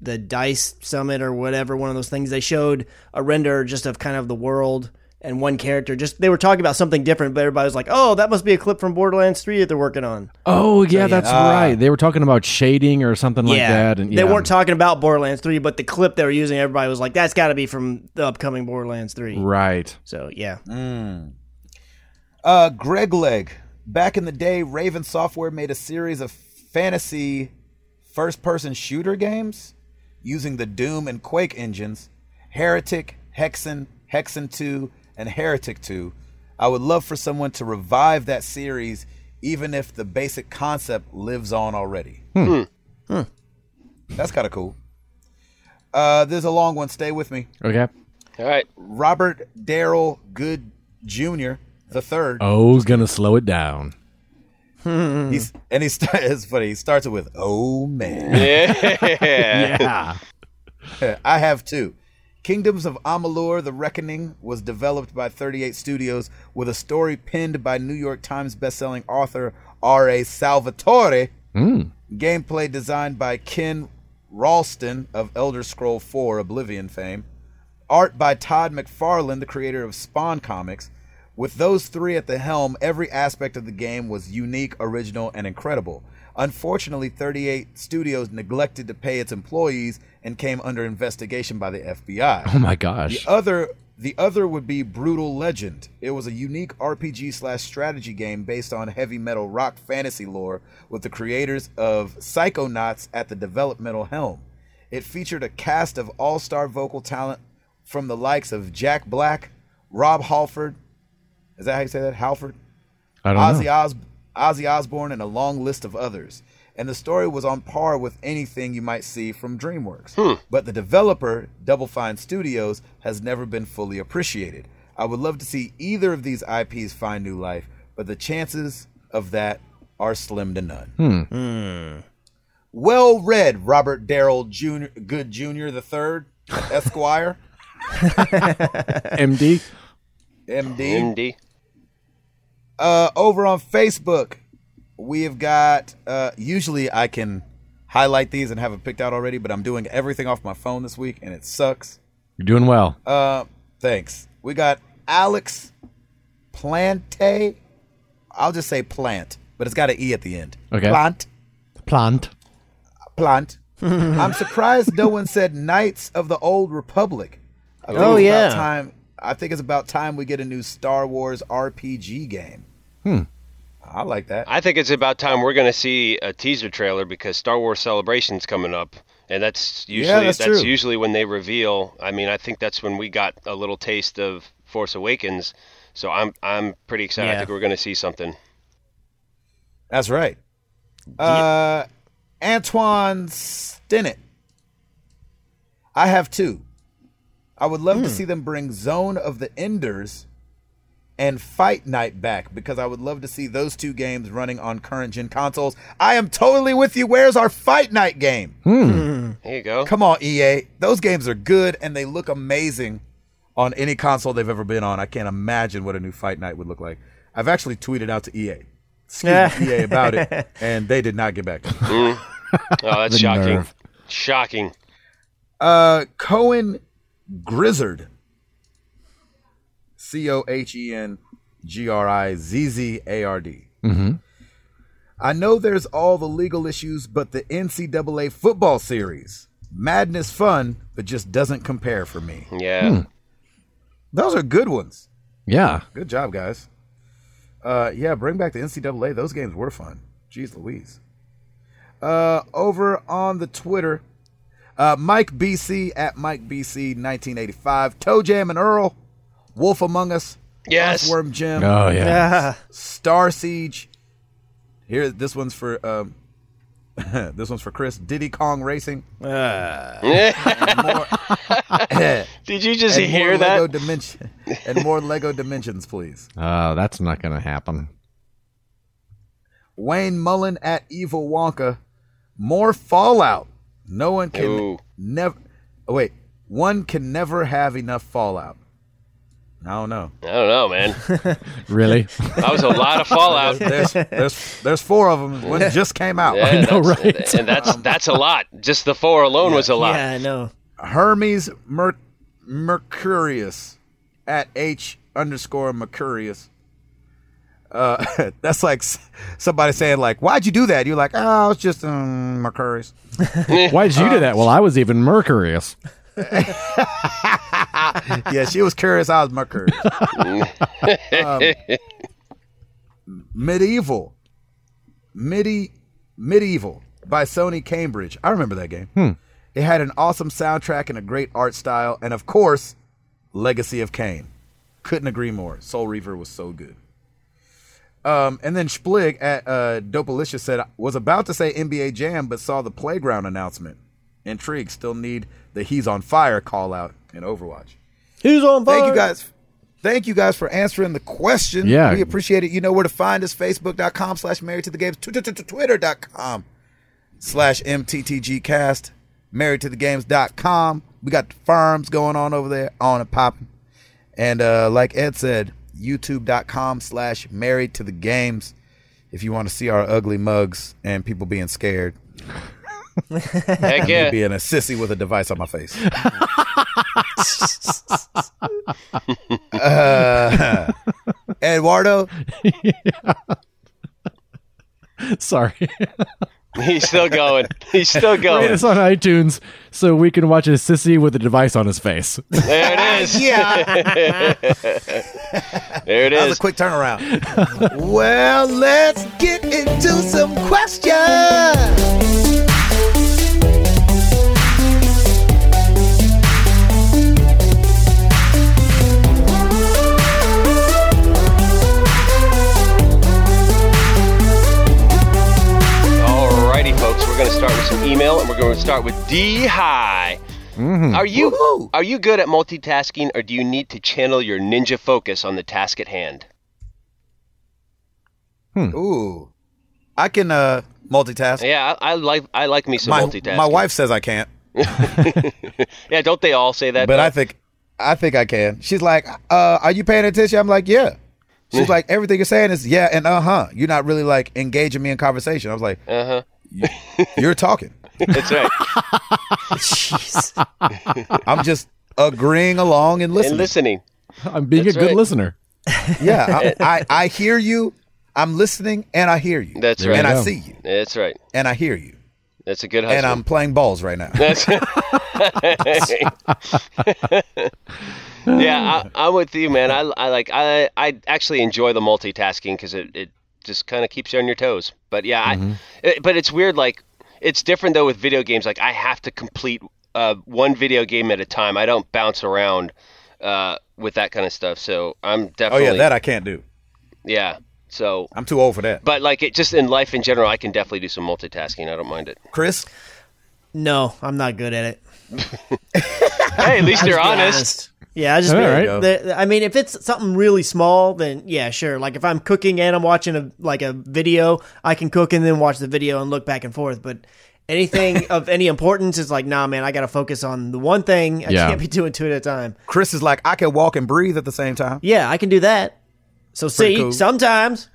S4: the Dice Summit or whatever one of those things they showed a render just of kind of the world and one character. Just they were talking about something different, but everybody was like, "Oh, that must be a clip from Borderlands three that they're working on."
S2: Oh yeah, that's right. They were talking about shading or something like that. And
S4: they
S2: yeah.
S4: weren't talking about Borderlands three, but the clip they were using, everybody was like, "That's got to be from the upcoming Borderlands 3.
S2: right.
S4: So yeah,
S1: Uh, Greg Leg. Back in the day, Raven Software made a series of fantasy first person shooter games using the Doom and Quake engines Heretic, Hexen, Hexen 2, and Heretic 2. I would love for someone to revive that series, even if the basic concept lives on already. Hmm. That's kind of cool. Uh, there's a long one. Stay with me.
S2: Okay.
S3: All right.
S1: Robert Darrell Good Jr. the third.
S2: O's gonna slow it down.
S1: He's and he start, it's funny. He starts it with "Oh man,
S3: Yeah.
S2: Yeah.
S1: I have two. Kingdoms of Amalur: The Reckoning was developed by 38 Studios with a story penned by New York Times bestselling author R.A. Salvatore. Gameplay designed by Ken Ralston of Elder Scroll 4 Oblivion fame. Art by Todd McFarlane, the creator of Spawn Comics. With those three at the helm, every aspect of the game was unique, original, and incredible. Unfortunately, 38 Studios neglected to pay its employees and came under investigation by the FBI.
S2: Oh my gosh.
S1: Other The other would be Brutal Legend. It was a unique RPG slash strategy game based on heavy metal rock fantasy lore with the creators of Psychonauts at the developmental helm. It featured a cast of all star vocal talent from the likes of Jack Black, Rob Halford, is that how you say that? Halford?
S2: I don't
S1: Ozzy,
S2: know.
S1: Os- Ozzy Osbourne, and a long list of others. And the story was on par with anything you might see from DreamWorks. But the developer, Double Fine Studios, has never been fully appreciated. I would love to see either of these IPs find new life, but the chances of that are slim to none.
S2: Hmm.
S1: Well read, Robert Darrell Jr. Good Jr. the Third, Esquire,
S2: MD.
S1: MD.
S3: MD.
S1: uh, over on Facebook, we have got. Uh, usually, I can highlight these and have it picked out already, but I'm doing everything off my phone this week, and it sucks.
S2: You're doing well.
S1: Uh, thanks. We got Alex Plante. I'll just say plant, but it's got an e at the end.
S2: Okay.
S1: Plant.
S2: Plant.
S1: Plant. I'm surprised no one said Knights of the Old Republic. I think
S4: Oh,
S1: it's
S4: yeah.
S1: About time, I think it's about time we get a new Star Wars RPG game. Hmm. I like that.
S3: I think it's about time we're going to see a teaser trailer because Star Wars Celebration's coming up, and that's usually
S1: that's true.
S3: usually when they reveal. I mean, I think that's when we got a little taste of Force Awakens, so I'm I'm pretty excited.
S4: Yeah.
S3: I think we're going to see something.
S1: That's right. Uh, Antoine Stennett. I have two. I would love to see them bring Zone of the Enders and Fight Night back because I would love to see those two games running on current gen consoles. I am totally with you. Where's our Fight Night game?
S3: There you go.
S1: Come on, EA. Those games are good and they look amazing on any console they've ever been on. I can't imagine what a new Fight Night would look like. I've actually tweeted out to EA. Excuse me, EA about it, and they did not get back. to me.
S3: Oh, that's
S2: The
S3: shocking.
S2: nerve.
S3: Shocking.
S1: Uh, Cohen Grizzard, C O H E N G R I Z Z A R D. I know there's all the legal issues, but the NCAA football series, madness fun, but just doesn't compare for me.
S3: Yeah.
S4: Hmm.
S1: Those are good ones.
S2: Yeah.
S1: Good job, guys. Uh, yeah, bring back the NCAA. Those games were fun. Jeez Louise. Uh, over on the Twitter, uh, Mike BC at Mike BC 1985, Toe Jam and Earl, Wolf Among Us,
S3: Yes.
S1: Worm Jim,
S2: Oh yeah.
S4: Ah,
S1: Star Siege. Here, this one's for um, this one's for Chris. Diddy Kong Racing.
S3: Did you just
S1: and
S3: hear
S1: more
S3: that?
S1: Lego Dimension and more Lego Dimensions, please.
S2: Uh, that's not gonna happen.
S1: Wayne Mullen at Evil Wonka. More Fallout. No one can
S3: Ooh.
S1: never. Oh, wait, one can never have enough Fallout. I don't know.
S3: I don't know, man.
S2: Really?
S3: That was a lot of fallout.
S1: There's there's there's four of them. One just came out.
S3: Uh, Yeah,
S2: know,
S3: that's-
S2: right?
S3: And that's that's a lot. Just the four alone was a lot.
S4: yeah, I know.
S1: Hermes Mer- Mercurius at H underscore Mercurius. Uh, that's like s- somebody saying like, "Why'd you do that?" You're like, "Oh, it's just um, Mercurius."
S2: Why'd you do that? Well, I was even mercurious.
S1: yeah, she was curious. I was more curious. Um, medieval, midi, medieval by Sony Cambridge. I remember that game. It had an awesome soundtrack and a great art style, and of course, Legacy of Kane. Couldn't agree more. Soul Reaver was so good. Um, and then Splig at uh, Dopalicious said, was about to say NBA Jam, but saw the playground announcement. Intrigued. Still need the He's on Fire call out in Overwatch.
S4: Who's on fire?
S5: Thank you guys. Thank you guys for answering the question.
S2: Yeah.
S5: We appreciate it. You know where to find us Facebook.com slash married to the games, tw- tw- tw- Twitter.com slash MTTGcast, married to the games.com. We got the firms going on over there, on and popping. And uh, like Ed said, youtube.com slash married to the games. If you want to see our ugly mugs and people being scared,
S3: Heck yeah.
S1: being a sissy with a device on my face. Uh,
S5: Eduardo,
S2: Sorry.
S3: He's still going. He's still
S2: Rate
S3: going.
S2: us on iTunes so we can watch a sissy with a device on his face.
S3: There it is.
S1: Yeah,
S3: There it
S1: that was
S3: is.
S1: a quick turnaround.
S5: Well, let's get into some questions.
S3: Alrighty, folks. We're going to start with some email, and we're going to start with D High.
S1: Mm-hmm.
S3: Are you
S5: Woohoo.
S3: are you good at multitasking, or do you need to channel your ninja focus on the task at hand?
S1: Ooh, I can uh multitask.
S3: Hmm. Yeah, I, I like I like me some
S1: my,
S3: multitasking.
S1: my wife says I can't,
S3: Yeah, don't they all say that?
S1: but
S3: though?
S1: I think I think I can. She's like, uh, "Are you paying attention?" I'm like, "Yeah." She's like, "Everything you're saying is yeah and uh huh. You're not really like engaging me in conversation." I was like, "Uh huh." You're talking.
S3: that's right.
S4: Jeez.
S1: I'm just agreeing along and listening.
S3: And listening.
S2: I'm being
S3: That's
S2: a good
S3: right.
S2: listener.
S1: Yeah, I, I I hear you. I'm listening and I hear you.
S3: That's
S2: There
S3: right.
S1: and
S2: you
S1: I
S2: go.
S1: see you
S3: That's right.
S1: and I hear you.
S3: That's a good
S1: And
S3: husband.
S1: I'm playing balls right now.
S3: That's yeah, I, I'm with you, man. I, I like I I actually enjoy the multitasking because it, it just kind of keeps you on your toes. But yeah,
S1: Mm-hmm.
S3: I, it, but it's weird. Like it's different though with video games. Like I have to complete uh, one video game at a time. I don't bounce around uh, with that kind of stuff. So I'm
S1: Oh
S3: definitely
S1: yeah, that I can't do.
S3: yeah. So.
S1: I'm too old for that.
S3: But like it just in life in general, I can definitely do some multitasking. I don't mind it.
S1: Chris,
S4: No, I'm not good at it.
S3: Hey, at least you're
S4: Be
S3: honest.
S4: Yeah, I just
S2: All
S4: be-
S2: right.
S4: the- the- I mean, if it's something really small, then yeah, sure. Like if I'm cooking and I'm watching a like a video, I can cook and then watch the video and look back and forth. But anything of any importance is like, nah, man, I got to focus on the one thing. I
S2: Yeah.
S4: can't be doing two at a time.
S1: Chris is like I can walk and breathe at the same time.
S4: Yeah, I can do that. So see,
S1: cool.
S4: sometimes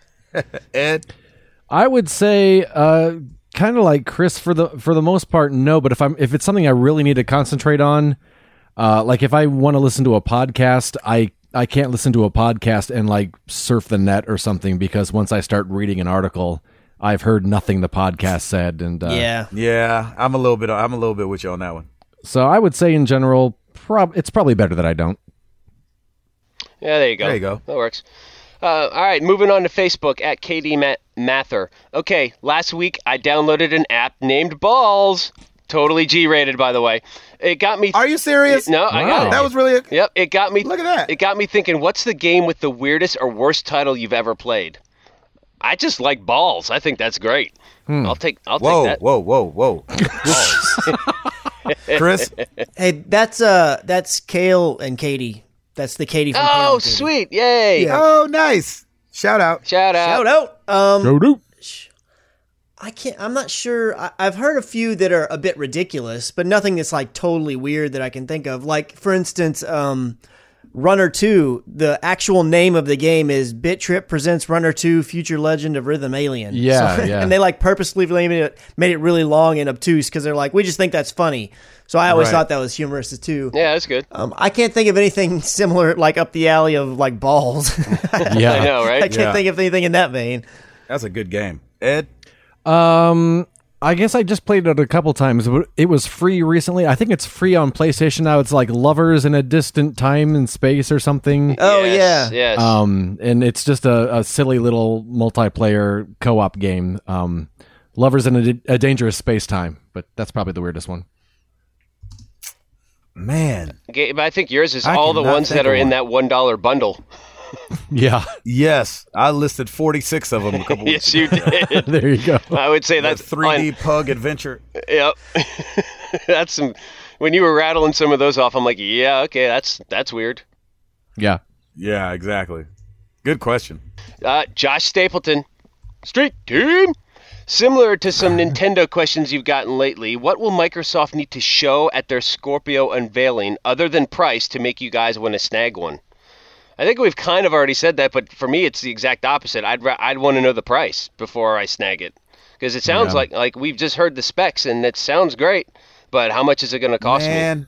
S1: Ed,
S2: I would say uh kind of like Chris for the for the most part no, but if I'm if it's something I really need to concentrate on, uh like if I want to listen to a podcast, I I can't listen to a podcast and like surf the net or something because once I start reading an article, I've heard nothing the podcast said and uh,
S4: yeah.
S1: yeah, I'm a little bit. I'm a little bit with you on that one.
S2: So I would say in general prob it's probably better that I don't.
S3: Yeah, there you go.
S1: There you go.
S3: That works. Uh, all right, moving on to Facebook at KD Ma- Mather. Okay, last week I downloaded an app named Balls. Totally G-rated, by the way. It got me.
S1: Are you serious?
S3: No, I got
S2: Wow.
S3: it.
S1: That was really. A,
S3: Yep, it got me.
S1: Look at that.
S3: It got me thinking. What's the game with the weirdest or worst title you've ever played? I just like balls. I think that's great. I'll take. I'll take
S1: Hmm. Whoa,
S3: that.
S1: whoa, whoa, whoa. Chris,
S4: Hey, that's uh, that's Kale and Katie. That's the Katie. From Kale
S3: Oh,
S4: and Katie.
S3: sweet! Yay!
S4: Yeah.
S1: oh nice. Shout out.
S3: Shout out.
S4: Shout out. Um,
S2: Go
S4: I can't. I'm not sure. I, I've heard a few that are a bit ridiculous, but nothing that's like totally weird that I can think of. Like for instance, um, Runner Two. The actual name of the game is Bit Trip presents Runner Two: Future Legend of Rhythm Alien.
S2: Yeah, yeah.
S4: And they like purposely made it made it really long and obtuse because they're like, we just think that's funny. So I always
S1: Right.
S4: thought that was humorous too.
S3: Yeah, that's good.
S4: Um, I can't think of anything similar like up the alley of like balls.
S3: I
S2: Yeah.
S3: know,
S4: I
S3: Oh, right?
S4: can't
S1: Yeah.
S4: think of anything in that vein.
S1: That's a good game. Ed,
S2: Um I guess I just played it a couple times, but it was free recently. I think it's free on PlayStation now. It's like Lovers in a Distant Time and Space or something.
S4: Oh
S3: Yes,
S4: yeah.
S3: Yes.
S2: Um, and it's just a, a silly little multiplayer co-op game. Um, Lovers in a, a Dangerous Space Time, but that's probably the weirdest one.
S1: man.
S3: Okay, but I think yours is
S1: I
S3: all the
S1: cannot
S3: ones
S1: think
S3: that are
S1: of
S3: in
S1: one.
S3: that one dollar bundle.
S2: Yeah,
S1: Yes, I listed 46 of them a couple weeks
S3: yes, you did.
S2: there you go.
S3: I would say that's
S1: ago. 3D Pug Adventure.
S3: on- Yep. that's some. When you were rattling some of those off, I'm like, yeah, okay, that's that's weird.
S2: Yeah,
S1: Yeah, exactly. Good question.
S3: Uh, Josh Stapleton, Street Team. Similar to some Nintendo questions you've gotten lately, what will Microsoft need to show at their Scorpio unveiling other than price to make you guys want to snag one? I think we've kind of already said that, but for me, it's the exact opposite. I'd ra- I'd want to know the price before I snag it, because it sounds like like we've just heard the specs and it sounds great, but how much is it going to cost me?
S1: Man,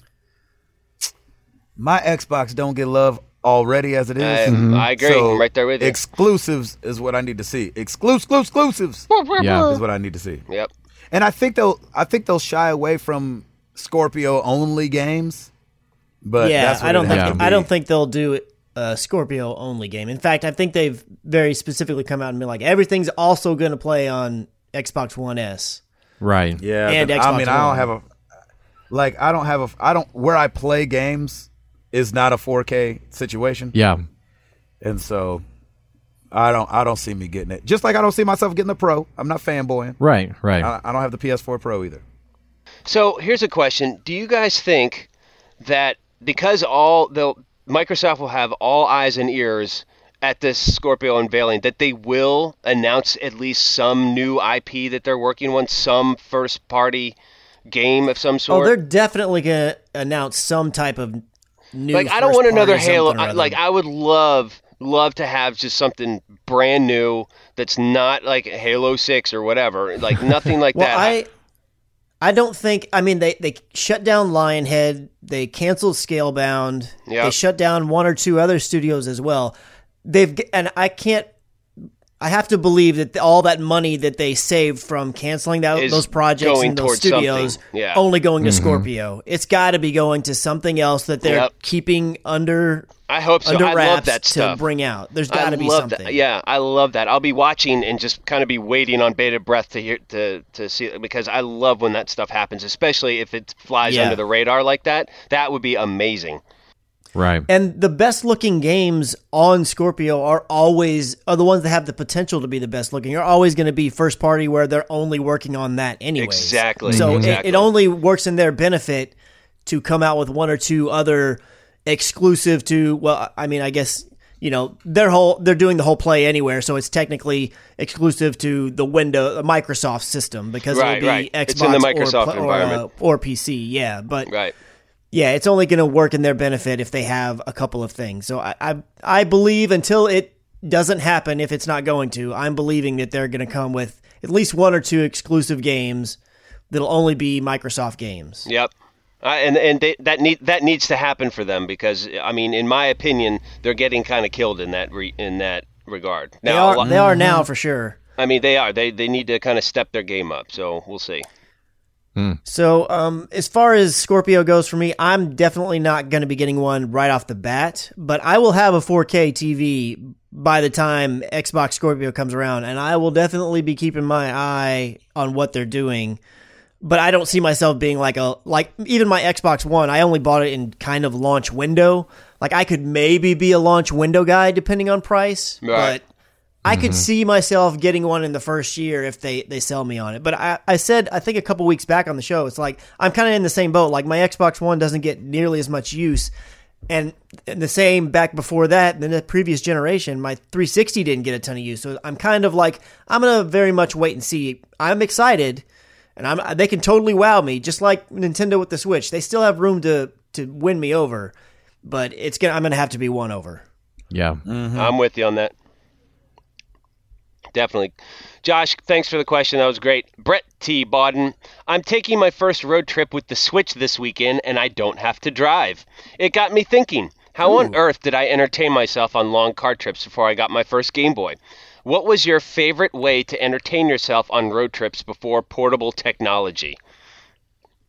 S1: my Xbox don't get love already as it is.
S3: I- I agree. I'm right there with you.
S1: Exclusives is what I need to see. Exclusive exclusives
S2: yeah.
S1: is what I need to see.
S3: Yep.
S1: And I think they'll I think they'll shy away from Scorpio only games. But
S4: yeah,
S1: that's what
S4: I don't
S1: it'd
S4: think
S1: have to
S4: I
S1: be.
S4: don't think they'll do a Scorpio only game. In fact, I think they've very specifically come out and been like, everything's also going to play on Xbox One S.
S2: Right.
S1: Yeah,
S4: And
S1: but,
S4: Xbox
S1: I mean, I
S4: One.
S1: don't have a like I don't have a I don't where I play games is not a 4K situation,
S2: Yeah.
S1: and so I don't I don't see me getting it. Just like I don't see myself getting the Pro. I'm not fanboying.
S2: Right. Right.
S4: Uh,
S1: I, I don't have the PS4 Pro either.
S3: So here's a question: Do you guys think that because all the Microsoft will have all eyes and ears at this Scorpio unveiling, that they will announce at least some new IP that they're working on, some first-party game of some
S4: Oh,
S3: sort?
S4: they're definitely going to announce some type of new.
S3: like I don't want
S4: first-party
S3: another
S4: something
S3: Halo.
S4: or
S3: I,
S4: other.
S3: like I would love love to have just something brand new that's not like Halo Six or whatever. Like nothing like
S4: Well,
S3: that.
S4: I I don't think I mean they they shut down Lionhead, they canceled Scalebound,
S3: Yeah.
S4: they shut down one or two other studios as well. They've g- and I can't I have to believe that all that money that they saved from canceling that,
S3: Is
S4: those projects
S3: going
S4: and those
S3: towards something,
S4: studios
S3: yeah.
S4: only going to Scorpio. It's got to be going to something else that they're
S3: Yep.
S4: keeping under
S3: I hope so.
S4: under
S3: I
S4: wraps
S3: love that
S4: to
S3: stuff.
S4: bring out. There's
S3: I
S4: got to be
S3: love
S4: something.
S3: That. Yeah, I love that. I'll be watching and just kind of be waiting on bated breath to hear to to see because I love when that stuff happens, especially if it flies
S4: Yeah.
S3: under the radar like that. That would be amazing.
S2: right.
S4: And the best looking games on Scorpio are always are the ones that have the potential to be the best looking. Are always going to be first party where they're only working on that anyway.
S3: Exactly,
S4: So it-
S3: exactly.
S4: It, only works in their benefit to come out with one or two other exclusive to. Well, I mean, I guess you know their whole they're doing the whole play anywhere, so it's technically exclusive to the window the Microsoft system because
S3: Right,
S4: it'll be
S3: right.
S4: Xbox
S3: It's in the
S4: or,
S3: Microsoft
S4: pla- or, uh,
S3: environment.
S4: or PC. Yeah, but
S3: Right.
S4: yeah, it's only going to work in their benefit if they have a couple of things. So I, I, I believe until it doesn't happen, if it's not going to, I'm believing that they're going to come with at least one or two exclusive games that'll only be Microsoft games.
S3: Yep. Uh, and and they, that need that needs to happen for them because I mean, in my opinion, they're getting kind of killed in that re, in that regard.
S4: They
S3: a
S4: are,
S3: lot-
S4: they are now for sure.
S3: I mean, they are. They they need to kind of step their game up. So we'll see.
S4: So, um, as far as Scorpio goes for me, I'm definitely not going to be getting one right off the bat, but I will have a 4K TV by the time Xbox Scorpio comes around, and I will definitely be keeping my eye on what they're doing. But I don't see myself being like a like even my Xbox One. I only bought it in kind of launch window. Like I could maybe be a launch window guy depending on price,
S3: Right.
S4: but I could see myself getting one in the first year if they, they sell me on it. But I, I said, I think a couple weeks back on the show, it's like I'm kind of in the same boat. Like my Xbox One doesn't get nearly as much use. And, and the same back before that, in the previous generation, my 360 didn't get a ton of use. So I'm kind of like, I'm going to very much wait and see. I'm excited and I'm, they can totally wow me, just like Nintendo with the Switch. They still have room to, to win me over, but it's gonna, I'm going to have to be won over.
S2: Yeah.
S4: mm.
S3: I'm with you on that. Definitely. Josh, thanks for the question. That was great. Brett T. Bodden. I'm taking my first road trip with the Switch this weekend, and I don't have to drive. It got me thinking how on earth did I entertain myself on long car trips before I got my first Game Boy? What was your favorite way to entertain yourself on road trips before portable technology?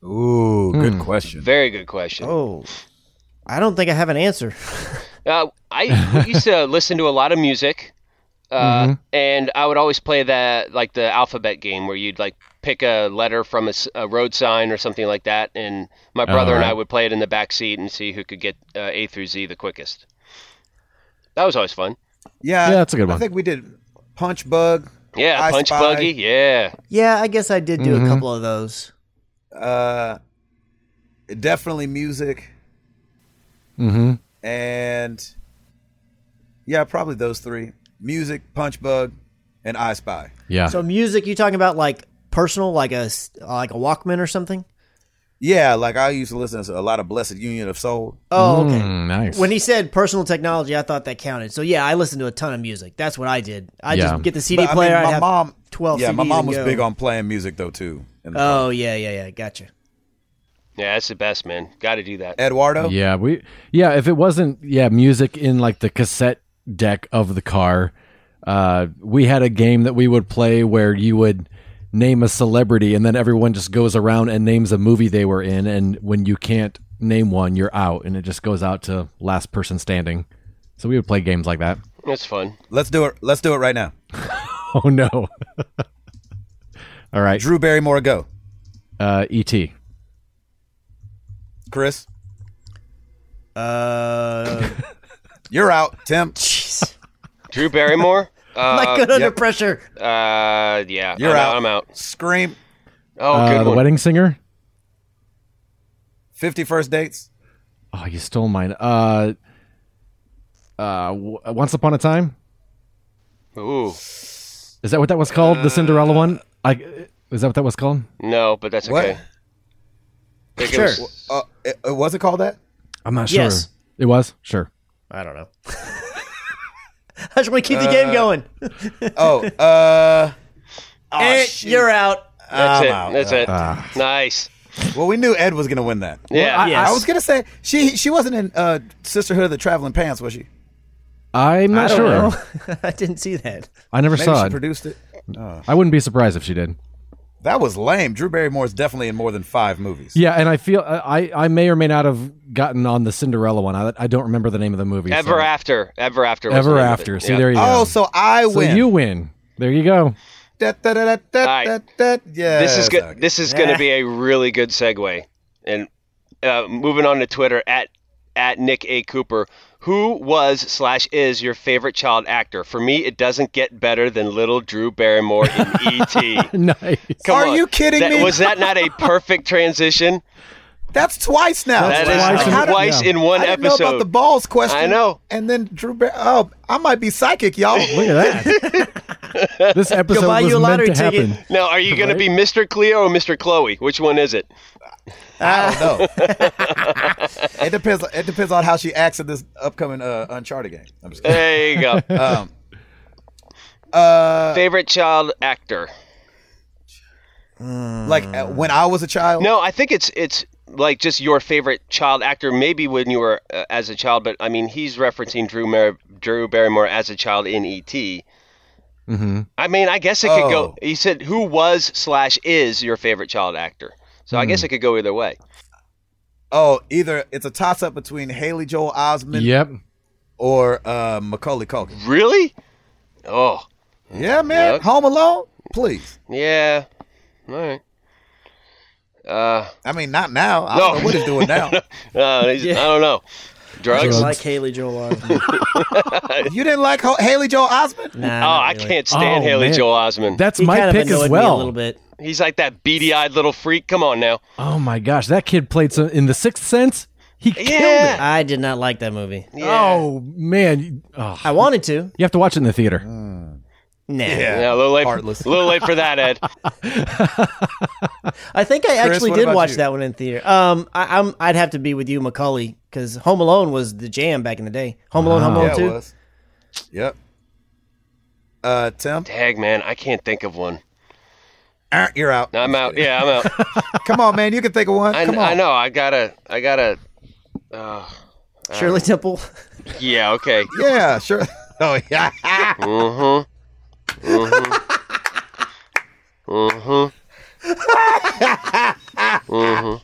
S1: Ooh, good
S4: Hmm.
S1: question.
S3: Very good question.
S4: Oh, I don't think I have an answer.
S3: Uh, I used to listen to a lot of music, uh, and I would always play that like the alphabet game where you'd like pick a letter from a, s- a road sign or something like that, and my brother and I
S2: right.
S3: would play it in the back seat and see who could get uh, A through Z the quickest. That was always fun.
S1: Yeah,
S2: Yeah, that's a good
S1: I
S2: one.
S1: think we did Punch Bug.
S3: Yeah,
S1: I
S3: punch
S1: Spy.
S3: buggy. Yeah,
S4: Yeah, I guess I did do
S2: Mm-hmm.
S4: a couple of those.
S1: Uh, definitely music
S2: Mm-hmm.
S1: and yeah, probably those three: music, Punch Bug, and I Spy.
S2: Yeah.
S4: So music, you talking about like personal, like a s- like a Walkman or something?
S1: Yeah, like I used to listen to a lot of Blessed Union of Soul.
S4: Oh, okay.
S2: Mm, nice.
S4: When he said personal technology, I thought that counted. So yeah, I listened to a ton of music. That's what I did. I
S2: Yeah.
S4: just get the CD
S1: But, I mean,
S4: player. I
S1: my
S4: have
S1: mom,
S4: twelve.
S1: yeah, my
S4: CDs
S1: mom
S4: and
S1: was
S4: go.
S1: big on playing music though too. in the car.
S4: Oh yeah, yeah, yeah. Gotcha.
S3: yeah, that's the best, man. Got to do that.
S1: Eduardo.
S2: Yeah, we yeah, if it wasn't yeah, music in like the cassette deck of the car, uh we had a game that we would play where you would name a celebrity, and then everyone just goes around and names a movie they were in. And when you can't name one, you're out, and it just goes out to last person standing. So we would play games like that.
S3: That's fun.
S1: Let's do it. Let's do it right now.
S2: Oh no! All right,
S1: Drew Barrymore, go.
S2: uh, E.T.
S1: Chris,
S4: Uh,
S1: you're out. Tim,
S4: jeez.
S3: Drew Barrymore.
S4: I'm not
S3: Uh,
S4: good under
S1: yep.
S4: pressure.
S3: uh, yeah,
S1: Oh you're
S3: I'm
S1: out.
S3: I'm out.
S1: Scream.
S3: Oh,
S2: Uh,
S3: good
S2: the
S3: one.
S2: Wedding Singer.
S1: Fifty first dates.
S2: Oh, you stole mine. Uh, uh, w- Once Upon a Time.
S3: Ooh,
S2: Is that what that was called? the Cinderella
S3: Uh,
S2: one. I. Is that what that was called?
S3: no, but that's
S1: What?
S3: okay. Think it
S4: Sure.
S3: was-
S1: Uh, it, it- was it called that?
S2: I'm not sure.
S4: Yes.
S2: It was sure.
S4: I don't know. I just want to keep the
S1: Uh,
S4: game going.
S1: Oh, uh, oh,
S4: Eh,
S1: shoot.
S4: you're out.
S3: that's
S1: I'm
S3: it.
S1: out.
S3: That's it. nice.
S1: Well, we knew Ed was gonna win that.
S3: Yeah.
S2: I-
S4: Yes.
S1: I was gonna say she she wasn't in uh, Sisterhood of the Traveling Pants, was she?
S2: I'm not sure.
S4: know. I didn't see that.
S2: I never
S1: Maybe
S2: saw
S1: she
S2: it.
S1: produced it.
S2: I wouldn't be surprised if she did.
S1: That was lame. Drew Barrymore is definitely in more than five movies.
S2: Yeah, and I feel I I may or may not have gotten on the Cinderella one. I, I don't remember the name of the movie. so-
S3: Ever after. Ever after. was the
S2: Ever
S3: name of
S2: after.
S3: it.
S2: See
S3: Yeah.
S2: there you go.
S1: Oh, so I
S2: So
S1: win.
S2: you win. There you go.
S1: Da, da, da, da, da, da, da. Yeah.
S3: This is
S1: that's
S3: good.
S1: how it
S3: This is going to be a really good segue. And uh, moving on to Twitter at at Nick A Cooper, who was slash is your favorite child actor? For me, it doesn't get better than little Drew Barrymore in E.T.
S2: nice.
S3: Come
S1: Are
S3: on.
S1: you kidding
S3: That-
S1: me?
S3: Was that not a perfect transition?
S1: That's twice now.
S3: That
S2: Twice
S3: is
S2: in-
S1: How did-
S3: twice
S2: yeah.
S3: in one
S1: I didn't
S3: episode.
S1: know about the balls question.
S3: I know.
S1: And then Drew. Bar- oh, I might be psychic, y'all.
S2: Look at that. this episode
S4: buy
S2: was
S4: you a
S2: meant
S4: lottery
S2: to
S4: ticket.
S2: happen.
S3: now, are you going to be Mr. Cleo or Mr. Chloe? Which one is it?
S1: I don't know. it depends. It depends on how she acts in this upcoming uh, Uncharted game. I'm just kidding.
S3: There you go.
S1: Um, uh,
S3: favorite child actor.
S1: like uh, when I was a child.
S3: No, I think it's it's like just your favorite child actor, maybe when you were uh, as a child. But I mean, he's referencing Drew Mar- Drew Barrymore as a child in E.T.
S2: Mm-hmm.
S3: I mean, I guess it could
S1: Oh.
S3: go. He said, "Who was slash is your favorite child actor?" So I guess
S2: Hmm.
S3: it could go either way.
S1: Oh, either it's a toss up between Haley Joel Osment
S2: Yep.
S1: or uh, Macaulay Culkin.
S3: Really? Oh,
S1: Yeah, man.
S3: Yep.
S1: Home Alone, please.
S3: yeah. All right. Uh,
S1: I mean, not now. I
S3: No.
S1: don't know what he's doing now.
S3: uh, he's- I don't know. Drugs?
S2: Drugs.
S3: Oh,
S4: Like Haley Joel Osment.
S1: you didn't like Ho- Haley Joel Osment?
S4: Nah, not
S3: Oh, I
S4: really.
S3: can't stand
S2: Oh,
S3: Haley
S2: man.
S3: Joel Osment.
S2: That's
S4: He
S2: my
S4: kind
S2: pick
S4: of annoyed
S2: as
S4: me
S2: well.
S4: a little bit.
S3: He's like that beady-eyed little freak. Come on now.
S2: Oh my gosh, that kid played some in The Sixth Sense. He killed it.
S3: Yeah.
S4: I did not like that movie.
S3: Yeah.
S2: Oh man, You- oh.
S4: I wanted to.
S2: you have to watch it in the theater.
S3: Mm.
S4: Nah.
S3: Yeah, a little late.
S1: Heartless.
S3: A little late for that, Ed.
S4: I think I actually
S1: what
S4: did
S1: about
S4: watch
S1: you?
S4: that one in theater. Um, I, I'm I'd have to be with you, Macaulay, because Home Alone was the jam back in the day. Home Alone, Home
S1: Ah, Yeah,
S4: Alone
S1: it
S4: Two.
S1: was. Yep. Uh, Tim,
S3: Tag man, I can't think of one.
S1: er, you're out.
S3: I'm out. Yeah, I'm out.
S1: Come on, man. You can think of one.
S3: I,
S1: Come on.
S3: I know. I gotta. I gotta. Uh,
S4: Shirley Temple.
S3: yeah. Okay.
S1: Yeah, sure. Oh, yeah.
S3: Mm-hmm. Mm-hmm. Mm-hmm. Mm-hmm.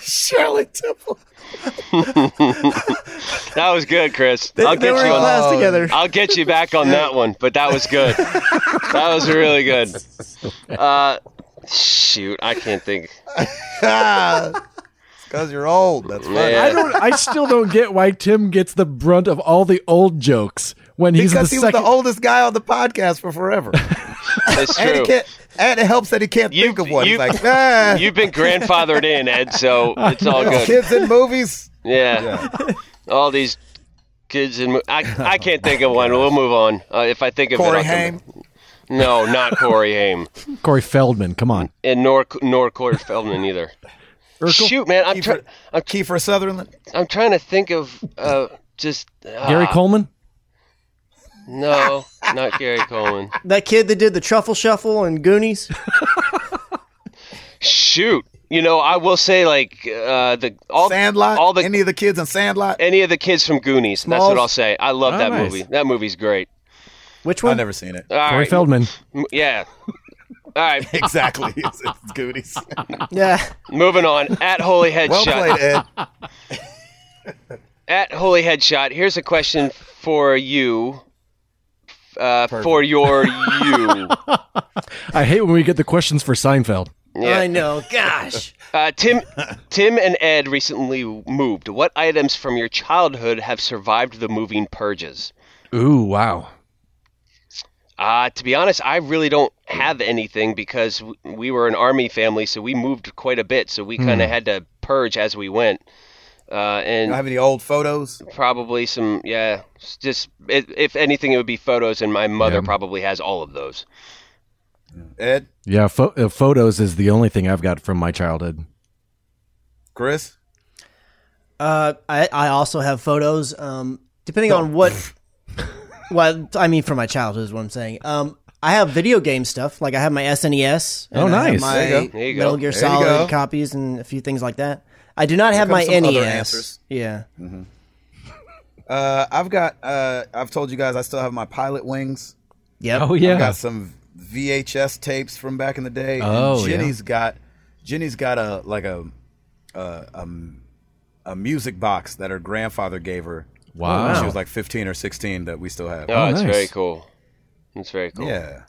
S1: Shirley Temple.
S3: That was good, Chris. I'll
S4: they
S3: get
S4: were
S3: you.
S4: in
S3: On,
S4: class together.
S3: I'll get you back on that one. But that was good. That was really good. Uh, shoot, I can't think.
S1: Because you're old. That's right.
S3: Yeah.
S2: I don't. I still don't get why Tim gets the brunt of all the old jokes when he's
S1: Because
S2: the
S1: he was
S2: second.
S1: the oldest guy on the podcast for forever.
S3: It's
S1: and, he
S3: true.
S1: can't, and it helps that he can't
S3: You-
S1: think of one.
S3: you-
S1: He's like, ah,
S3: You've been grandfathered in, Ed. So it's all
S1: there's
S3: good.
S1: kids in movies.
S3: Yeah. All these kids and I, I can't think of one. We'll move on. Uh, if I think of it,
S1: Corey
S3: I'll come-
S1: Haim.
S3: No, not Corey Haim,
S2: Corey Feldman, come on.
S3: and nor nor Corey Feldman either. Shoot, man, I'm trying.
S1: Kiefer, Kiefer Sutherland.
S3: I'm trying to think of uh, just uh,
S2: Gary Coleman.
S3: No, not Gary Coleman.
S4: That kid that did the truffle shuffle and Goonies.
S3: Shoot, you know, I will say like uh, the all
S1: Sandlot.
S3: all the
S1: Any of the kids in Sandlot.
S3: any of the kids from Goonies. That's
S1: Smalls.
S3: what I'll say. I love
S2: Oh,
S3: that
S2: nice.
S3: movie. That movie's great.
S4: Which
S1: I've
S4: one?
S1: never seen it.
S3: All right.
S2: Corey Feldman.
S3: M- Yeah. All right,
S1: exactly. It's, it's Goonies.
S4: yeah.
S3: moving on. At Holy
S1: Well
S3: Headshot.
S1: played, Ed.
S3: At Holy Headshot, here's a question for you. Uh, for your you.
S2: I hate when we get the questions for Seinfeld.
S3: Yeah.
S4: I know. Gosh.
S3: Uh, Tim, Tim and Ed recently moved. What items from your childhood have survived the moving purges?
S2: Ooh, wow.
S3: Uh, to be honest, I really don't have anything because w- we were an army family, so we moved quite a bit. So we kind of had to purge as we went, uh,
S1: Do I
S3: and
S1: have any old photos?
S3: probably some yeah, s- just if, if anything, it would be photos, and my mother probably has all of those.
S1: Ed,
S2: Yeah, pho- uh, photos is the only thing I've got from my childhood.
S1: Chris,
S4: Uh, I, I also have photos. Um, depending on what, well, I mean, from my childhood is what I'm saying. Um, I have video game stuff. Like I have my SNES. and
S2: Oh,
S4: I have
S2: nice.
S4: My
S1: There you
S3: go. There you go.
S4: Metal Gear
S1: There you go.
S4: Solid copies and a few things like that. I do not have
S1: come
S4: my
S1: some other
S4: NES.
S1: answers.
S4: Yeah.
S1: uh, I've got. Uh, I've told you guys I still have my pilot wings.
S4: Yep.
S3: Oh,
S1: I've got some VHS tapes from back in the day.
S2: Oh,
S1: and
S2: yeah.
S1: Jenny's got Jenny's got a like a a, um, a music box that her grandfather gave her. when
S2: Wow.
S1: she was like 15 or 16 that we still have.
S3: Oh, it's
S2: nice.
S3: very cool. It's very cool.
S1: Yeah.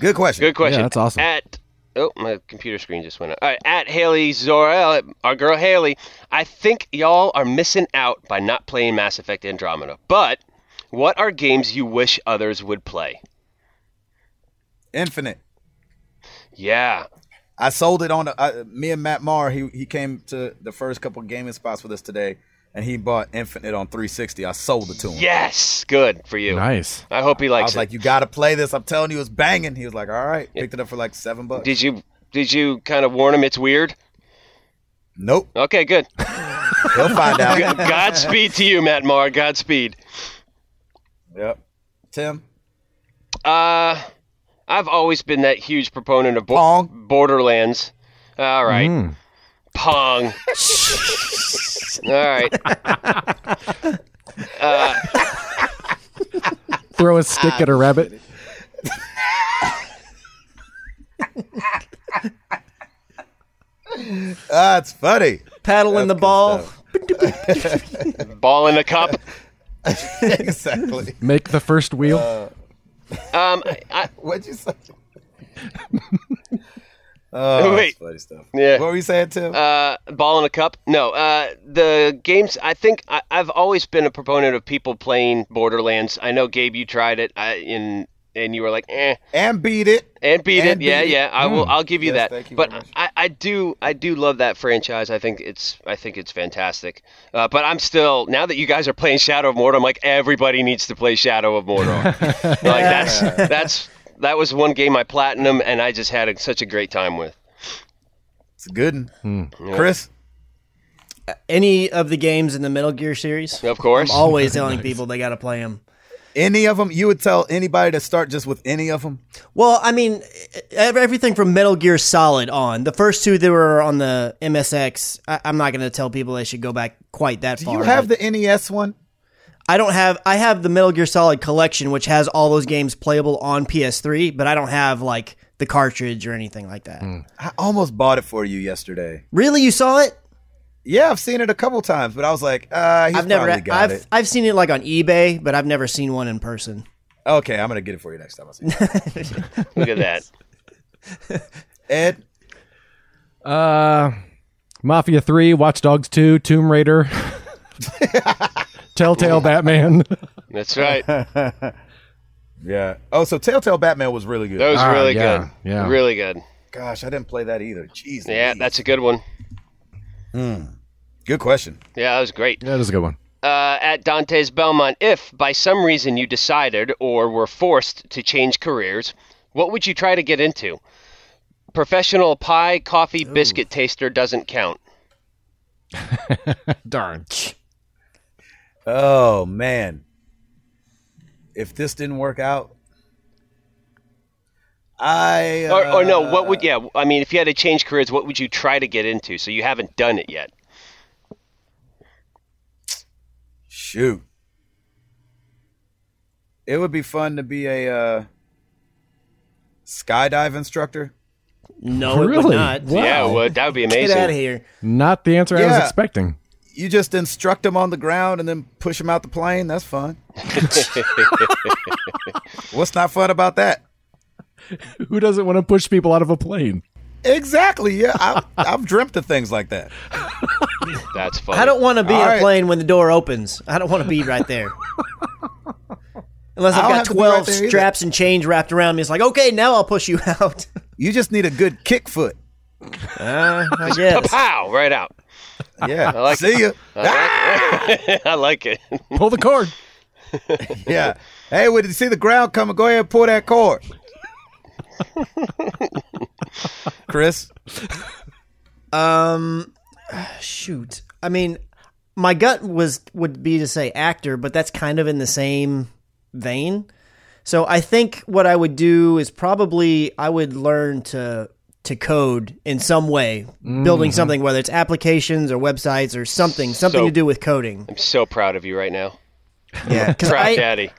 S1: Good question.
S3: Oh. Good question.
S2: Yeah, that's awesome.
S3: At oh, my computer screen just went out. All right, at Haley Zorel, our girl Haley. I think y'all are missing out by not playing Mass Effect Andromeda. But what are games you wish others would play?
S1: Infinite.
S3: Yeah,
S1: I sold it on a, I, me and Matt Marr. He he came to the first couple gaming spots with us today, and he bought Infinite on 360. I sold it to him.
S3: yes, good for you.
S2: Nice.
S3: I hope he
S1: I
S3: likes
S1: was
S3: it.
S1: like, you got to play this. I'm telling you, it's banging. He was like, all right. Picked it up for like seven bucks.
S3: did you did you kind of warn him it's weird?
S1: Nope.
S3: Okay, good.
S1: He'll find out.
S3: Godspeed to you, Matt Marr. Godspeed.
S1: Yep. Tim.
S3: Uh, I've always been that huge proponent of bo-
S1: Pong.
S3: Borderlands. All right. Pong. All right.
S2: Throw a stick at a rabbit.
S1: That's funny.
S4: Paddle in the ball.
S3: Ball in a cup.
S1: exactly.
S2: Make the first wheel.
S3: Um, I,
S1: What'd you say? oh, that's
S3: Wait.
S1: funny stuff.
S3: Yeah.
S1: What were you saying, Tim?
S3: uh, ball in a cup. No. Uh, the games. I think I, I've always been a proponent of people playing Borderlands. I know Gabe, you tried it. I in. And you were like, eh,
S1: and beat it.
S3: and beat
S1: And
S3: it, yeah,
S1: beat it.
S3: yeah. I will, I'll give you
S1: Yes,
S3: that.
S1: thank you
S3: but
S1: very much.
S3: I, I do, I do love that franchise. I think it's, I think it's fantastic. Uh, but I'm still now that you guys are playing Shadow of Mordor, I'm like everybody needs to play Shadow of Mordor. like that's that's that was one game I platinum, and I just had a, such a great time with.
S1: It's a good one. Chris.
S4: Any of the games in the Metal Gear series?
S3: Of course,
S4: I'm always telling people they got to play them.
S1: Any of them? You would tell anybody to start just with any of them?
S4: Well, I mean, e- everything from Metal Gear Solid on. The first two that were on the MSX, I, I'm not going to tell people they should go back quite that
S1: Do
S4: far.
S1: you have
S4: but
S1: the NES one?
S4: I don't have. I have the Metal Gear Solid collection, which has all those games playable on PS3, but I don't have like the cartridge or anything like that.
S1: I almost bought it for you yesterday.
S4: Really, you saw it?
S1: Yeah, I've seen it a couple times, but I was like, uh, he's
S4: I've never.
S1: probably got
S4: I've
S1: it.
S4: I've seen it like on eBay, but I've never seen one in person.
S1: Okay, I'm gonna get it for you next time I see you.
S3: look at that.
S1: Ed.
S2: Uh, Mafia 3, Watch Dogs 2, Tomb Raider, Telltale Batman.
S3: That's right. That
S1: Yeah. Oh, so Telltale Batman was really good. Oh,
S3: was
S2: Ah,
S3: really
S2: yeah,
S3: good.
S2: yeah.
S3: really good.
S1: Gosh, I didn't play that either. Jeez.
S3: Yeah,
S1: Louise.
S3: that's a good one.
S1: good question.
S3: Yeah, that was great.
S2: That is a good one.
S3: uh, at Dante's Belmont, if by some reason you decided or were forced to change careers, what would you try to get into? Professional pie, coffee, biscuit taster doesn't count.
S2: Darn.
S1: Oh man. If this didn't work out, I uh,
S3: or, or no, what would, yeah, I mean, if you had to change careers, what would you try to get into? So you haven't done it yet.
S1: shoot. It would be fun to be a uh, skydive instructor.
S4: No, it would
S2: Really?
S4: not.
S2: Wow.
S3: Yeah, well, that would be amazing.
S4: Get out of here.
S2: Not the answer I was
S1: Yeah.
S2: expecting.
S1: You just instruct them on the ground and then push them out the plane. That's fun. What's not fun about that?
S2: Who doesn't want to push people out of a plane?
S1: Exactly. Yeah, I, I've dreamt of things like that.
S3: That's fun.
S4: I don't want to be
S1: All
S4: in a
S1: right.
S4: plane when the door opens. I don't want to be right there. Unless
S1: I
S4: I've
S1: don't
S4: got
S1: have to be right
S4: 12
S1: there either.
S4: straps and chains wrapped around me. It's like, okay, now I'll push you out.
S1: You just need a good kick foot.
S4: Uh, I guess.
S3: Pow! Right out.
S1: Yeah.
S3: like
S1: See ya.
S3: I like it.
S2: Pull the cord.
S1: Yeah. Hey, when you see the ground coming, go ahead and pull that cord. Chris,
S4: Um, shoot. I mean, my gut was would be to say actor, but that's kind of in the same vein. So I think what I would do is probably I would learn to to code in some way,
S1: Mm-hmm.
S4: building something, whether it's applications or websites or something, something
S3: So-
S4: to do with coding.
S3: I'm so proud of you right now.
S4: Yeah, because
S3: Proud
S4: I
S3: daddy.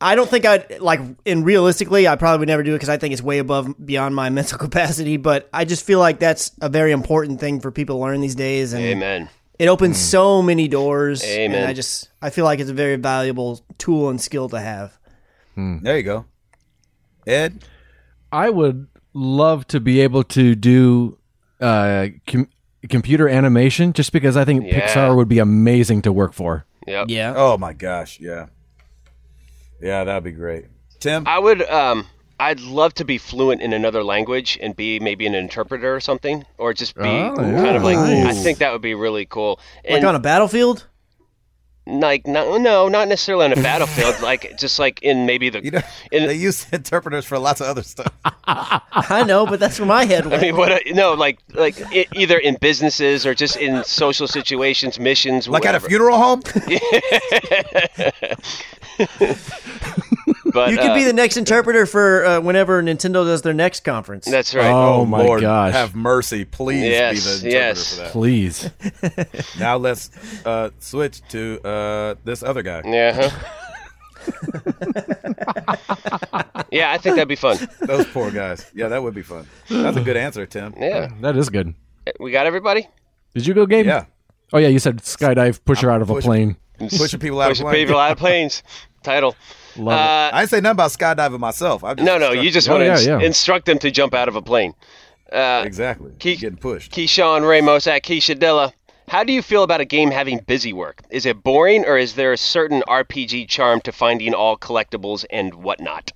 S4: I don't think I'd like. And realistically, I probably would never do it because I think it's way above beyond my mental capacity. But I just feel like that's a very important thing for people to learn these days. And
S3: Amen.
S4: it opens so many doors
S3: Amen.
S4: and i just i feel like it's a very valuable tool and skill to have
S1: there you go. Ed,
S2: I would love to be able to do uh, com- computer animation just because I think
S3: Yeah.
S2: Pixar would be amazing to work for.
S3: Yep.
S4: yeah
S1: oh my gosh, yeah, yeah, that'd be great. Tim,
S3: I would um I'd love to be fluent in another language and be maybe an interpreter or something or just be
S2: Oh,
S3: kind of like I
S2: nice.
S3: think that would be really cool.
S4: like
S3: And
S4: on a battlefield
S3: like no no, not necessarily on a battlefield, like just like in maybe the
S1: you know
S3: in,
S1: they use interpreters for lots of other stuff.
S4: i know but that's where my head
S3: I
S4: went
S3: mean, what? I- No, like, like i either in businesses or just in social situations, missions,
S1: Like at a
S3: whatever.
S1: funeral home,
S3: But
S4: you could
S3: uh,
S4: be the next interpreter for uh, whenever nintendo does their next conference
S3: That's right.
S2: Oh, my gosh.
S1: have mercy, please be
S3: Yes,
S1: the interpreter
S3: yes.
S1: for that.
S2: Please.
S1: Now let's uh, switch to uh, this other guy.
S3: Yeah. huh? yeah, I think that'd be fun.
S1: Those poor guys. Yeah, that would be fun. That's a good answer, Tim.
S3: Yeah,
S2: that is good.
S3: we got everybody.
S2: Did you go game?
S1: Yeah,
S2: Oh yeah, you said skydive, push her out of a
S1: push-
S2: plane.
S1: pushing people out
S3: Push
S1: of the plane.
S3: people out of planes. Title.
S2: Love it.
S3: uh,
S1: I ain't say nothing about skydiving myself. I just
S3: No, no, you just
S2: Oh,
S3: want to
S2: yeah, yeah.
S3: instruct them to jump out of a plane. Uh,
S1: exactly
S3: Keep-
S1: getting pushed.
S3: Keyshawn Ramos at Keisha Dilla. How do you feel about a game having busy work? Is it boring, or is there a certain RPG charm to finding all collectibles and whatnot?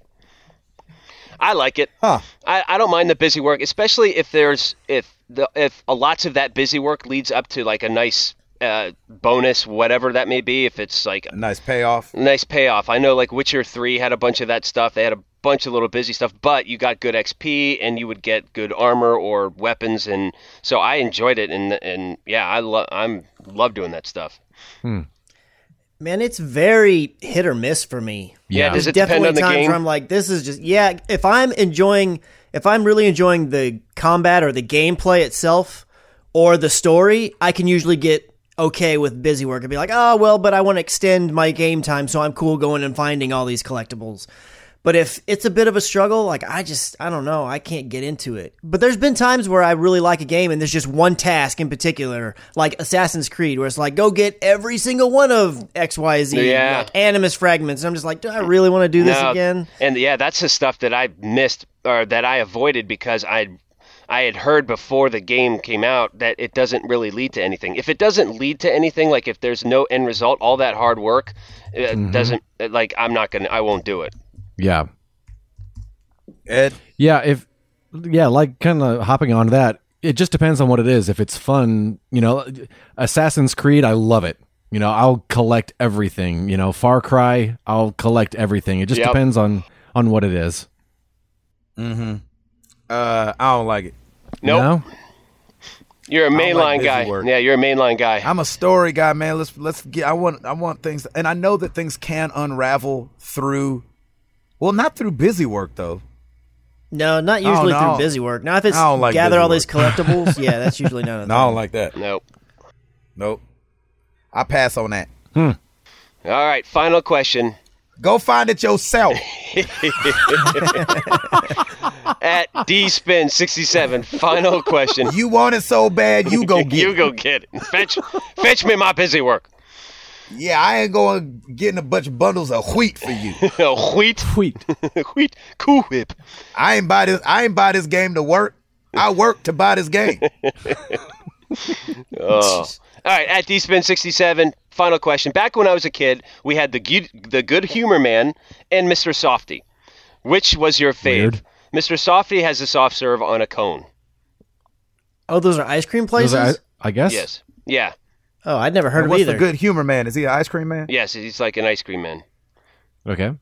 S3: I like it.
S1: Huh.
S3: I, I don't mind the busy work, especially if there's if the if a lots of that busy work leads up to like a nice uh, bonus, whatever that may be. If it's like
S1: A nice payoff.
S3: nice payoff. I know like Witcher 3 had a bunch of that stuff. They had a bunch of little busy stuff, but you got good XP and you would get good armor or weapons and so I enjoyed it and and yeah, I love I'm love doing that stuff.
S4: man it's very hit or miss for me
S3: Yeah, does it depend
S4: definitely
S3: on the
S4: times
S3: game?
S4: where I'm like, this is just yeah. If I'm enjoying, if I'm really enjoying the combat or the gameplay itself or the story, I can usually get okay with busy work and be like, oh well, but I want to extend my game time, so I'm cool going and finding all these collectibles. But if it's a bit of a struggle, like I just I don't know, I can't get into it. But there's been times where I really like a game and there's just one task in particular, like Assassin's Creed, where it's like go get every single one of XYZ
S3: Yeah.
S4: like animus fragments. And I'm just like, do I really want to do this
S3: Now-
S4: again?
S3: And yeah, that's the stuff that I missed or that I avoided because I I had heard before the game came out that it doesn't really lead to anything. If it doesn't lead to anything, like if there's no end result, all that hard work uh doesn't like I'm not going to I won't do it.
S2: yeah.
S1: Ed,
S2: Yeah, if yeah, like kind of hopping on that. It just depends on what it is. If it's fun, you know, Assassin's Creed, I love it. You know, I'll collect everything. You know, Far Cry, I'll collect everything. It just
S3: Yep.
S2: depends on on what it is.
S1: uh, I don't like it.
S3: Nope.
S2: No?
S3: You're a
S1: don't like
S3: mainline
S1: busy
S3: guy.
S1: work.
S3: Yeah, you're a mainline guy.
S1: I'm a story guy, man. Let's let's get. I want I want things, and I know that things can unravel through. Well, not through busy work though.
S4: No, not usually
S1: Oh, no.
S4: through busy work. Now, if it's
S1: I don't like
S4: gather
S1: busy
S4: all these collectibles, yeah, that's usually none of
S1: No, I don't like that.
S3: Nope.
S1: Nope. I pass on that.
S3: All right, final question.
S1: Go find it yourself.
S3: At D Spin 67, final question.
S1: You want it so bad, you go get
S3: You
S1: it.
S3: go get it. Fetch, fetch me my busy work.
S1: Yeah, I ain't going getting a bunch of bundles of wheat for you.
S3: wheat,
S2: Tweet.
S3: wheat, cool whip.
S1: I ain't buy this. I ain't buy this game to work. I work to buy this game.
S3: Oh. All right, at Spin 67 final question. Back when I was a kid, we had the good, the Good Humor Man and Mr. Softy. Which was your fave?
S2: Weird.
S3: Mr. Softy has a soft serve on a cone.
S4: Oh, those are ice cream places.
S2: Those are- I, I guess.
S3: Yes. Yeah.
S4: oh, I'd never heard of
S1: What's
S4: either.
S1: the good humor man? Is he an ice cream man?
S3: Yes, he's like an ice cream man.
S2: Okay.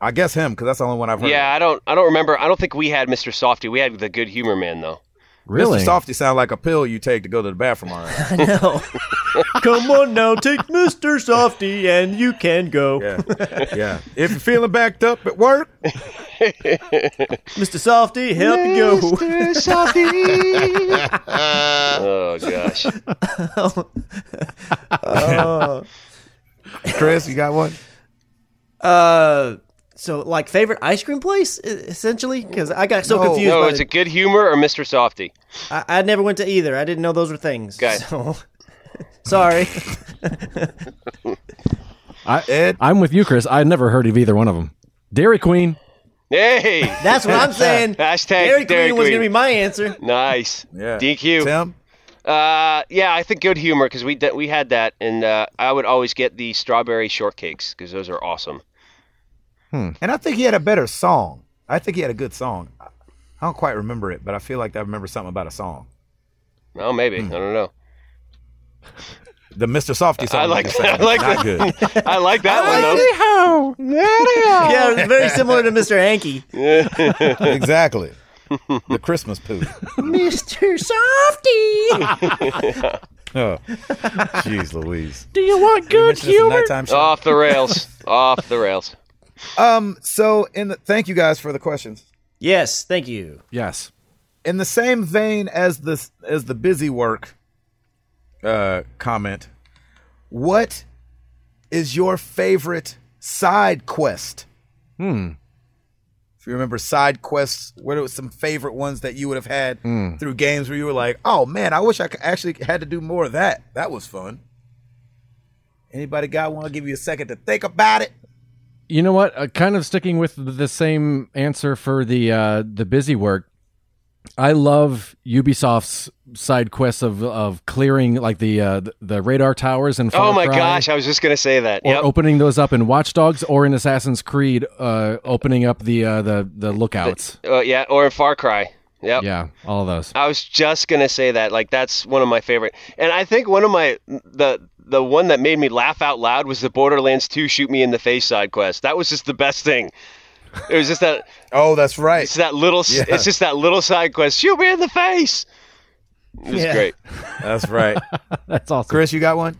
S1: I guess him because that's the only one I've heard.
S3: Yeah, I don't I don't remember. I don't think we had Mr. Softy. We had the Good Humor Man though.
S2: Really?
S1: Mr. Softy sound like a pill you take to go to the bathroom. All right.
S4: I know. Come on now, take Mister Softy, and you can go.
S1: Yeah, yeah. If you're feeling backed up at work,
S4: Mr. Softy, help me go.
S3: Mr. Softy. oh gosh.
S1: Chris, you got one.
S4: Uh, so like favorite ice cream place e- essentially because I got so
S1: No.
S4: confused.
S3: No,
S4: by
S3: is
S4: the-
S3: it Good Humor or Mr. Softy?
S4: I, I never went to either. I didn't know those were things.
S3: Okay.
S4: So. Sorry.
S1: Ed,
S2: I'm with you, Chris. I never heard of either one of them. Dairy Queen.
S3: Hey.
S4: That's what I'm saying.
S3: Hashtag
S4: Dairy Queen
S3: Dairy
S4: was
S3: Queen.
S4: gonna be my answer.
S3: Nice.
S1: yeah.
S3: DQ.
S1: Tim,
S3: Uh, yeah, I think good humor because we d- we had that, and uh, I would always get the strawberry shortcakes because those are awesome.
S1: and I think he had a better song. I think he had a good song. I I don't quite remember it, but I feel like I remember something about a song.
S3: Oh, maybe I don't know.
S1: The Mr. Softy song.
S3: I like
S1: you
S3: that.
S1: sang.
S3: I like
S1: Not good.
S3: that. I like that one though.
S1: Oh.
S4: Yeah, it was very similar to Mr. Hankey.
S1: exactly. The Christmas poo.
S4: Mr. Softy,
S1: Oh, jeez, Louise.
S2: Do you want good
S3: Off the rails. Off the rails.
S1: Um. So, in the thank you guys for the questions.
S4: Yes, thank you.
S2: Yes.
S1: In the same vein as the as the busy work uh, comment, what is your favorite side quest? Hmm. If you remember side quests, what are some favorite ones that you would have had through games where you were like, "Oh man, I wish I could actually had to do more of that. That was fun." Anybody got one? I'll give you a second to think about it.
S2: You know what? Uh, kind of sticking with the same answer for the uh, the busy work. I love Ubisoft's side quests of of clearing like the uh, the- the radar towers and
S3: Oh my gosh, I was just gonna say that.
S2: Or
S3: Yep.
S2: opening those up in Watch Dogs or in Assassin's Creed, uh, opening up the uh, the the lookouts.
S3: Uh, yeah, or in Far Cry. Yep.
S2: Yeah, all of those.
S3: I was just gonna say that. Like that's one of my favorite, and I think one of my the the one that made me laugh out loud was the Borderlands 2 shoot me in the face side quest. That was just the best thing. It was just that
S1: Oh, that's right.
S3: It's that little. s It's just that little side quest. Shoot me in the face. It was
S4: Yeah.
S3: great.
S1: That's right.
S2: That's awesome.
S1: Chris, you got one?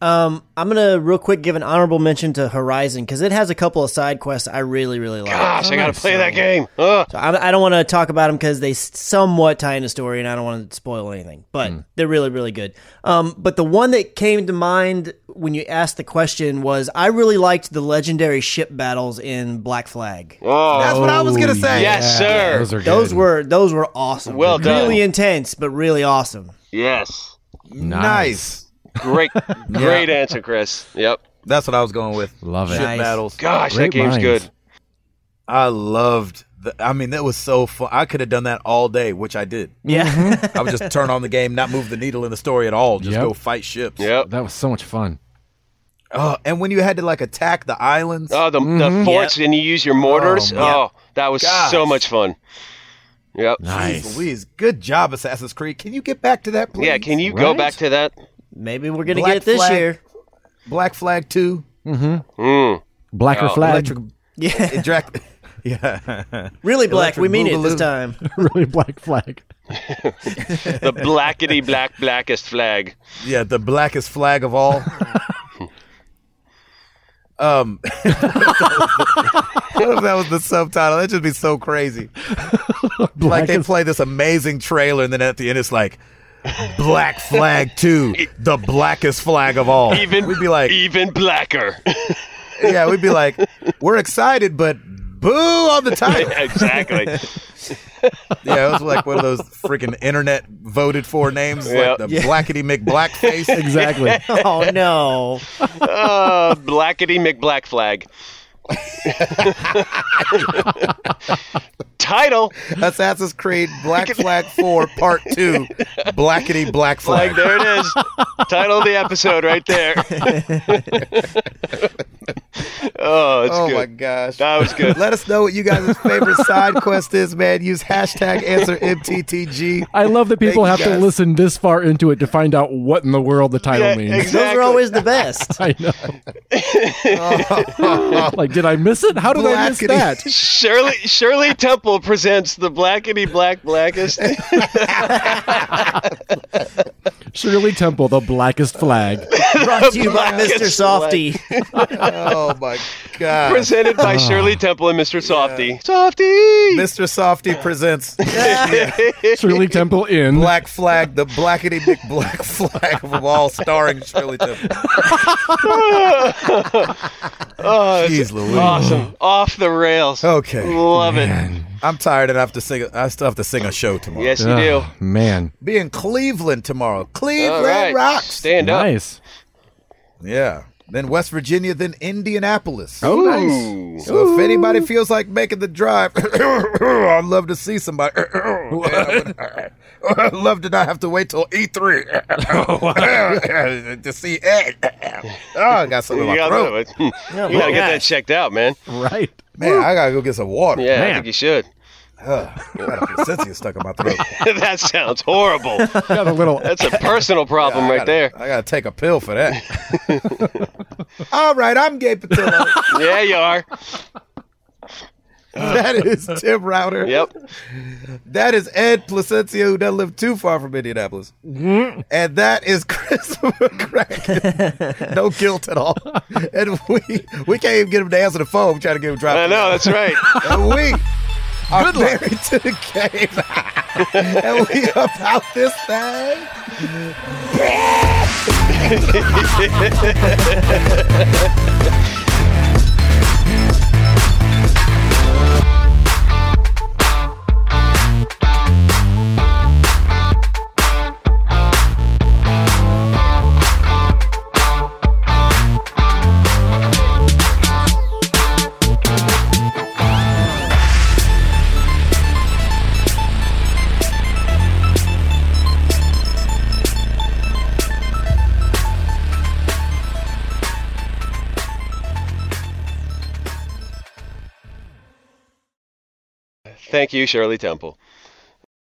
S4: Um, I'm gonna real quick give an honorable mention to Horizon because it has a couple of side quests I really, really like.
S3: Gosh, I gotta play that game. Ugh.
S4: So I, I don't want to talk about them because they s- somewhat tie into story, and I don't want to spoil anything. But
S3: Hmm.
S4: they're really, really good. Um, but the one that came to mind when you asked the question was I really liked the legendary ship battles in Black Flag.
S3: Oh,
S1: That's what I was gonna say.
S3: Yes, sir.
S2: Those are good.
S4: Those were those were awesome.
S3: Well done.
S4: Really intense, but really awesome.
S3: yes.
S1: nice.
S3: Great, great answer, Chris. Yep.
S1: That's what I was going with.
S2: love it.
S1: Ship
S4: Nice.
S1: battles.
S3: Gosh,
S2: Great
S3: that game's
S2: minds.
S3: good.
S1: I loved. The, I mean, that was so fun. I could have done that all day, which I did.
S4: Yeah.
S1: I would just turn on the game, not move the needle in the story at all. Just
S2: Yep.
S1: go fight ships.
S3: Yep.
S2: That was so much fun.
S1: Oh, and when you had to like attack the islands,
S3: Oh, the the forts, and you use your mortars. Oh, that was so
S1: Gosh.
S3: much fun. Yep.
S1: Jeez Louise, good job, Assassin's Creed. Can you get back to that, please?
S3: Yeah. Can you go
S2: Right?
S3: back to that?
S4: Maybe we're gonna
S1: Black
S4: get it this
S1: Flag.
S4: year.
S1: Black Flag Two,
S3: Mm.
S2: Blacker flag.
S1: Electric,
S4: Yeah.
S1: Drac- yeah,
S4: Really black. we mean it this
S1: Boogaloo.
S4: time.
S2: really black flag.
S3: The blackety black blackest flag.
S1: yeah, the blackest flag of all. um, what if that was the subtitle? That'd just be so crazy. like they
S2: Blackest-
S1: play this amazing trailer, and then at the end it's like Black Flag Two, the blackest flag of all.
S3: Even
S1: we'd be like,
S3: even blacker.
S1: yeah, we'd be like, we're excited, but boo on the title.
S3: exactly.
S1: Yeah, it was like one of those freaking internet voted for names,
S3: Yeah.
S1: like the Blackety McBlackface.
S2: exactly.
S4: Oh no!
S3: Uh, blackety McBlack flag. Title
S1: Assassin's Creed Black Flag 4 Part 2 Blackety Black
S3: flag.
S1: Flag.
S3: There it is. Title of the episode right there. oh, it's
S1: Oh
S3: good.
S1: my gosh.
S3: That was good.
S1: Let us know what you guys' favorite side quest is, man. Use hashtag answer MTTG.
S2: I love that people
S1: Thank
S2: have
S1: you
S2: to
S1: guys.
S2: listen this far into it to find out what in the world the title
S3: Yeah,
S2: means.
S3: ex-
S4: Those
S3: Exactly.
S4: are always the best.
S2: I know. like, did I miss it? How did I miss
S1: Blackety.
S2: that?
S3: Shirley Shirley Temple presents the blackety black blackest.
S2: Shirley Temple, the blackest flag.
S4: Brought to you by Mr.
S3: Blackest
S4: Softy.
S1: Oh my gosh.
S3: presented by Shirley Temple and Mr. Softy. Softy.
S1: Mr. Softy presents
S2: Shirley Temple in.
S1: Black Flag, the Blackety McBlack Flag of all, starring Shirley Temple.
S3: Oh, it's
S1: Jeez Louise.
S3: awesome. Off the rails.
S1: Okay.
S3: Love it.
S2: Man.
S1: I'm tired and I have to sing I still have to sing a show tomorrow.
S3: Yes, you do.
S2: Oh, man.
S1: Be in Cleveland tomorrow.
S3: All
S1: Cleveland
S3: right.
S1: rocks.
S3: Stand up.
S2: Nice.
S1: Yeah. Then West Virginia, then Indianapolis.
S2: Oh, nice.
S3: Ooh.
S1: So if anybody feels like making the drive, I'd love to see somebody. I'd love to not have to wait till E3 to see Ed. oh, I got something in
S3: You
S1: my
S3: gotta,
S1: throat.
S3: you gotta get that checked out, man.
S2: Right.
S1: Man, I gotta go get some water.
S3: Yeah, I
S2: Man.
S3: think you should.
S1: I got a placentia stuck in my throat.
S3: that sounds horrible.
S2: Got a little.
S3: That's a personal problem
S1: I
S3: right
S1: gotta,
S3: there.
S1: I gotta take a pill for that. All right, I'm Gabe Patillo.
S3: Yeah, you are.
S1: that is Tim Router.
S3: Yep.
S1: That is Ed Placentia, who doesn't live too far from Indianapolis. And that is Christopher Crack. no guilt at all. And we we can't even get him to answer the phone. We're trying to get him dropped.
S3: I know. That's right.
S1: And we are married to the game. and we about this thing.
S3: Thank you, Shirley Temple.